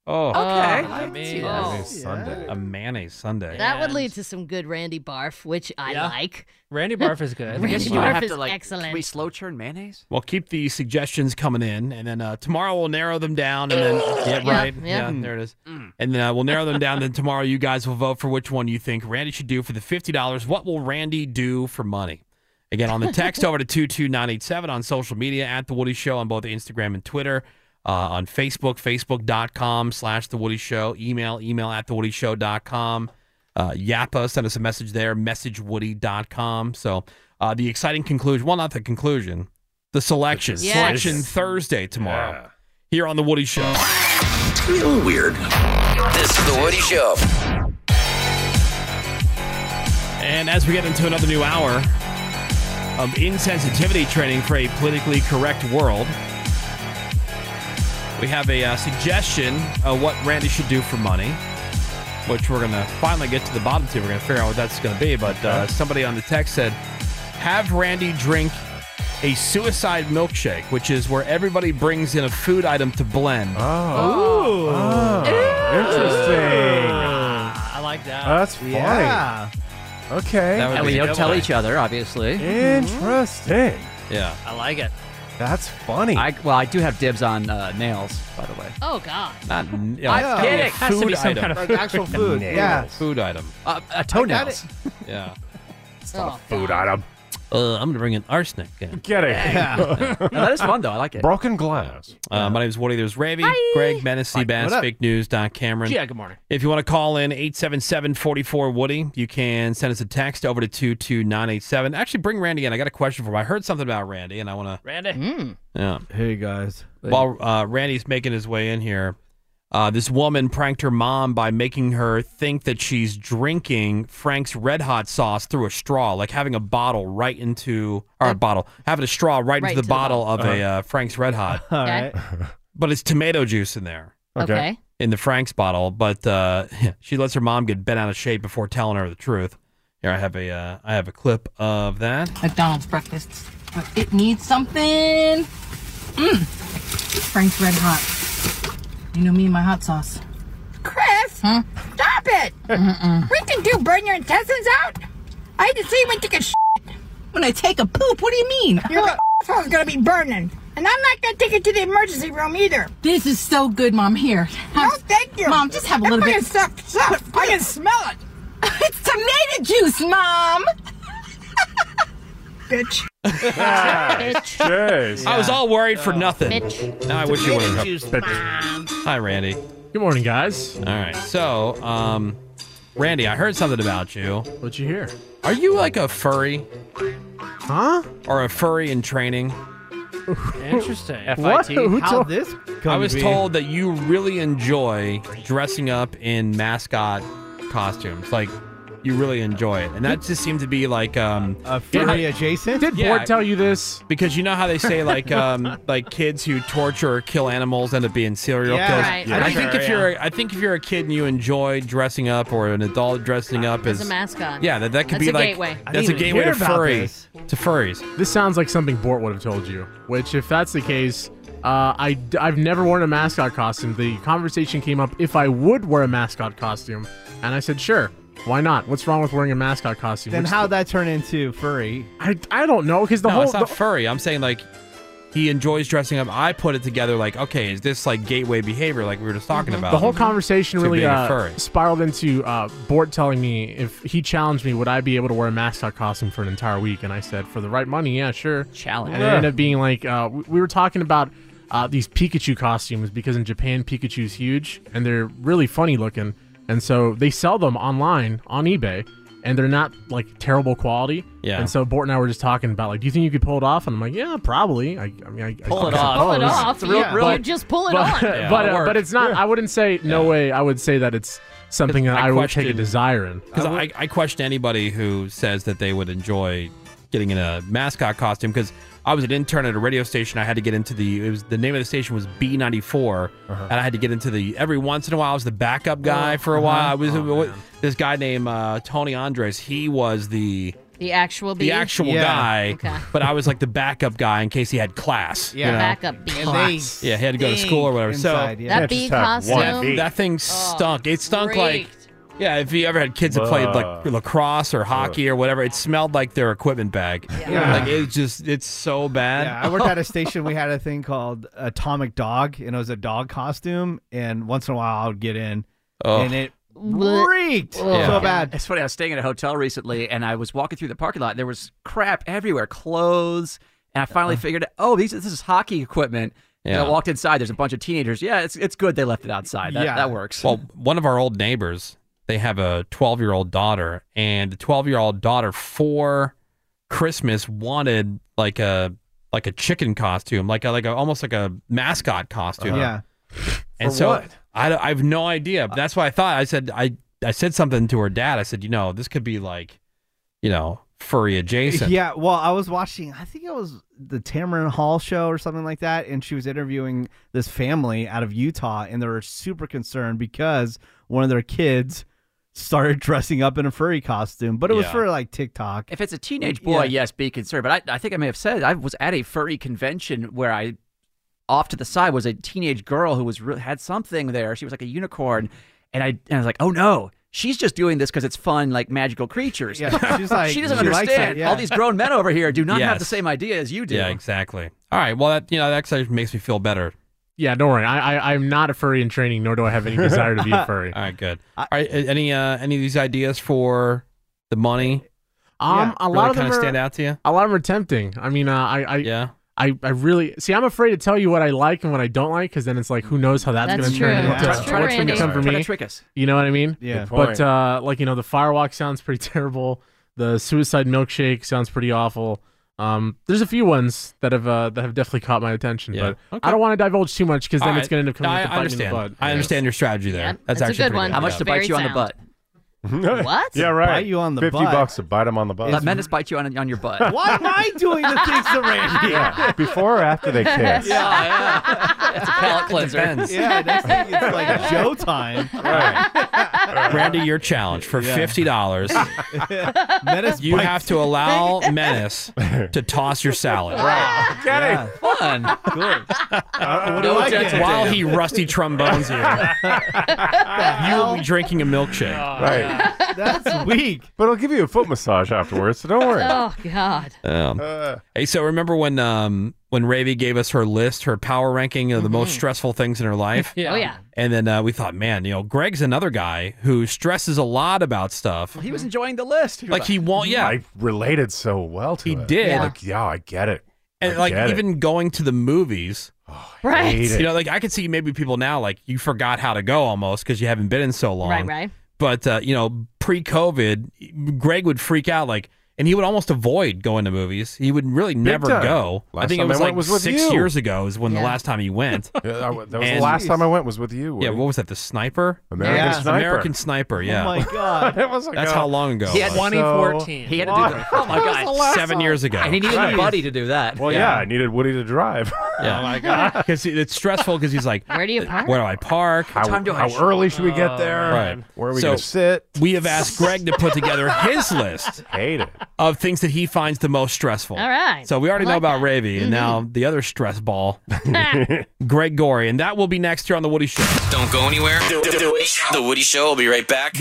Speaker 4: Oh,
Speaker 18: Okay.
Speaker 5: Oh,
Speaker 18: I
Speaker 5: I
Speaker 18: mean,
Speaker 5: see that.
Speaker 4: Mayonnaise
Speaker 5: Oh.
Speaker 4: Sunday. A mayonnaise Sunday.
Speaker 5: That would lead to some good Randy Barf, which I
Speaker 4: Yeah.
Speaker 5: like.
Speaker 18: Randy Barf is good.
Speaker 7: I guess
Speaker 5: Randy
Speaker 7: you would
Speaker 5: Barf
Speaker 7: have
Speaker 5: is
Speaker 7: to like,
Speaker 5: excellent.
Speaker 7: Can we slow churn mayonnaise?
Speaker 4: Well, keep the suggestions coming in, and then uh, tomorrow we'll narrow them down, and then yeah,
Speaker 7: Yeah,
Speaker 4: right,
Speaker 7: yeah.
Speaker 4: yeah, there it is, and then uh, we'll narrow them down. Then tomorrow you guys will vote for which one you think Randy should do for the fifty dollars. What will Randy do for money? Again, on the text over to two two nine eight seven on social media at the Woody Show on both Instagram and Twitter, uh, on Facebook facebook.com slash the Woody Show, email email at the Woody Show.com. Uh, Yappa, send us a message there, messagewoody.com. So uh, the exciting conclusion, well, not the conclusion the selection.
Speaker 10: Yes.
Speaker 4: Selection Thursday tomorrow here on The Woody Show.
Speaker 10: It's a little weird. This is The Woody Show.
Speaker 4: And as we get into another new hour of insensitivity training for a politically correct world, we have a uh, suggestion of what Randy should do for money, which we're going to finally get to the bottom to. We're going to figure out what that's going to be. But uh, somebody on the text said, have Randy drink a suicide milkshake, which is where everybody brings in a food item to blend.
Speaker 8: Oh.
Speaker 18: Ooh.
Speaker 4: Ah.
Speaker 8: Interesting.
Speaker 18: Ah, I like that.
Speaker 8: Oh, that's funny.
Speaker 18: Yeah.
Speaker 8: Okay.
Speaker 18: That would
Speaker 7: And
Speaker 18: be
Speaker 7: we
Speaker 18: a
Speaker 7: don't
Speaker 18: good
Speaker 7: tell
Speaker 18: one.
Speaker 7: each other, obviously. Mm-hmm.
Speaker 8: Interesting.
Speaker 4: Yeah.
Speaker 18: I like it.
Speaker 8: That's funny.
Speaker 7: I, well, I do have dibs on uh, nails, by the way.
Speaker 5: Oh God.
Speaker 4: Not you
Speaker 7: I get
Speaker 4: it's gotta be a
Speaker 7: it. Has to be some
Speaker 4: item.
Speaker 7: kind of Like food actual item. food,
Speaker 4: Nails.
Speaker 7: yeah.
Speaker 4: Food item.
Speaker 7: Uh, uh, toenails.
Speaker 4: Yeah. It's
Speaker 7: not a Oh,
Speaker 4: food item. Uh, I'm gonna bring in arsenic. In.
Speaker 8: Get it.
Speaker 7: Yeah. No, that is fun though. I like it.
Speaker 8: Broken glass.
Speaker 4: Uh, my name is Woody. There's Ravi, Greg, Menace, Bass,
Speaker 7: what up?
Speaker 4: Fake News, Don Cameron.
Speaker 18: Yeah, good morning.
Speaker 4: If you want to call in 877-44-WOODY, you can send us a text over to 22987. Actually, bring Randy in. I got a question for him. I heard something about Randy, and I want to...
Speaker 18: Randy.
Speaker 14: Mm.
Speaker 4: Yeah.
Speaker 6: Hey guys.
Speaker 4: While uh, Randy's making his way in here, uh, this woman pranked her mom by making her think that she's drinking Frank's Red Hot sauce through a straw, like having a bottle right into or a bottle, having a straw
Speaker 5: Right
Speaker 4: right, into the,
Speaker 5: to the
Speaker 4: bottle,
Speaker 5: bottle.
Speaker 4: of a uh, Frank's Red Hot.
Speaker 5: All Okay.
Speaker 4: but it's tomato juice in there.
Speaker 5: Okay. Okay.
Speaker 4: In the Frank's bottle, but uh, she lets her mom get bent out of shape before telling her the truth. Here, I have a uh, I have a clip of that.
Speaker 14: McDonald's breakfast. It needs something. Mm. Frank's Red Hot. You know me and my hot sauce.
Speaker 16: Chris, stop it! We can do burn your intestines out? I had to see when you take a shit. When I take a poop, what do you mean? Your asshole's gonna be burning. And I'm not gonna take it to the emergency room either.
Speaker 14: This is so good, Mom. Here.
Speaker 16: No, thank you.
Speaker 14: Mom, just have a little
Speaker 16: Everybody
Speaker 14: bit.
Speaker 16: Suck, suck. I can smell it.
Speaker 14: It's tomato juice, Mom.
Speaker 16: Bitch.
Speaker 8: Jeez.
Speaker 4: I was all worried for nothing.
Speaker 16: Bitch.
Speaker 4: Now I wish you
Speaker 16: Tomato
Speaker 4: wouldn't.
Speaker 16: juice,
Speaker 4: Hi, Randy. Good morning, guys. All right, so, um, Randy, I heard something about you. What'd you hear? Are you like a furry? Huh? Or a furry in training?
Speaker 18: Interesting.
Speaker 4: What? Who told-
Speaker 6: this?
Speaker 4: I
Speaker 6: come
Speaker 4: was
Speaker 6: to be?
Speaker 4: told that you really enjoy dressing up in mascot costumes. Like, you really enjoy it, and that just seemed to be like um, a
Speaker 6: Furry adjacent? Did
Speaker 4: Board tell
Speaker 24: you this?
Speaker 4: Because you know how they say like um like kids who torture or kill animals end up being serial
Speaker 6: Yeah,
Speaker 4: killers.
Speaker 6: right, Yeah,
Speaker 4: I
Speaker 6: right.
Speaker 4: think
Speaker 6: sure,
Speaker 4: if you're I think if you're a kid and you enjoy dressing up or an adult dressing up
Speaker 5: As
Speaker 4: as,
Speaker 5: a mascot.
Speaker 4: Yeah, that, that could
Speaker 5: That's
Speaker 4: be
Speaker 5: a
Speaker 4: like
Speaker 5: gateway. I
Speaker 4: that's a
Speaker 24: didn't even
Speaker 4: gateway
Speaker 24: hear
Speaker 4: to
Speaker 24: about
Speaker 4: furries.
Speaker 24: this.
Speaker 4: To furries.
Speaker 24: This sounds like something Bort would have told you. Which, if that's the case, uh, I have never worn a mascot costume. The conversation came up if I would wear a mascot costume, and I said sure. Why not? What's wrong with wearing a mascot costume?
Speaker 6: Then
Speaker 24: Which-
Speaker 6: how'd that turn into furry?
Speaker 24: I, I don't know because
Speaker 4: No, it's not furry. I'm saying like he enjoys dressing up. I put it together like, okay, is this like gateway behavior like we were just talking about?
Speaker 24: Mm-hmm. The whole conversation
Speaker 4: to
Speaker 24: really
Speaker 4: being a
Speaker 24: uh,
Speaker 4: furry.
Speaker 24: spiraled into uh, Bort telling me if he challenged me, would I be able to wear a mascot costume for an entire week? And I said, for the right money, yeah, sure. Challenge. And it
Speaker 25: Yeah.
Speaker 24: ended up being like uh, we, we were talking about uh, these Pikachu costumes because in Japan Pikachu's huge and they're really funny looking, and so they sell them online on eBay. And they're not like terrible quality.
Speaker 4: Yeah.
Speaker 24: And so Bort and I were just talking about like, do you think you could pull it off? And I'm like, yeah, probably. I, I mean, I
Speaker 5: Pull
Speaker 24: I
Speaker 5: it off. Pull it
Speaker 24: suppose.
Speaker 5: off. It's a real- You- really- you just pull it on.
Speaker 24: but,
Speaker 5: Yeah,
Speaker 24: but,
Speaker 4: it'll
Speaker 24: uh,
Speaker 4: work.
Speaker 24: but it's not. I wouldn't say no way. I would say that it's something that
Speaker 4: I
Speaker 24: I, would take a
Speaker 4: questioned-
Speaker 24: desire in.
Speaker 4: Because I, I question anybody who says that they would enjoy getting in a mascot costume. Because I was an intern at a radio station, I had to get into the it was the name of the station was B ninety four,
Speaker 24: Uh-huh.
Speaker 4: and I had to get into the every once in a while I was the
Speaker 24: Oh,
Speaker 4: backup guy for a
Speaker 24: uh-huh.
Speaker 4: while. I was this guy named uh, Tony Andres. He was the
Speaker 5: The actual bee.
Speaker 4: the actual guy,
Speaker 5: Okay.
Speaker 4: but I was like the backup guy in case he had class. you know?
Speaker 5: Backup bee.
Speaker 4: Yeah, he had to go to school or whatever.
Speaker 5: inside,
Speaker 4: so
Speaker 5: yeah. That Can't bee just have one
Speaker 4: that,
Speaker 5: costume? bee.
Speaker 4: that thing stunk. It stunk like,
Speaker 5: reeked.
Speaker 4: yeah, if you ever had kids that played like
Speaker 10: Ugh.
Speaker 4: lacrosse or hockey or whatever, it smelled like their equipment bag.
Speaker 6: Yeah.
Speaker 4: Like it just, it's so bad.
Speaker 6: Yeah, I worked at a station. We had a thing called Atomic Dog, and it was a dog costume. And once in a while, I would get in,
Speaker 7: Oh.
Speaker 6: and it reeked so bad.
Speaker 7: It's funny. I was staying at a hotel recently, and I was walking through the parking lot. And there was crap everywhere, clothes, and I finally
Speaker 18: Uh-huh.
Speaker 7: figured, oh, these this is hockey equipment. And
Speaker 4: Yeah.
Speaker 7: I walked inside. There's a bunch of teenagers. Yeah, it's it's good they left it outside. That, that works.
Speaker 4: Well, one of our old neighbors, they have a 12 year old daughter, and the 12 year old daughter for Christmas wanted like a like a chicken costume, like a, like a, almost like a mascot costume.
Speaker 6: Uh-huh. Yeah.
Speaker 4: And
Speaker 6: For
Speaker 4: so
Speaker 6: what?
Speaker 4: I, don't- I have no idea. But that's why I thought I said I I said something to her dad. I said, you know, this could be like, you know, furry adjacent.
Speaker 6: Yeah, well, I was watching. I think it was the Tamron Hall show or something like that, and she was interviewing this family out of Utah, and they were super concerned because one of their kids started dressing up in a furry costume, but it was
Speaker 7: Yeah.
Speaker 6: for like TikTok.
Speaker 7: If it's a teenage boy, yes, be concerned. But I, I think I may have said I was at a furry convention where I, off to the side, was a teenage girl who was re- had something there. She was like a unicorn, and I and I was like, oh no. She's just doing this because it's fun, like magical creatures.
Speaker 6: Yeah, she's like-
Speaker 7: she doesn't
Speaker 6: she likes
Speaker 7: understand.
Speaker 6: it, yeah.
Speaker 7: All these grown men over here do not have
Speaker 4: Yes.
Speaker 7: the same idea as you do.
Speaker 4: Yeah, exactly. All right. Well, that you know that actually makes me feel better.
Speaker 24: Yeah, don't worry. I, I I'm not a furry in training, nor do I have any desire to be a furry.
Speaker 4: All right, good. All right, a- any uh, any of these ideas for the money?
Speaker 24: Um, a lot
Speaker 4: Really
Speaker 24: of them
Speaker 4: kinda
Speaker 24: are-
Speaker 4: stand out to you.
Speaker 24: A lot of them are tempting. I mean, uh, I, I yeah. I, I really see. I'm afraid to tell you what I like and what I don't like because then it's like, who knows how that's,
Speaker 7: That's
Speaker 24: going to
Speaker 7: true.
Speaker 24: turn
Speaker 7: Yeah.
Speaker 24: into
Speaker 7: That's
Speaker 24: try
Speaker 7: true,
Speaker 24: to trick
Speaker 7: Randy.
Speaker 24: us for me.
Speaker 7: Try to trick us.
Speaker 24: You know what I mean?
Speaker 7: Yeah. Good point.
Speaker 24: But uh, like you know, the firewalk sounds pretty terrible. The suicide milkshake sounds pretty awful. Um, there's a few ones that have uh, that have definitely caught my attention, but
Speaker 4: Okay.
Speaker 24: I don't want to divulge too much because then
Speaker 4: All
Speaker 24: it's going to end up coming
Speaker 4: I,
Speaker 24: with the
Speaker 4: I
Speaker 24: biting in the
Speaker 4: understand.
Speaker 24: butt.
Speaker 4: I understand your strategy there.
Speaker 24: that's
Speaker 4: that's,
Speaker 24: a
Speaker 4: actually
Speaker 24: good
Speaker 4: pretty
Speaker 24: one.
Speaker 4: Good.
Speaker 24: How much to
Speaker 4: Yeah.
Speaker 7: bite you on the butt.
Speaker 5: What?
Speaker 7: Yeah, right. Bite you on the
Speaker 8: Fifty
Speaker 7: butt.
Speaker 8: bucks to bite him on the butt.
Speaker 7: Let Menace bite you on, on your butt.
Speaker 6: Uh, Why am I doing the things to Randy?
Speaker 8: Yeah. Before or after they kiss?
Speaker 7: It's a palate cleanser.
Speaker 6: Yeah, next thing it's like showtime.
Speaker 4: Randy, your challenge for fifty dollars.
Speaker 6: Menace
Speaker 4: you
Speaker 6: bites.
Speaker 4: have to allow Menace to toss your salad.
Speaker 8: Right.
Speaker 6: Get
Speaker 8: it.
Speaker 7: Fun.
Speaker 6: Good.
Speaker 8: Uh,
Speaker 4: No
Speaker 6: like
Speaker 4: judgment.
Speaker 6: it.
Speaker 4: While he rusty trombones you, you will be drinking a milkshake.
Speaker 8: Right.
Speaker 6: That's weak.
Speaker 8: But I'll give you a foot massage afterwards, so don't worry.
Speaker 5: Oh God.
Speaker 4: Um,
Speaker 8: Uh,
Speaker 4: hey, so remember when um, when Ravi gave us her list, her power ranking of the most stressful things in her life?
Speaker 5: Oh Mm-hmm. yeah.
Speaker 4: And then uh, we thought, man, you know, Greg's another guy who stresses a lot about stuff.
Speaker 7: He was enjoying the list. He was
Speaker 4: Like he won't, yeah.
Speaker 8: I related so well to
Speaker 4: he
Speaker 8: it.
Speaker 4: did.
Speaker 8: Like, yeah, I get it.
Speaker 4: and
Speaker 8: I
Speaker 4: like
Speaker 8: get it.
Speaker 4: even going to the movies.
Speaker 8: Right. hate it.
Speaker 4: You know, like I could see maybe people now like you forgot how to go almost because you haven't been in so long.
Speaker 5: Right, right.
Speaker 4: But uh, you know, pre-COVID, Greg would freak out like, and he would almost avoid going to movies. He would really never
Speaker 8: time.
Speaker 4: go. I
Speaker 8: Last
Speaker 4: think it
Speaker 8: time
Speaker 4: was
Speaker 8: I went
Speaker 4: like
Speaker 8: was with
Speaker 4: six
Speaker 8: you.
Speaker 4: years ago is when
Speaker 8: Yeah.
Speaker 4: the last time he went.
Speaker 8: Yeah, that was- that was the
Speaker 4: And-
Speaker 8: last time I went was with you.
Speaker 4: Yeah, what was that? The sniper.
Speaker 8: American Yeah. Sniper.
Speaker 4: American sniper. Yeah.
Speaker 8: Oh my God. That was like
Speaker 4: That's
Speaker 8: a-
Speaker 4: how long ago. it
Speaker 8: Yeah,
Speaker 4: was.
Speaker 8: 2014.
Speaker 7: He had to do the. Oh my
Speaker 8: That was the
Speaker 7: God.
Speaker 8: last
Speaker 4: Seven years ago.
Speaker 7: And he needed a buddy to do that.
Speaker 8: Well, yeah. I needed Woody to drive.
Speaker 4: Yeah. Oh my god. Because it's stressful because he's like,
Speaker 5: Where do you park?
Speaker 4: where do I park? How,
Speaker 8: time do I how sh- early should we get there?
Speaker 4: Right.
Speaker 8: Where are we gonna
Speaker 4: sit? We have asked Greg to put together his list.
Speaker 8: Hate it.
Speaker 4: Of things that he finds the most stressful.
Speaker 5: All right.
Speaker 4: So we already
Speaker 5: I
Speaker 4: know
Speaker 5: like
Speaker 4: about Ravi, and now the other stress ball, Greg Gory, and that will be next here on the Woody Show.
Speaker 10: Don't go anywhere. The Woody Show will be right back.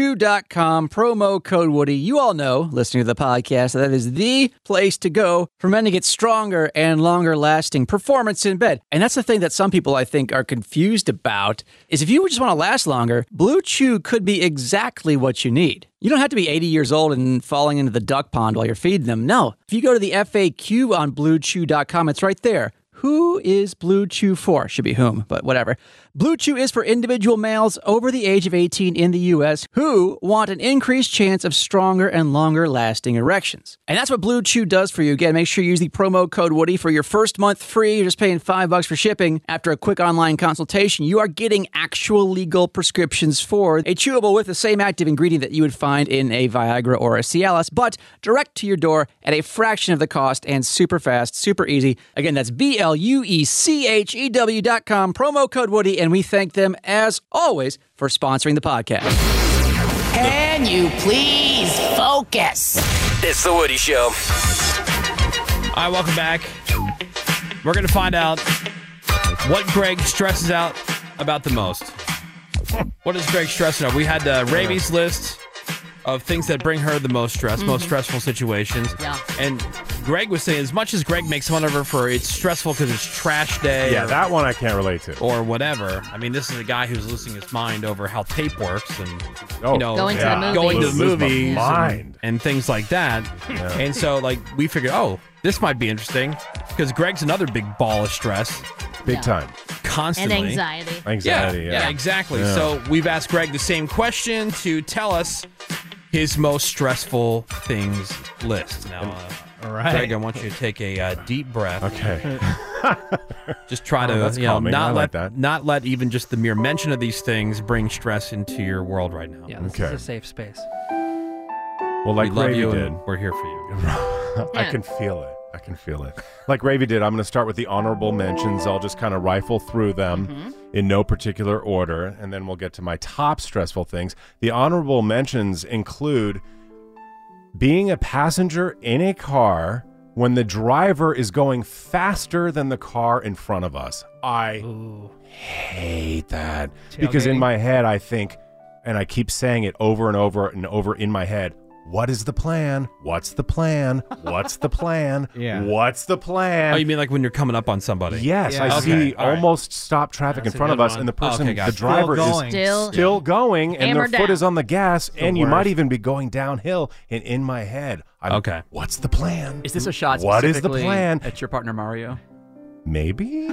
Speaker 7: BlueChew.com, promo code Woody. You all know, listening to the podcast, that is the place to go for men to get stronger and longer lasting performance in bed. And that's the thing that some people I think are confused about is if you just want to last longer, Blue Chew could be exactly what you need. You don't have to be 80 years old and falling into the duck pond while you're feeding them. No. If you go to the FAQ on BlueChew.com, it's right there. Who is Blue Chew for? Should be whom, but whatever. Blue Chew is for individual males over the age of 18 in the U.S. who want an increased chance of stronger and longer lasting erections. And that's what Blue Chew does for you. Again, make sure you use the promo code Woody for your first month free. You're just paying five bucks for shipping. After a quick online consultation, you are getting actual legal prescriptions for a chewable with the same active ingredient that you would find in a Viagra or a Cialis, but direct to your door at a fraction of the cost and super fast, super easy. Again, that's B L U E C H E W dot com, promo code Woody, and we thank them as always for sponsoring the podcast.
Speaker 9: Can you please focus?
Speaker 10: It's the Woody Show.
Speaker 4: All right, welcome back. We're going to find out what Greg stresses out about the most. What is Greg stressing out? We had uh, Ravi's list of things that bring her the most stress, most
Speaker 8: Mm-hmm.
Speaker 5: Mhm.
Speaker 4: stressful situations.
Speaker 5: Yeah.
Speaker 4: And Greg was saying, as much as Greg makes fun of her for it's stressful because it's trash day.
Speaker 8: Yeah,
Speaker 4: or-
Speaker 8: that one I can't relate to.
Speaker 4: Or whatever. I mean, this is a guy who's losing his mind over how tape works and
Speaker 8: Oh,
Speaker 4: you know
Speaker 8: Going to the yeah. movies.
Speaker 4: going to the
Speaker 8: Lose my
Speaker 4: movies and-
Speaker 8: mind.
Speaker 4: And, things like that.
Speaker 8: Yeah.
Speaker 4: And so, like, we figured, oh, this might be interesting because Greg's another big ball of stress,
Speaker 8: Big Yeah. time,
Speaker 4: constantly
Speaker 5: And anxiety.
Speaker 8: Anxiety,
Speaker 4: Yeah,
Speaker 8: yeah.
Speaker 4: exactly.
Speaker 8: Yeah.
Speaker 4: So we've asked Greg the same question to tell us his most stressful things list. Now, uh,
Speaker 6: All right.
Speaker 4: Greg, I want you to take a uh, deep breath.
Speaker 8: Okay.
Speaker 4: just try
Speaker 8: Oh,
Speaker 4: to
Speaker 8: that's
Speaker 4: you know,
Speaker 8: calming. I
Speaker 4: not
Speaker 8: like
Speaker 4: let not let even just the mere mention of these things bring stress into your world right now.
Speaker 18: Yeah, this is a safe space.
Speaker 8: Well, like
Speaker 4: we love
Speaker 8: Ravy
Speaker 4: you
Speaker 8: did.
Speaker 4: and we're here for you.
Speaker 8: I can feel it. I can feel it. Like Ravy did, I'm going to start with the honorable mentions. I'll just kind of rifle through them in no particular order, and then we'll get to my top stressful things. The honorable mentions include being a passenger in a car when the driver is going faster than the car in front of us. I hate that because in
Speaker 24: Tailgating.
Speaker 8: my head I think, and I keep saying it over and over and over in my head. What is the plan? What's the plan? What's the plan? yeah. What's the plan?
Speaker 4: Oh, you mean like when you're coming up on somebody?
Speaker 8: Yes, I see
Speaker 4: all right.
Speaker 8: almost stop traffic
Speaker 4: That's
Speaker 8: in
Speaker 4: a
Speaker 8: front
Speaker 4: good
Speaker 8: of us,
Speaker 4: one.
Speaker 8: and the person,
Speaker 4: Okay, gotcha.
Speaker 8: the driver,
Speaker 4: Still
Speaker 8: is
Speaker 4: going.
Speaker 8: still,
Speaker 4: Still-
Speaker 8: going, and their
Speaker 4: Hammer
Speaker 8: foot
Speaker 4: down.
Speaker 8: is on the gas,
Speaker 4: The
Speaker 8: and you might
Speaker 4: worst.
Speaker 8: even be going downhill. And in my head, I'm okay. What's the plan?
Speaker 7: Is this a shot?
Speaker 8: What is the
Speaker 7: specifically
Speaker 8: plan?
Speaker 7: At your partner Mario.
Speaker 8: Maybe.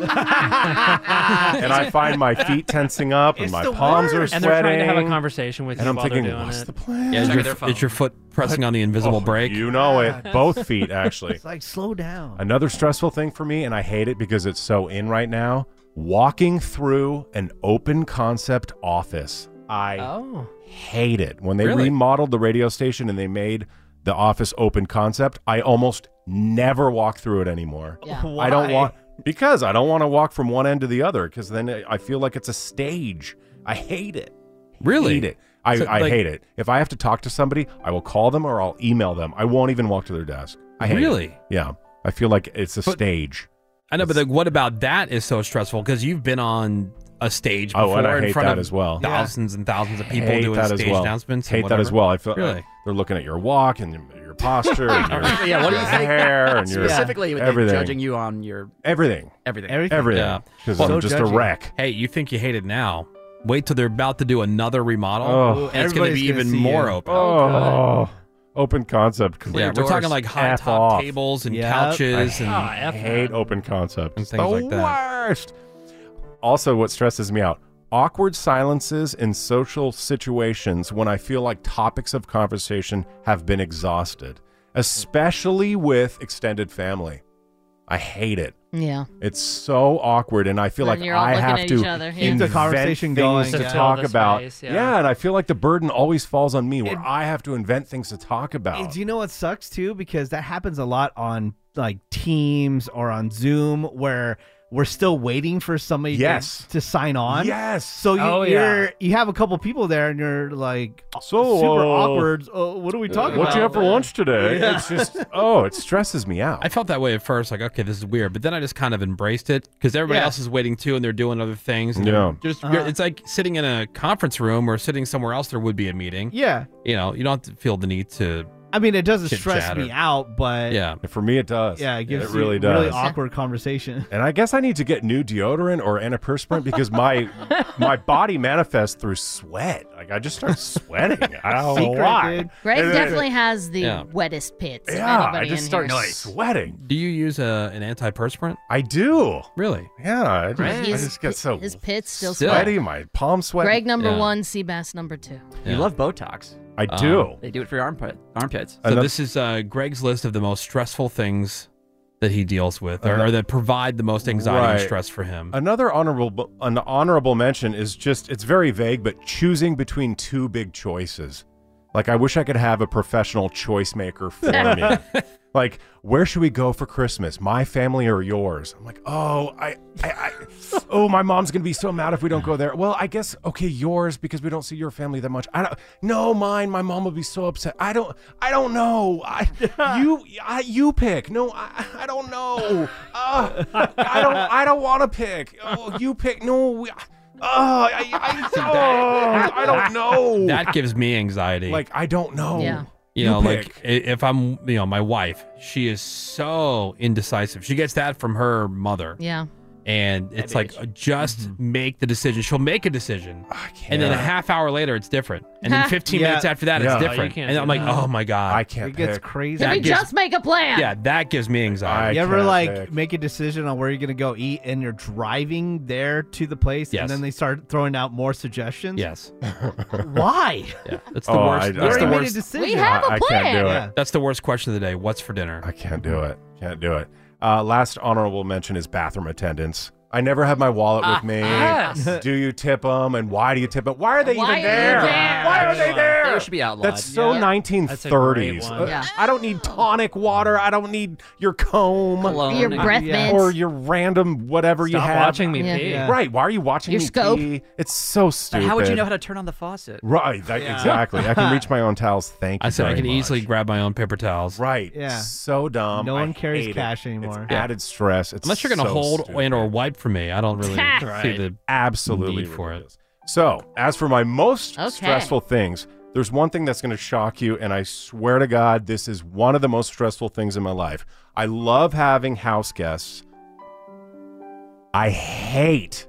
Speaker 8: and I find my feet tensing up, and
Speaker 18: It's
Speaker 8: my
Speaker 18: the
Speaker 8: palms
Speaker 18: worst.
Speaker 8: are
Speaker 18: And
Speaker 8: sweating.
Speaker 18: they're trying to have a conversation with
Speaker 8: and
Speaker 18: you
Speaker 8: I'm
Speaker 18: while they're
Speaker 8: thinking,
Speaker 18: doing
Speaker 8: what's
Speaker 18: it.
Speaker 8: the plan?
Speaker 4: Yeah, is your, is your foot pressing on the invisible
Speaker 8: Oh,
Speaker 4: brake?
Speaker 8: You know it. Both feet, actually.
Speaker 6: It's like slow down.
Speaker 8: Another stressful thing for me, and I hate it because it's so in right now walking through an open concept office. I
Speaker 18: Oh.
Speaker 8: hate it. When they
Speaker 18: Really?
Speaker 8: remodeled the radio station and they made the office open concept, I almost never walk through it anymore.
Speaker 18: Yeah.
Speaker 8: I don't
Speaker 18: Why?
Speaker 8: want because I don't want to walk from one end to the other because then I I feel like it's a stage. I hate it.
Speaker 4: Really?
Speaker 8: Hate it. I,
Speaker 4: So,
Speaker 8: I
Speaker 4: like-
Speaker 8: hate it. If I have to talk to somebody, I will call them or I'll email them. I won't even walk to their desk. I hate it.
Speaker 4: Really?
Speaker 8: Yeah. I feel like it's a stage.
Speaker 4: I know, but like, what about that is so stressful? Because you've been on a stage
Speaker 8: Oh,
Speaker 4: before
Speaker 8: and I
Speaker 4: in
Speaker 8: hate
Speaker 4: front
Speaker 8: that
Speaker 4: of
Speaker 8: as well. Yeah.
Speaker 4: thousands and thousands of people
Speaker 8: hate
Speaker 4: doing
Speaker 8: that
Speaker 4: stage
Speaker 8: as well.
Speaker 4: announcements. and
Speaker 8: Hate that as
Speaker 4: whatever.
Speaker 8: well. I feel
Speaker 4: Really?
Speaker 8: they're looking at your walk and your- your posture and your,
Speaker 7: yeah, what do
Speaker 8: your
Speaker 7: you think?
Speaker 8: hair and your
Speaker 7: specifically with
Speaker 8: everything.
Speaker 7: judging you on your
Speaker 8: Everything.
Speaker 7: everything.
Speaker 8: Everything. Because I'm just a wreck.
Speaker 4: Hey, you think you hate it now? Wait till they're about to do another remodel,
Speaker 8: Oh.
Speaker 4: and it's going to
Speaker 8: Everybody's
Speaker 4: be
Speaker 8: gonna
Speaker 4: even
Speaker 8: see
Speaker 4: more
Speaker 8: you.
Speaker 4: open.
Speaker 8: Oh, open concept.
Speaker 4: yeah, we're talking like high
Speaker 8: F
Speaker 4: top
Speaker 8: off.
Speaker 4: tables and
Speaker 8: Yep.
Speaker 4: couches
Speaker 8: I
Speaker 4: and
Speaker 8: hate, open concept
Speaker 4: and things
Speaker 8: the
Speaker 4: like that.
Speaker 8: Worst. Also, what stresses me out: awkward silences in social situations when I feel like topics of conversation have been exhausted, especially with extended family. I hate it.
Speaker 5: Yeah.
Speaker 8: It's so awkward, and I feel
Speaker 5: When
Speaker 8: like
Speaker 5: you're all
Speaker 8: I
Speaker 5: looking
Speaker 8: have
Speaker 5: at
Speaker 8: to
Speaker 5: each other, yeah. Keep the
Speaker 8: invent
Speaker 6: conversation
Speaker 8: things
Speaker 6: going,
Speaker 8: to
Speaker 6: yeah.
Speaker 8: talk
Speaker 6: Fill the
Speaker 8: about.
Speaker 6: space,
Speaker 8: yeah.
Speaker 6: yeah.
Speaker 8: and I feel like the burden always falls on me, where I have to invent things to talk about.
Speaker 6: And do you know what sucks too? Because that happens a lot on like Teams or on Zoom where we're still waiting for somebody to-
Speaker 8: Yes.
Speaker 6: to, sign on.
Speaker 8: Yes.
Speaker 6: So you,
Speaker 8: Oh, yeah.
Speaker 6: you're you have a couple people there and you're like
Speaker 8: So,
Speaker 6: super
Speaker 8: uh,
Speaker 6: awkward. Oh, what are we talking
Speaker 8: What
Speaker 6: about?
Speaker 8: you have for lunch today?
Speaker 6: Yeah.
Speaker 8: It's just oh, it stresses me out.
Speaker 4: I felt that way at first, like okay, this is weird, but then I just kind of embraced it because everybody
Speaker 6: Yeah.
Speaker 4: else is waiting too, and they're doing other things. And
Speaker 8: Yeah.
Speaker 4: they're just
Speaker 6: Uh-huh.
Speaker 4: it's like sitting in a conference room or sitting somewhere else. There would be a meeting.
Speaker 6: Yeah.
Speaker 4: you know, you don't have to feel the need to.
Speaker 6: I mean, it doesn't
Speaker 4: Chit
Speaker 6: stress
Speaker 4: chat
Speaker 6: me
Speaker 4: or-
Speaker 6: out, but
Speaker 4: Yeah,
Speaker 8: for me it does.
Speaker 6: yeah, it gives
Speaker 8: it
Speaker 6: you
Speaker 8: really does.
Speaker 6: really awkward conversation.
Speaker 8: And I guess I need to get new deodorant or antiperspirant because my my body manifests through sweat. Like I just start sweating. I don't know
Speaker 4: Secret,
Speaker 8: why.
Speaker 4: dude.
Speaker 5: Greg
Speaker 8: And then-
Speaker 5: definitely has the
Speaker 4: Yeah.
Speaker 5: wettest pits. of
Speaker 8: Yeah, I
Speaker 5: anybody
Speaker 8: just
Speaker 5: in
Speaker 8: start
Speaker 5: here.
Speaker 8: sweating.
Speaker 4: Do you use a, an antiperspirant?
Speaker 8: I do.
Speaker 4: Really?
Speaker 8: Yeah, I just, I
Speaker 5: His
Speaker 8: just get
Speaker 5: pi-
Speaker 8: so
Speaker 5: his pits still
Speaker 8: sweaty.
Speaker 5: sweat.
Speaker 8: My palms sweat.
Speaker 5: Greg number one, Seabass number two.
Speaker 7: You love Botox.
Speaker 8: I do.
Speaker 7: They do it for your armpit, armpits.
Speaker 4: Uh-huh. So this is uh, Greg's list of the most stressful things that he deals with, or, or that provide the most anxiety and
Speaker 8: Right.
Speaker 4: stress for him.
Speaker 8: Another honorable an honorable mention is just it's very vague, but choosing between two big choices. Like I wish I could have a professional choice maker for me. Like, where should we go for Christmas? My family or yours? I'm like, oh, I, I, I oh, my mom's gonna be so mad if we don't go there. Well, I guess okay, yours because we don't see your family that much. I don't. No, mine. My mom will be so upset. I don't. I don't know. I, you, I, you pick. No, I, I don't know. Uh, I don't. I don't want to pick. Oh, you pick. No. We, Oh, I, I, oh, I don't know.
Speaker 4: That gives me anxiety.
Speaker 8: Like I don't know.
Speaker 4: Yeah. You, know, like i- if I'm, you know, my wife, she is so indecisive. She gets that from her mother.
Speaker 5: Yeah.
Speaker 4: and it's like just
Speaker 8: Mm-hmm.
Speaker 4: make the decision. She'll make a decision, and then a half hour later it's different, and then 15
Speaker 6: Yeah.
Speaker 4: minutes after that
Speaker 6: Yeah. No,
Speaker 4: it's
Speaker 6: you
Speaker 4: different.
Speaker 6: can't
Speaker 4: and
Speaker 6: do
Speaker 4: I'm like,
Speaker 6: that.
Speaker 4: oh my god, I
Speaker 8: can't.
Speaker 6: It gets crazy.
Speaker 5: Can we
Speaker 4: That gives-
Speaker 5: just make a plan?
Speaker 4: yeah, that gives me anxiety.
Speaker 6: you ever like make a decision on where you're gonna go eat, and you're driving there to the place,
Speaker 4: Yes.
Speaker 6: and then they start throwing out more suggestions?
Speaker 4: Yes.
Speaker 6: Why?
Speaker 4: Yeah, that's the
Speaker 8: Oh,
Speaker 4: worst.
Speaker 6: You
Speaker 4: that's
Speaker 6: already
Speaker 4: the
Speaker 6: made a
Speaker 4: worst.
Speaker 6: decision.
Speaker 8: I- I can't do it.
Speaker 4: That's the worst question of the day. What's for dinner?
Speaker 8: I can't do it. Can't do it. Uh, last honorable mention is bathroom attendants. I never have my wallet with me.
Speaker 11: yes.
Speaker 8: Do you tip them, and why do you tip them? Why are they
Speaker 11: Why
Speaker 8: even
Speaker 11: are they
Speaker 8: there?
Speaker 11: there?
Speaker 8: Why are they there?
Speaker 11: They should be outlawed.
Speaker 8: That's so
Speaker 11: Yeah. That's a great
Speaker 8: 1930s.
Speaker 11: one.
Speaker 8: Uh,
Speaker 11: Yeah.
Speaker 8: I don't need tonic water. I don't need your comb,
Speaker 11: Cologne. Your breath mints.
Speaker 8: or your random whatever you
Speaker 11: Stop
Speaker 8: have.
Speaker 11: watching me Yeah. pee. Yeah.
Speaker 8: Right? Why are you watching
Speaker 11: Your
Speaker 8: me
Speaker 11: scope.
Speaker 8: pee? It's so stupid.
Speaker 11: How would you know how to turn on the faucet?
Speaker 8: Right, that- exactly. I can reach my own towels. Thank you.
Speaker 4: I said I
Speaker 8: very
Speaker 4: can
Speaker 8: much.
Speaker 4: easily grab my own paper towels.
Speaker 8: Right.
Speaker 6: Yeah.
Speaker 8: So dumb.
Speaker 6: No
Speaker 8: I
Speaker 6: one carries
Speaker 8: hate it.
Speaker 6: cash anymore.
Speaker 8: It's added stress. It's
Speaker 4: Unless you're going to
Speaker 8: so
Speaker 4: hold
Speaker 8: stupid.
Speaker 4: and or wipe for me, I don't really see
Speaker 8: Right.
Speaker 4: the
Speaker 8: absolutely
Speaker 4: need for it.
Speaker 8: So, as for my most
Speaker 4: Okay.
Speaker 8: stressful things, there's one thing that's going to shock you, and I swear to God, this is one of the most stressful things in my life. I love having house guests. I hate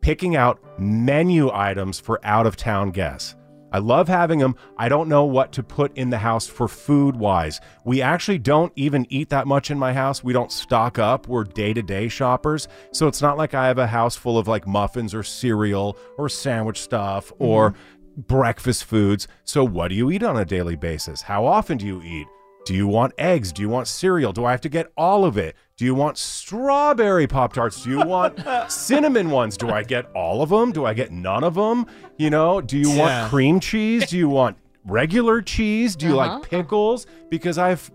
Speaker 8: picking out menu items for out of town guests. I love having them. I don't know what to put in the house for food wise. We actually don't even eat that much in my house. We don't stock up. We're day to day shoppers. So it's not like I have a house full of like muffins or cereal or sandwich stuff or breakfast foods. So what do you eat on a daily basis? How often do you eat? Do you want eggs? Do you want cereal? Do I have to get all of it? Do you want strawberry Pop Tarts? Do you want cinnamon ones? Do I get all of them? Do I get none of them? You know, do you
Speaker 11: Yeah.
Speaker 8: want cream cheese? Do you want regular cheese? Do you
Speaker 11: Uh-huh.
Speaker 8: like pickles? Because I have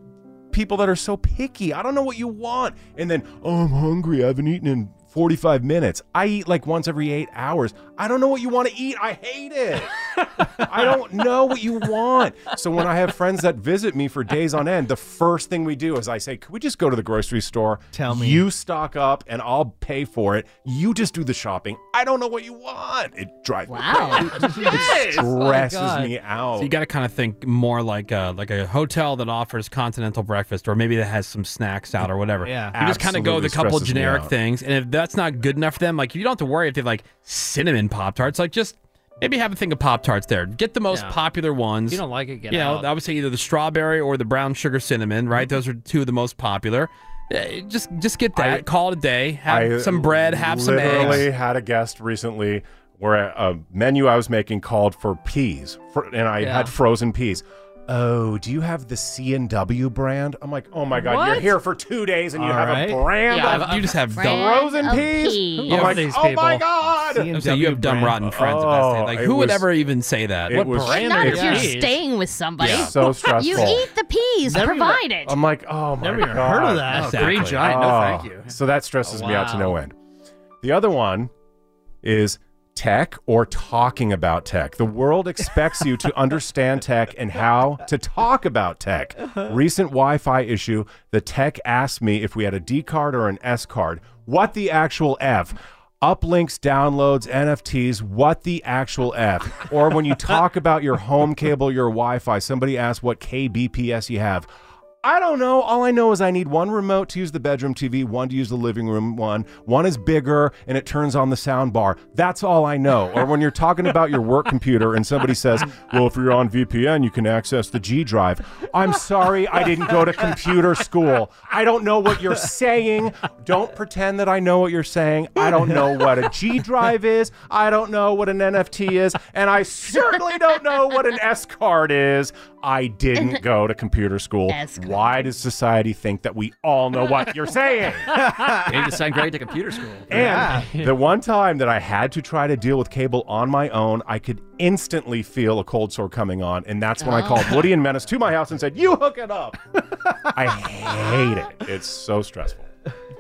Speaker 8: people that are so picky. I don't know what you want. And then, oh, I'm hungry. I haven't eaten in 45 minutes. I eat like once every eight hours. I don't know what you want to eat. I hate it. I don't know what you want. So when I have friends that visit me for days on end, the first thing we do is I say, "Can we just go to the grocery store? Tell me. You stock up, and I'll pay for it. You just do the shopping. I don't know what you want. It drives me. crazy. it
Speaker 18: Oh
Speaker 11: Oh
Speaker 8: stresses me out.
Speaker 4: So you got to kind of think more like a like a hotel that offers continental breakfast, or maybe that has some snacks out or whatever.
Speaker 11: Yeah.
Speaker 4: you just kind of go
Speaker 11: Absolutely
Speaker 4: with a couple
Speaker 11: stresses me
Speaker 4: generic
Speaker 11: out.
Speaker 4: things, and if that's not good enough for them, like you don't have to worry if they have like cinnamon pop tarts. Like just maybe have a thing of pop tarts there. Get the most
Speaker 18: Yeah.
Speaker 4: popular ones.
Speaker 18: You don't like it, get
Speaker 4: you know,
Speaker 18: out. Mm-hmm.
Speaker 4: I would say either the strawberry or the brown sugar cinnamon. Right, those are two of the most popular. Eh, Just just get that. Call it a day. Have
Speaker 8: I
Speaker 4: some bread. Have some
Speaker 8: Literally
Speaker 4: eggs.
Speaker 8: had a guest recently where a menu I was making called for peas, for, and I
Speaker 4: Yeah.
Speaker 8: had frozen peas. Oh, do you have the C and W brand? I'm like, oh my god, you're
Speaker 11: What?
Speaker 8: here for two days and you
Speaker 11: All
Speaker 8: have
Speaker 11: right.
Speaker 8: a brand.
Speaker 11: Yeah,
Speaker 8: of
Speaker 11: I've- You just have
Speaker 8: frozen
Speaker 11: dumb-
Speaker 8: frozen
Speaker 11: Brand of
Speaker 8: peas.
Speaker 11: peas.
Speaker 8: I'm
Speaker 11: Yeah,
Speaker 8: like,
Speaker 11: these
Speaker 8: oh my
Speaker 11: people.
Speaker 8: god.
Speaker 4: I'm saying you have dumb rotten friends. at best.
Speaker 8: Oh,
Speaker 4: Like
Speaker 8: it
Speaker 4: who would
Speaker 8: was-
Speaker 4: ever even say that?
Speaker 8: it What was- brand
Speaker 5: Not
Speaker 8: of
Speaker 5: if you're
Speaker 8: peas?
Speaker 5: staying with somebody.
Speaker 8: Yeah. So
Speaker 5: You
Speaker 8: stressful.
Speaker 5: eat the peas
Speaker 8: Never even-
Speaker 5: provided.
Speaker 8: I'm like, oh my
Speaker 5: Never
Speaker 8: god,
Speaker 5: even heard of that.
Speaker 11: Oh, Green Giant, no thank you.
Speaker 8: So that stresses me out to no
Speaker 11: Wow.
Speaker 8: end. The other one is tech or talking about tech. The world expects you to understand tech and how to talk about tech. Recent Wi-Fi issue. The tech asked me if we had a D card or an S card. What the actual f? Uplinks, downloads, NFTs, what the actual F. Or when you talk about your home cable, your Wi Fi, somebody asks what KBPS you have. I don't know. All I know is I need one remote to use the bedroom TV, one to use the living room one. One is bigger and it turns on the sound bar. That's all I know. Or when you're talking about your work computer and somebody says, "Well, if you're on VPN, you can access the G drive." I'm sorry, I didn't go to computer school. I don't know what you're saying. Don't pretend that I know what you're saying. I don't know what a G drive is. I don't know what an NFT is, and I certainly don't know what an S card is. I didn't go to computer school. Why does society think that we all know what you're saying?
Speaker 11: you need to send Greg to computer school.
Speaker 8: And the one time that I had to try to deal with cable on my own, I could instantly feel a cold sore coming on. And that's when I called Woody and Menace to my house and said, You hook it up. I hate it. It's so stressful.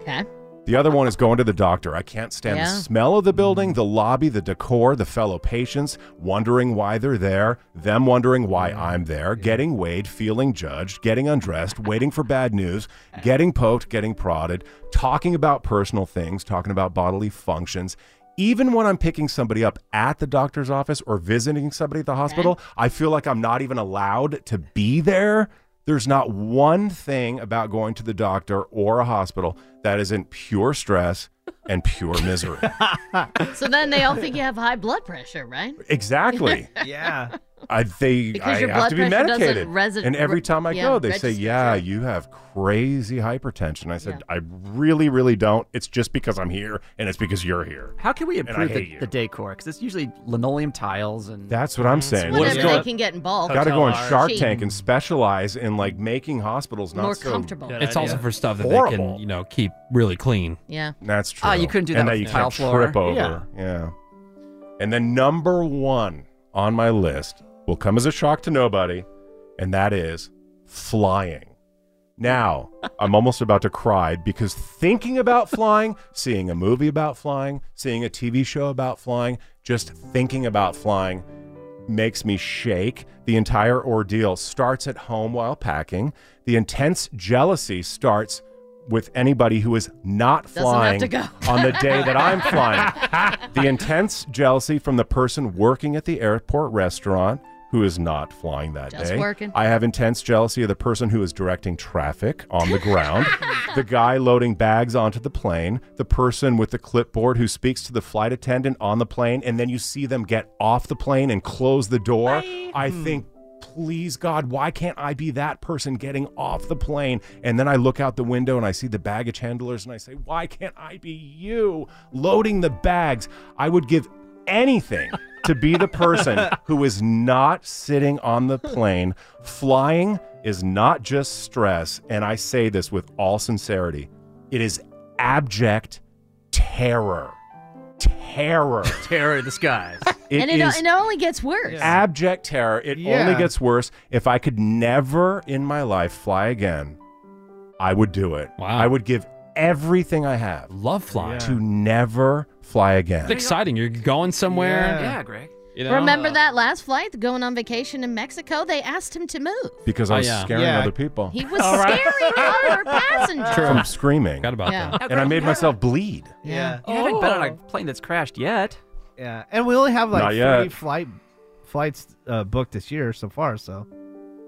Speaker 5: Okay.
Speaker 8: The other one is going to the doctor. I can't stand
Speaker 5: Yeah.
Speaker 8: the smell of the building, the lobby, the decor, the fellow patients, wondering why they're there, them wondering why I'm there, getting weighed, feeling judged, getting undressed, waiting for bad news, getting poked, getting prodded, talking about personal things, talking about bodily functions. Even when I'm picking somebody up at the doctor's office or visiting somebody at the hospital, I feel like I'm not even allowed to be there. There's not one thing about going to the doctor or a hospital that isn't pure stress, and pure misery.
Speaker 5: So then they all think you have high blood pressure, right?
Speaker 8: Exactly.
Speaker 6: yeah.
Speaker 8: I they
Speaker 5: Because
Speaker 8: I
Speaker 5: your
Speaker 8: have to be
Speaker 5: blood pressure doesn't
Speaker 8: medicated.
Speaker 5: resi-
Speaker 8: and every time I
Speaker 5: yeah,
Speaker 8: go, they say,
Speaker 5: register,
Speaker 8: "Yeah, you have crazy hypertension." I said, "I really, really don't. It's just because I'm here, and it's because you're here."
Speaker 11: How can we
Speaker 8: And I
Speaker 11: improve
Speaker 8: hate
Speaker 11: the,
Speaker 8: you.
Speaker 11: the decor? Because it's usually linoleum tiles and.
Speaker 8: That's what I'm saying.
Speaker 5: Whatever
Speaker 8: Let's go-
Speaker 5: they can get involved.
Speaker 8: Got to go on Shark Tank and specialize in like making hospitals not
Speaker 5: More
Speaker 8: so
Speaker 5: comfortable. Good
Speaker 4: It's also for stuff that they
Speaker 8: Horrible.
Speaker 4: can, you know, keep really clean.
Speaker 5: Yeah.
Speaker 8: That's true.
Speaker 11: Ah, you couldn't do that
Speaker 8: and
Speaker 11: with
Speaker 8: you
Speaker 11: tile
Speaker 8: can't
Speaker 11: floor.
Speaker 8: trip over.
Speaker 11: Yeah.
Speaker 8: Yeah. And then number one on my list will come as a shock to nobody, and that is flying. Now, I'm almost about to cry because thinking about flying, seeing a movie about flying, seeing a TV show about flying, just thinking about flying makes me shake. The entire ordeal starts at home while packing. The intense jealousy starts with anybody who is not
Speaker 5: Doesn't have
Speaker 8: flying
Speaker 5: to go.
Speaker 8: on the day that I'm flying. the intense jealousy from the person working at the airport restaurant who is not flying that
Speaker 5: Just
Speaker 8: day.
Speaker 5: working.
Speaker 8: I have intense jealousy of the person who is directing traffic on the ground, the guy loading bags onto the plane, the person with the clipboard who speaks to the flight attendant on the plane, and then you see them get off the plane and close the door. I think. Please, God, why can't I be that person getting off the plane? And then I look out the window and I see the baggage handlers and I say, Why can't I be you loading the bags? I would give anything to be the person who is not sitting on the plane. Flying is not just stress, and I say this with all sincerity it is abject terror. Terror.
Speaker 11: Terror of the skies.
Speaker 5: and it, it only gets worse.
Speaker 8: abject terror. It only
Speaker 5: Yeah.
Speaker 8: gets worse. If I could never in my life fly again, I would do it. Wow. I would give everything I have.
Speaker 4: Love flying.
Speaker 8: To never fly again.
Speaker 4: It's exciting. You're going somewhere.
Speaker 11: Greg.
Speaker 4: You know?
Speaker 5: Remember that last flight going on vacation in Mexico? They asked him to move.
Speaker 8: Because I
Speaker 4: Oh,
Speaker 8: was
Speaker 4: yeah.
Speaker 8: scaring
Speaker 4: Yeah.
Speaker 8: other people.
Speaker 5: He was scaring other passengers.
Speaker 8: from screaming. Got
Speaker 4: about
Speaker 5: Yeah. that.
Speaker 8: And I made myself bleed.
Speaker 6: Yeah.
Speaker 11: You haven't been on a plane that's crashed yet.
Speaker 6: Yeah. And we only have like
Speaker 8: Not
Speaker 6: three
Speaker 8: yet.
Speaker 6: flight flights uh, booked this year so far, so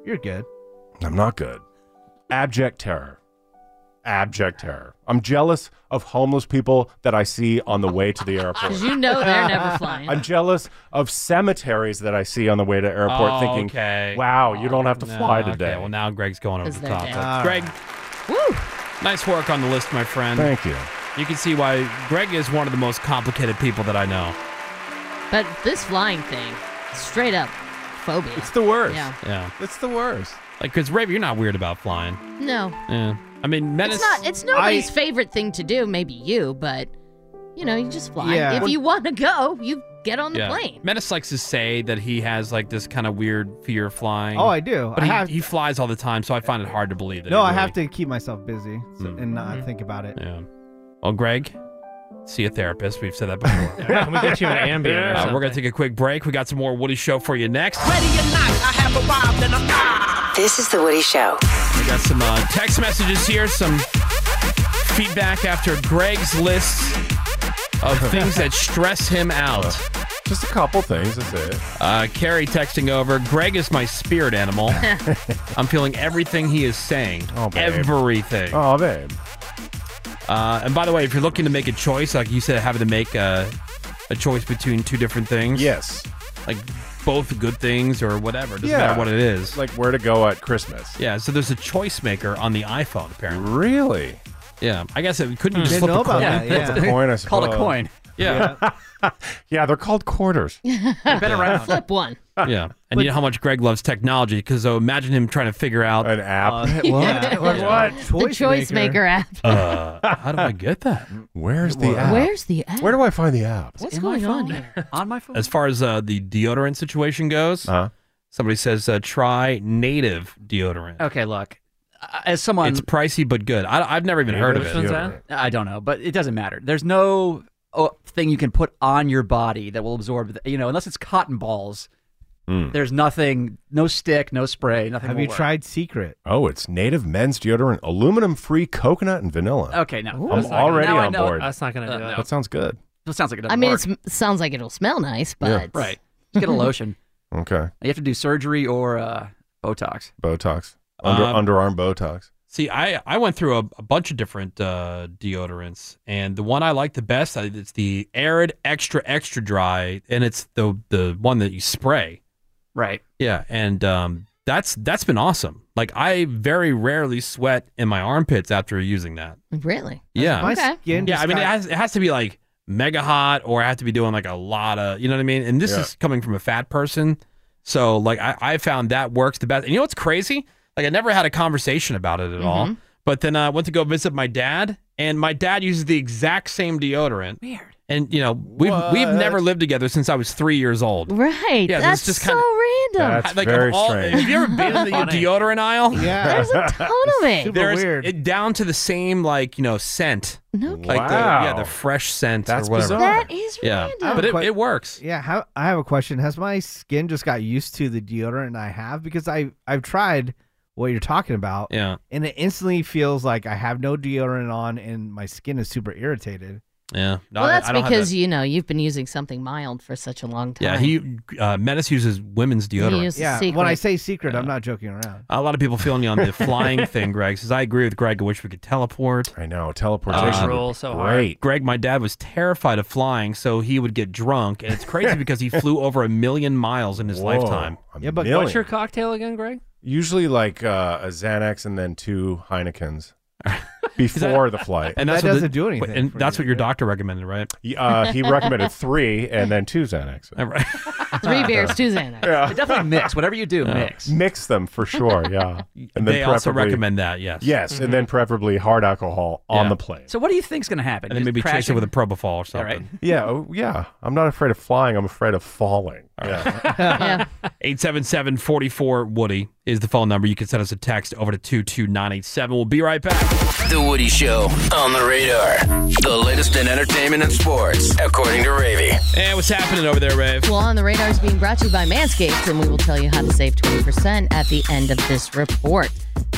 Speaker 6: you're good.
Speaker 8: I'm not good. Abject terror. Abject terror. I'm jealous of homeless people that I see on the way to the airport.
Speaker 5: 'Cause you know they're never flying.
Speaker 8: I'm jealous of cemeteries that I see on the way to airport
Speaker 4: Oh,
Speaker 8: thinking,
Speaker 4: okay. Oh,
Speaker 8: wow, you don't have to
Speaker 4: No,
Speaker 8: fly
Speaker 4: okay.
Speaker 8: today.
Speaker 4: Well, now Greg's going over
Speaker 5: 'Cause
Speaker 4: the
Speaker 5: they're
Speaker 4: top.
Speaker 5: dead. All
Speaker 4: Greg,
Speaker 5: Woo!
Speaker 4: nice work on the list, my friend.
Speaker 8: Thank you.
Speaker 4: You can see why Greg is one of the most complicated people that I know.
Speaker 5: But this flying thing, straight up phobia.
Speaker 4: It's the worst.
Speaker 5: Yeah.
Speaker 4: Yeah.
Speaker 8: It's the worst.
Speaker 4: Like, because, Raven, you're not weird about flying.
Speaker 5: No.
Speaker 4: Yeah. I mean, Menace.
Speaker 5: It's not. It's nobody's favorite thing to do. Maybe you, but you know, you just fly.
Speaker 4: Yeah.
Speaker 5: If
Speaker 4: Well-
Speaker 5: you want to go, you get on the plane.
Speaker 4: Menace likes to say that he has like this kind of weird fear of flying.
Speaker 6: Oh, I do.
Speaker 4: But
Speaker 6: I
Speaker 4: he,
Speaker 6: have-
Speaker 4: he flies all the time, so I find it hard to believe that.
Speaker 6: No,
Speaker 4: he Mm.
Speaker 6: I
Speaker 4: really-
Speaker 6: have to keep myself busy so- and not
Speaker 5: Mm-hmm.
Speaker 6: think about it.
Speaker 4: Yeah. Well, Greg, see a therapist. We've said that before.
Speaker 18: Yeah, we get you an Ambien or
Speaker 4: Uh, we're gonna take a quick break. We got some more Woody Show for you next.
Speaker 15: This is The Woody Show.
Speaker 4: We got some uh, text messages here, some feedback after Greg's list of things that stress him out.
Speaker 8: Just a couple things, that's it.
Speaker 4: Uh, Carrie texting over, Greg is my spirit animal. I'm feeling everything he is saying. Oh,
Speaker 8: babe.
Speaker 4: Everything.
Speaker 8: Oh, babe.
Speaker 4: Uh, and by the way, if you're looking to make a choice, like you said, having to make a, a choice between two different things.
Speaker 8: Yes.
Speaker 4: Like both good things or whatever. Doesn't matter what it is.
Speaker 8: Like where to go at Christmas.
Speaker 4: Yeah, so there's a choice maker on the iPhone, apparently.
Speaker 8: Really?
Speaker 4: Yeah, I guess it couldn't you
Speaker 8: Hmm.
Speaker 4: just
Speaker 8: Didn't
Speaker 4: flip
Speaker 8: know
Speaker 4: a coin.
Speaker 8: about that, Yeah, yeah. flip a coin, I Called a suppose. coin.
Speaker 4: Yeah. Yeah.
Speaker 8: Yeah, they're called quarters.
Speaker 5: Been
Speaker 4: around.
Speaker 5: Flip one.
Speaker 4: And you know how much Greg loves technology because so imagine him trying to figure out an
Speaker 8: app.
Speaker 5: Yeah. the choice maker, app.
Speaker 4: Uh, how do I get that?
Speaker 8: Where's the app?
Speaker 5: Where's the app?
Speaker 8: Where do I find the app?
Speaker 5: What's going on here?
Speaker 11: on my phone.
Speaker 4: As far as uh, the deodorant situation goes, somebody says uh, try native deodorant.
Speaker 11: Okay, look. Uh, As someone,
Speaker 4: It's pricey but good. I, I've never even heard of it.
Speaker 11: I don't know, but it doesn't matter. There's no oh, thing you can put on your body that will absorb. The, you know, unless it's cotton balls.
Speaker 8: Hmm.
Speaker 11: There's nothing, no stick, no spray, nothing.
Speaker 6: Have
Speaker 11: will
Speaker 6: you
Speaker 11: work.
Speaker 6: tried Secret?
Speaker 8: Oh, it's native men's deodorant, aluminum free coconut and vanilla.
Speaker 11: Okay, no.
Speaker 8: I'm
Speaker 11: That's not gonna-
Speaker 8: already
Speaker 11: now I
Speaker 8: on
Speaker 11: know-
Speaker 8: board.
Speaker 11: that's not gonna do it. Uh,
Speaker 8: That sounds good.
Speaker 11: That sounds like it doesn't
Speaker 5: I mean,
Speaker 11: work.
Speaker 5: it sounds like it'll smell nice, but
Speaker 11: right. Just get a lotion.
Speaker 8: Okay.
Speaker 11: You have to do surgery or uh, Botox.
Speaker 8: Botox. Under,
Speaker 11: Um,
Speaker 8: underarm Botox.
Speaker 4: See, I, I went through a, a bunch of different uh, deodorants, and the one I like the best I, it's the Arid Extra Extra Dry, and it's the the one that you spray.
Speaker 11: Right.
Speaker 4: Yeah, and um, that's that's been awesome. Like I very rarely sweat in my armpits after using that.
Speaker 5: Really?
Speaker 4: Yeah.
Speaker 5: My Okay. skin
Speaker 4: yeah,
Speaker 5: just
Speaker 4: I mean, it
Speaker 5: got-
Speaker 4: has, it has to be like mega hot, or I have to be doing like a lot of, you know what I mean? And this
Speaker 12: Yeah.
Speaker 4: is coming from a fat person. So, like, I, I found that works the best. And you know what's crazy? Like, I never had a conversation about it at
Speaker 5: Mm-hmm.
Speaker 4: all.
Speaker 12: Mhm.
Speaker 4: But then I went to go visit my dad, and my dad uses the exact same deodorant.
Speaker 5: Weird.
Speaker 4: And, you know, we've, we've
Speaker 5: What?
Speaker 4: never lived together since I was three years old.
Speaker 5: Right.
Speaker 4: Yeah,
Speaker 5: that's
Speaker 4: this just
Speaker 5: so
Speaker 4: kinda-
Speaker 5: random.
Speaker 4: I- like, of all- Have you ever been in the deodorant aisle?
Speaker 5: Yeah. There's a ton of it.
Speaker 4: There's It, down to the same like you know scent.
Speaker 5: No
Speaker 4: like the,
Speaker 6: Wow.
Speaker 4: yeah, the fresh scent
Speaker 6: That's
Speaker 4: or whatever.
Speaker 6: bizarre. That
Speaker 5: is
Speaker 4: yeah,
Speaker 6: I have
Speaker 4: but
Speaker 6: a
Speaker 4: it,
Speaker 6: que-
Speaker 4: it works.
Speaker 6: Yeah, how, I have a question. Has my skin just got used to the deodorant I have? Because I I've tried what you're talking about.
Speaker 4: Yeah.
Speaker 6: and it instantly feels like I have no deodorant on, and my skin is super irritated.
Speaker 4: Yeah, No,
Speaker 5: well,
Speaker 4: I-
Speaker 5: that's
Speaker 4: I don't have
Speaker 5: because
Speaker 4: that.
Speaker 5: you know you've been using something mild for such a long time.
Speaker 4: yeah he uh, menace uses women's deodorant.
Speaker 5: uses
Speaker 6: yeah,
Speaker 5: secret.
Speaker 6: when I say secret, I'm not joking around.
Speaker 4: A lot of people feeling you on the flying thing, Greg. Says I agree with Greg. I wish we could teleport.
Speaker 8: I know teleportation.
Speaker 4: would
Speaker 8: Rule
Speaker 4: be
Speaker 8: so hard. great.
Speaker 4: Greg, my dad was terrified of flying, so he would get drunk, and it's crazy because he flew over a million miles in his
Speaker 8: Whoa,
Speaker 4: lifetime.
Speaker 8: a Yeah, but- million.
Speaker 18: What's your cocktail again, Greg?
Speaker 8: Usually like uh, a Xanax and then two Heinekens before the flight.
Speaker 4: And that's what the- wait, And that's what your doctor recommended, right?
Speaker 8: Uh, he recommended three and then two Xanax.
Speaker 5: Three
Speaker 11: Ah.
Speaker 5: beers, two Xanax.
Speaker 8: Yeah.
Speaker 11: Definitely mix. Whatever you do,
Speaker 4: Uh,
Speaker 8: Yeah.
Speaker 11: mix.
Speaker 8: Mix them for sure, yeah.
Speaker 4: They also recommend that, yes.
Speaker 8: Yes,
Speaker 5: Mm.
Speaker 8: and then preferably hard alcohol on
Speaker 4: Yeah.
Speaker 8: the plane.
Speaker 11: So what do you think's going to happen?
Speaker 4: And then maybe chase it with a propofol or something.
Speaker 8: Yeah, oh, yeah. I'm not afraid of flying. I'm afraid of falling. Yeah.
Speaker 4: 877 44 Woody is the phone number. You can send us a text over to 22987. We'll be right back.
Speaker 10: The Woody Show on the radar. The latest in entertainment and sports, according to Ravy.
Speaker 4: And what's happening over there, Rave?
Speaker 5: Well, on the radar is being brought to you by Manscaped, and we will tell you how to save 20% at the end of this report.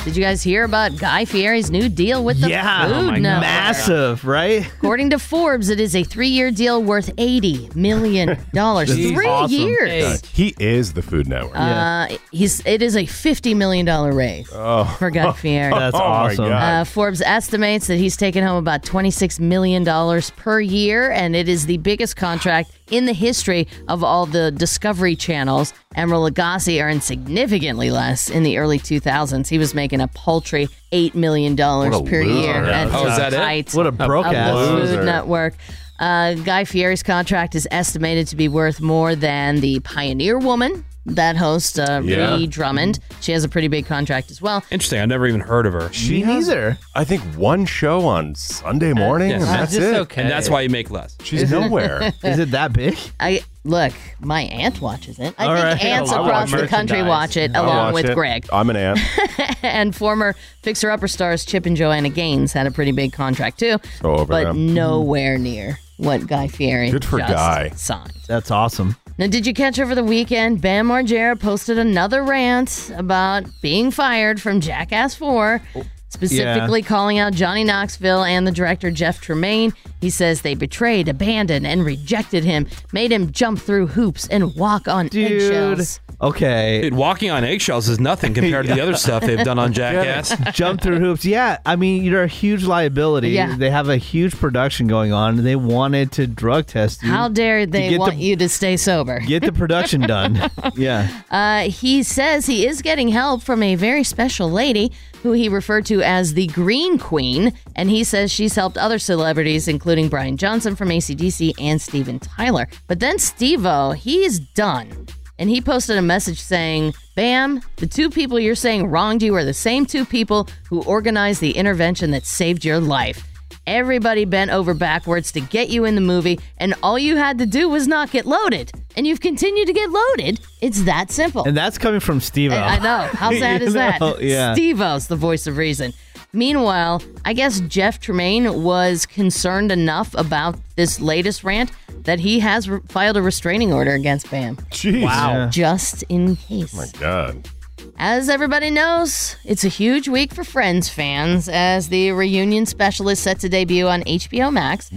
Speaker 5: Did you guys hear about Guy Fieri's new deal with the
Speaker 6: Yeah,
Speaker 4: oh
Speaker 5: Food Network?
Speaker 6: massive, right?
Speaker 5: According to Forbes, it is a three-year deal worth eighty million dollars.
Speaker 8: Jeez.
Speaker 5: Three
Speaker 8: Awesome.
Speaker 5: years.
Speaker 8: He is the Food Network.
Speaker 5: Uh, he's it is a fifty million dollar raise
Speaker 8: Oh.
Speaker 5: for Guy Fieri.
Speaker 8: That's Oh my awesome. God.
Speaker 5: Uh, Forbes estimates that he's taken home about twenty six million dollars per year, and it is the biggest contract in the history of all the Discovery channels. Emeril Lagasse earned significantly less in the early two thousands. He was making a paltry eight million dollars
Speaker 6: What a
Speaker 5: per
Speaker 6: loser.
Speaker 5: year.
Speaker 6: Yeah,
Speaker 5: at
Speaker 6: that
Speaker 5: the
Speaker 6: sucks.
Speaker 5: height
Speaker 6: What a
Speaker 5: of
Speaker 6: broke
Speaker 5: the
Speaker 6: ass.
Speaker 5: Food
Speaker 6: Loser.
Speaker 5: Network. Uh, Guy Fieri's contract is estimated to be worth more than the Pioneer Woman that hosts uh,
Speaker 4: Yeah.
Speaker 5: Ree Drummond. She has a pretty big contract as well.
Speaker 4: Interesting. I never even heard of her.
Speaker 8: She has, I think, one show on Sunday morning, and that's it.
Speaker 4: And that's why you make less.
Speaker 8: She's nowhere.
Speaker 5: Is
Speaker 6: it that big?
Speaker 5: I look. My aunt watches it. I
Speaker 8: All
Speaker 5: think
Speaker 8: right.
Speaker 5: aunts
Speaker 8: I
Speaker 5: across
Speaker 8: watch
Speaker 5: the country
Speaker 8: merchandise.
Speaker 5: watch it
Speaker 8: I
Speaker 5: along
Speaker 8: watch
Speaker 5: with
Speaker 8: it.
Speaker 5: Greg.
Speaker 8: I'm an ant. Oh
Speaker 5: and former Fixer Upper stars Chip and Joanna Gaines had a pretty big contract too,
Speaker 8: So over
Speaker 5: but
Speaker 8: them.
Speaker 5: nowhere near what Guy Fieri.
Speaker 6: Good for
Speaker 5: just
Speaker 6: Guy.
Speaker 5: Signed.
Speaker 6: That's awesome.
Speaker 5: Now, did you catch over the weekend? Bam Margera posted another rant about being fired from Jackass 4,
Speaker 6: Oh,
Speaker 5: specifically calling out Johnny Knoxville and the director Jeff Tremaine. He says they betrayed, abandoned, and rejected him, made him jump through hoops and walk on eggshells.
Speaker 6: Okay.
Speaker 4: Dude, walking on eggshells is nothing compared to the other stuff they've done on Jackass.
Speaker 6: Jump through hoops. Yeah, I mean you're a huge liability.
Speaker 5: Yeah.
Speaker 6: They have a huge production going on. They wanted to drug test you.
Speaker 5: How dare they
Speaker 6: get
Speaker 5: want
Speaker 6: the-
Speaker 5: you to stay sober?
Speaker 6: get the production done? yeah.
Speaker 5: Uh, he says he is getting help from a very special lady who he referred to as the Green Queen. And he says she's helped other celebrities, including Brian Johnson from ACDC and Steven Tyler. But then Steve O, he's done. And he posted a message saying, Bam, the two people you're saying wronged you are the same two people who organized the intervention that saved your life. Everybody bent over backwards to get you in the movie, and all you had to do was not get loaded. And you've continued to get loaded. It's that simple.
Speaker 6: And that's coming from Steve.
Speaker 5: I
Speaker 12: Oh,
Speaker 5: know. How sad is that?
Speaker 6: Yeah.
Speaker 5: Steve O's the voice of reason. Meanwhile, I guess Jeff Tremaine was concerned enough about this latest rant that he has re- filed a restraining order against Bam.
Speaker 8: Jeez. Wow. Yeah.
Speaker 5: Just in case.
Speaker 8: my God.
Speaker 5: As everybody knows, it's a huge week for Friends fans as the reunion special is set to debut on HBO Max.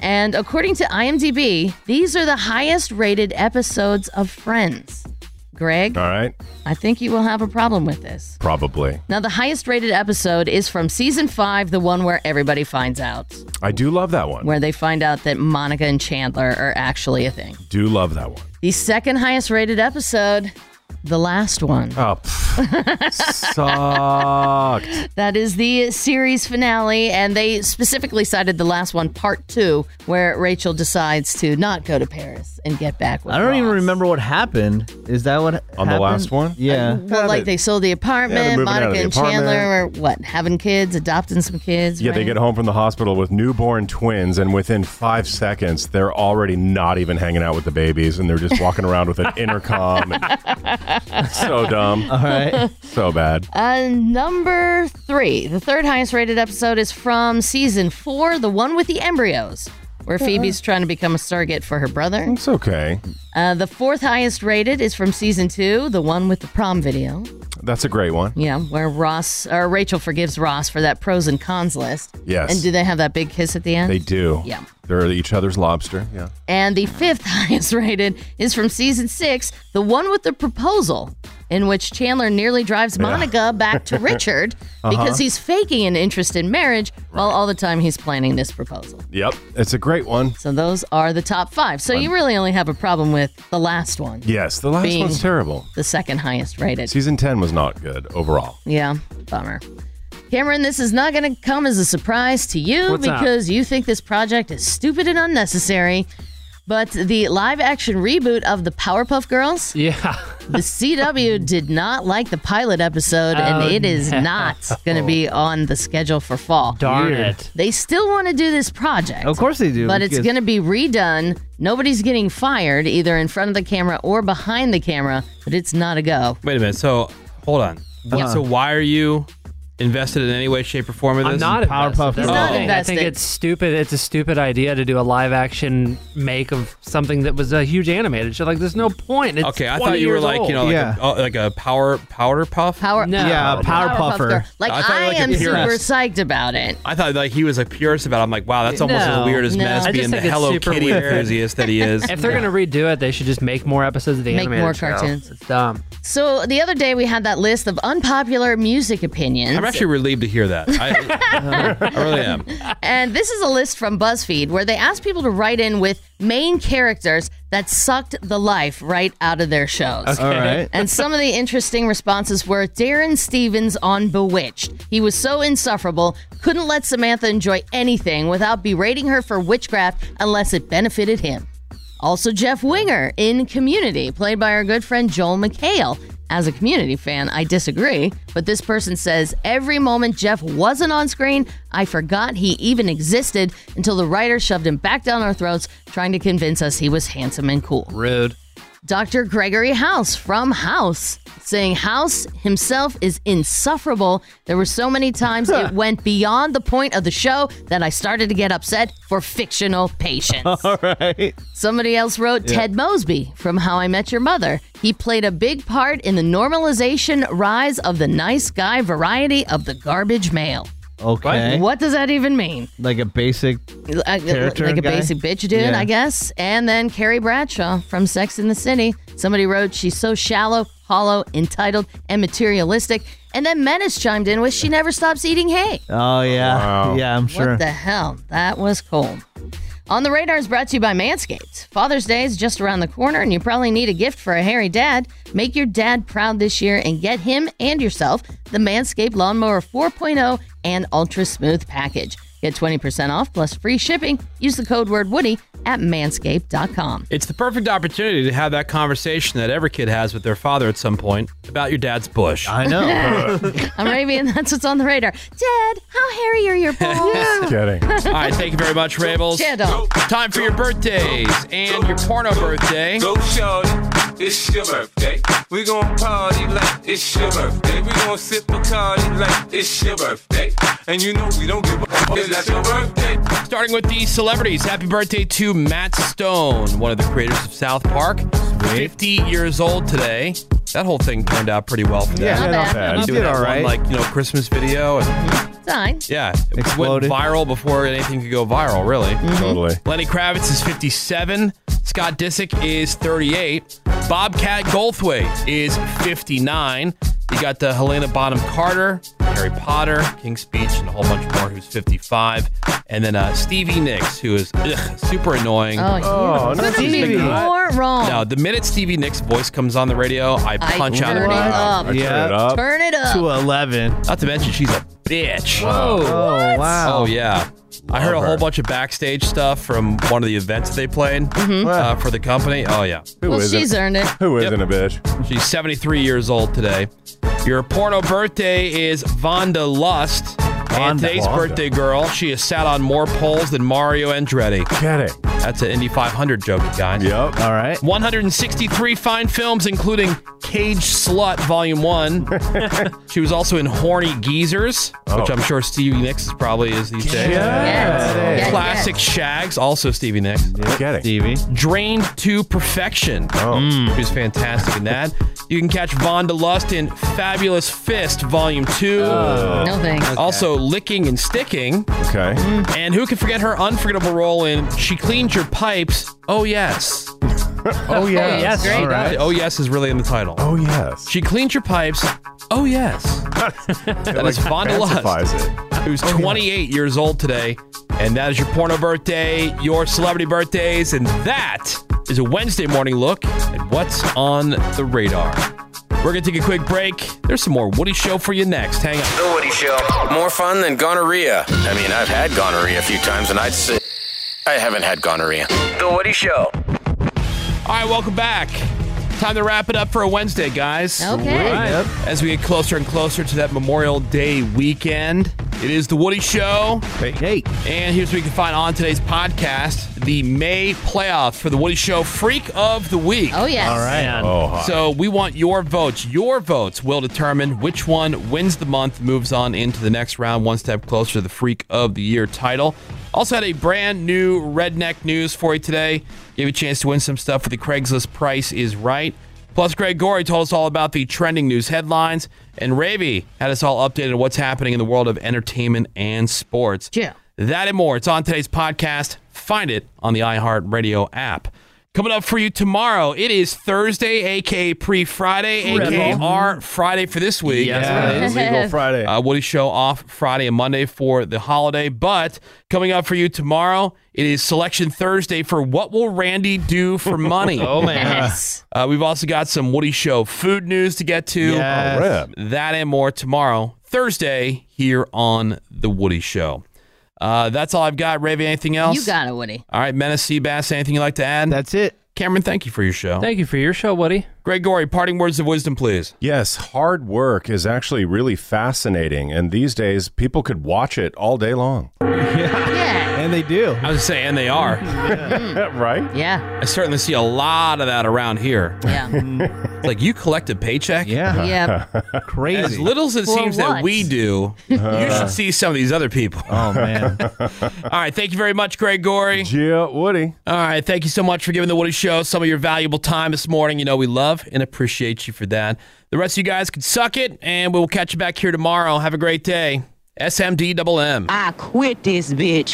Speaker 5: And according to IMDb, these are the highest rated episodes of Friends. Greg,
Speaker 8: All right.
Speaker 5: I think you will have a problem with this.
Speaker 8: Probably.
Speaker 5: Now, the highest rated episode is from season five, the one where everybody finds out,
Speaker 8: I do love that one.
Speaker 5: where they find out that Monica and Chandler are actually a thing.
Speaker 8: Do love that one.
Speaker 5: The second highest rated episode, the last one.
Speaker 8: Oh, pff, sucked.
Speaker 5: That is the series finale, and they specifically cited the last one, part two, where Rachel decides to not go to Paris and get back with
Speaker 6: I don't even remember what happened. Is that what
Speaker 8: On the
Speaker 6: happened?
Speaker 8: last one?
Speaker 6: Yeah.
Speaker 5: Well, like they sold the apartment,
Speaker 8: moving out
Speaker 5: Monica
Speaker 8: of the
Speaker 5: and Chandler are what, having kids, adopting some kids.
Speaker 8: Yeah, they
Speaker 5: right?
Speaker 8: get home from the hospital with newborn twins, and within five seconds, they're already not even hanging out with the babies, and they're just walking around with an intercom. and- so dumb.
Speaker 5: All right.
Speaker 8: So bad.
Speaker 5: Uh, number three, the third highest rated episode is from season four, the one with the embryos, where
Speaker 8: Yeah.
Speaker 5: Phoebe's trying to become a surrogate for her brother.
Speaker 8: It's okay.
Speaker 5: Uh, the fourth highest rated is from season two, the one with the prom video.
Speaker 8: That's a great one.
Speaker 5: Yeah, where Ross or Rachel forgives Ross for that pros and cons list.
Speaker 8: Yes.
Speaker 5: And do they have that big kiss at the end?
Speaker 8: They do.
Speaker 5: Yeah.
Speaker 8: They're each other's lobster. Yeah.
Speaker 5: And the fifth highest rated is from season six, the one with the proposal, in which Chandler nearly drives
Speaker 8: Yeah.
Speaker 5: Monica back to Richard because
Speaker 8: Uh-huh.
Speaker 5: he's faking an interest in marriage while all the time he's planning this proposal.
Speaker 8: Yep. It's a great one.
Speaker 5: So those are the top five. So you really only have a problem with the last one,
Speaker 8: Yes, the last
Speaker 5: Being-
Speaker 8: one's terrible.
Speaker 5: the second highest rated.
Speaker 8: Season 10 was not good overall.
Speaker 5: Yeah, bummer. Cameron, this is not going to come as a surprise to you
Speaker 8: What's up?
Speaker 5: because you think this project is stupid and unnecessary. But the live action reboot of the Powerpuff Girls,
Speaker 18: Yeah.
Speaker 5: the CW did not like the pilot episode, and
Speaker 18: Oh,
Speaker 5: it is
Speaker 18: no.
Speaker 5: not going to be on the schedule for fall.
Speaker 18: Darn Weird. it.
Speaker 5: They still want to do this project.
Speaker 6: Of course Oh, they do,
Speaker 5: But it's
Speaker 6: because-
Speaker 5: going to be redone. Nobody's getting fired either in front of the camera or behind the camera, but it's not a go.
Speaker 4: Wait a minute. So hold on.
Speaker 5: What?
Speaker 4: So why are you invested in any way, shape, or form in
Speaker 18: I'm
Speaker 4: this?
Speaker 18: not invested. That's the thing. I
Speaker 5: invested.
Speaker 18: think it's stupid. It's a stupid idea to do a live action make of something that was a huge animated show. Like, there's no point. It's
Speaker 4: okay, I
Speaker 18: 20
Speaker 4: thought you were
Speaker 18: years
Speaker 4: like
Speaker 18: old.
Speaker 4: you know like, a, oh, like a power powder puff.
Speaker 5: Power,
Speaker 18: No. Yeah, a power
Speaker 5: Powerpuff
Speaker 4: puffer.
Speaker 5: Girl. Like
Speaker 4: I thought
Speaker 5: I,
Speaker 4: you were, like, a
Speaker 5: am super
Speaker 4: purist.
Speaker 5: psyched about it.
Speaker 4: I thought like he was a purist about. It. I'm like, wow, that's almost
Speaker 5: No,
Speaker 4: as weird as
Speaker 5: no. I
Speaker 4: Mess
Speaker 5: just
Speaker 4: being the
Speaker 18: think it's
Speaker 4: Hello
Speaker 18: super
Speaker 4: Kitty
Speaker 18: weird.
Speaker 4: enthusiast that he is.
Speaker 18: If they're gonna redo it, they should just make more episodes of the
Speaker 5: Make
Speaker 18: animated
Speaker 5: more
Speaker 18: show.
Speaker 5: cartoons.
Speaker 18: It's dumb.
Speaker 5: So the other day we had that list of unpopular music opinions.
Speaker 4: I'm actually relieved to hear that. I, I really am.
Speaker 5: and this is a list from BuzzFeed where they asked people to write in with main characters that sucked the life right out of their shows.
Speaker 6: Okay. All right.
Speaker 5: And some of the interesting responses were Darren Stevens on Bewitched. He was so insufferable, couldn't let Samantha enjoy anything without berating her for witchcraft unless it benefited him. Also, Jeff Winger in Community, played by our good friend Joel McHale. As a community fan, I disagree, but this person says every moment Jeff wasn't on screen, I forgot he even existed until the writer shoved him back down our throats, trying to convince us he was handsome and cool.
Speaker 18: Rude.
Speaker 5: Dr. Gregory House from House saying House himself is insufferable. There were so many times it went beyond the point of the show that I started to get upset for fictional patience.
Speaker 6: All right.
Speaker 5: Somebody else wrote
Speaker 6: Yeah.
Speaker 5: Ted Mosby from How I Met Your Mother. He played a big part in the normalization rise of the nice guy variety of the garbage mail.
Speaker 6: Okay.
Speaker 5: What does that even mean?
Speaker 6: Like a basic
Speaker 5: I-
Speaker 6: character
Speaker 5: uh, like a
Speaker 6: guy?
Speaker 5: basic bitch dude,
Speaker 6: Yeah.
Speaker 5: I guess. And then Carrie Bradshaw from Sex in the City. Somebody wrote, She's so shallow, hollow, entitled, and materialistic. And then Menace chimed in with, She never stops eating hay.
Speaker 6: Oh yeah. Yeah, I'm sure.
Speaker 5: What the hell? That was cold. On the Radar is brought to you by Manscaped. Father's Day is just around the corner, and you probably need a gift for a hairy dad. Make your dad proud this year and get him and yourself the Manscaped Lawnmower 4.0 and Ultra Smooth Package. Get 20% off plus free shipping. Use the code word Woody at manscaped.com.
Speaker 4: It's the perfect opportunity to have that conversation that every kid has with their father at some point about your dad's bush. I
Speaker 6: know.
Speaker 5: I'm Ravian, that's what's on the radar. Dad, how hairy are your balls?
Speaker 8: Kidding.
Speaker 4: All right, thank you very much, Rabels.
Speaker 5: Yeah, dog.
Speaker 4: Time for your birthdays and your porno birthday.
Speaker 12: Go, shawty, it's your birthday. We gon' party like it's your birthday. We gon' sip a card like it's your birthday. And you know we don't give a fuck. It's not your birthday.
Speaker 4: Starting with the celebrities. Happy birthday to Matt Stone, one of the creators of South Park. 50 years old today. That whole thing turned out pretty well for them.
Speaker 5: Yeah, not bad.
Speaker 4: He's
Speaker 5: Not
Speaker 4: doing
Speaker 5: bad.
Speaker 4: that
Speaker 5: Did
Speaker 4: one,
Speaker 5: alright.
Speaker 4: like, you know, Christmas video. And,
Speaker 5: Fine.
Speaker 4: yeah, it went viral before anything could go viral, really.
Speaker 8: Mm-hmm. Totally.
Speaker 4: Lenny Kravitz is 57. Scott Disick is 38. Bobcat Goldthwait is 59. You got the Helena Bonham Carter, Harry Potter, King's Speech, and a whole bunch more who's 55. And then uh, Stevie Nicks, who is ugh, super annoying.
Speaker 5: Oh,
Speaker 8: Oh,
Speaker 5: you
Speaker 8: no,
Speaker 5: couldn't be
Speaker 8: Stevie.
Speaker 5: more wrong.
Speaker 4: Now, the minute Stevie Nicks' voice comes on the radio, I
Speaker 5: I
Speaker 4: punch out
Speaker 5: turn
Speaker 4: of
Speaker 5: it
Speaker 4: my-
Speaker 5: up.
Speaker 4: I turn it up.
Speaker 5: Turn it up.
Speaker 4: To
Speaker 6: 11.
Speaker 4: Not to mention, she's a bitch.
Speaker 6: Whoa. Oh, What? wow.
Speaker 4: Oh, yeah. I heard a whole bunch of backstage stuff from one of the events they played uh, for the company. Oh, yeah.
Speaker 5: Mm-hmm. well, she's earned it.
Speaker 8: Who isn't a bitch?
Speaker 4: She's 73 years old today. Your porno birthday is Vonda Lust. and today's
Speaker 8: Vonda.
Speaker 4: birthday girl, she has sat on more polls than Mario Andretti.
Speaker 8: Get it.
Speaker 4: That's an Indy 500 joke, guys.
Speaker 8: Yep.
Speaker 6: All right.
Speaker 4: 163 fine films, including Cage Slut Volume 1. she was also in Horny Geezers, which
Speaker 8: Oh.
Speaker 4: I'm sure Stevie Nicks probably is these days.
Speaker 8: Yes. Yes.
Speaker 4: Classic Shags, also Stevie Nicks.
Speaker 8: Get it.
Speaker 6: Stevie.
Speaker 4: Drained to Perfection. Oh. She was fantastic in that. You can catch Vonda Lust in Fabulous Fist Volume 2.
Speaker 5: No thanks. Okay.
Speaker 4: Also, Licking and Sticking.
Speaker 8: Oh. Okay.
Speaker 4: And who can forget her unforgettable role in She Cleaned Your Pipes? Oh, yes.
Speaker 8: Oh, yes.
Speaker 4: yes.
Speaker 8: Great.
Speaker 4: All right. Oh, yes is really in the title.
Speaker 8: Oh, yes.
Speaker 4: She cleaned your pipes. Oh, yes. that is Vonda Lust,
Speaker 8: fancifies it.
Speaker 4: who's 28 years old today. And that is your porno birthday, your celebrity birthdays. And that is a Wednesday morning look at what's on the radar. We're going to take a quick break. There's some more Woody Show for you next. Hang on.
Speaker 10: The Woody Show. More fun than gonorrhea. I mean, I've had gonorrhea a few times, and I'd say I haven't had gonorrhea. The Woody Show.
Speaker 4: All right, welcome back. Time to wrap it up for a Wednesday, guys.
Speaker 5: Okay.
Speaker 4: All right. As we get closer and closer to that Memorial Day weekend, it is The Woody Show.
Speaker 6: Hey. hey.
Speaker 4: And here's what you can find on today's podcast the May playoffs for The Woody Show Freak of the Week.
Speaker 5: Oh, yes. All right.
Speaker 8: Oh, hi.
Speaker 4: So we want your votes. Your votes will determine which one wins the month, moves on into the next round, one step closer to the Freak of the Year title. Also had a brand new redneck news for you today. Give you a chance to win some stuff for the Craigslist Price is Right. Plus, Greg Gorey told us all about the trending news headlines, and Ravy had us all updated on what's happening in the world of entertainment and sports.
Speaker 5: Yeah.
Speaker 4: That and more. It's on today's podcast. Find it on the iHeartRadio app. Coming up for you tomorrow, it is Thursday, aka pre Friday, aka
Speaker 8: Rebel.
Speaker 4: our Friday for this week.
Speaker 8: Mm-hmm. Yes. Yeah. Legal Friday.
Speaker 4: Uh, Woody Show off Friday and Monday for the holiday. But coming up for you tomorrow, it is Selection Thursday for What Will Randy Do for Money?
Speaker 18: Oh, man.
Speaker 5: Yes.
Speaker 4: Uh, we've also got some Woody Show food news to get to.
Speaker 6: Yes.
Speaker 8: All
Speaker 4: That and more tomorrow, Thursday, here on The Woody Show. Uh, that's all I've got. Ravy, anything else?
Speaker 5: You got it, Woody.
Speaker 4: All right, Menace Seabass, anything you'd like to add?
Speaker 6: That's it.
Speaker 4: Cameron, thank you for your show.
Speaker 18: Thank you for your show, Woody.
Speaker 4: Greg Gorey, parting words of wisdom, please.
Speaker 8: Yes, hard work is actually really fascinating, and these days people could watch it all day long.
Speaker 5: Yeah.
Speaker 6: And they do.
Speaker 4: I was saying they are.
Speaker 8: right?
Speaker 5: Yeah.
Speaker 4: I certainly see a lot of that around here.
Speaker 5: Yeah.
Speaker 4: It's like you collect a paycheck.
Speaker 6: Yeah.
Speaker 5: yeah.
Speaker 4: As
Speaker 6: Crazy. Uh-huh.
Speaker 4: little as it
Speaker 5: For
Speaker 4: seems
Speaker 5: what?
Speaker 4: that we do, you should see some of these other people.
Speaker 6: Oh man.
Speaker 4: All right, thank you very much, Greg Gorey.
Speaker 8: Yeah, Woody.
Speaker 4: All right. Thank you so much for giving the Woody Show some of your valuable time this morning. You know, we love and appreciate you for that. The rest of you guys can suck it, and we'll catch you back here tomorrow. Have a great day. SMD double M.
Speaker 9: I quit this bitch.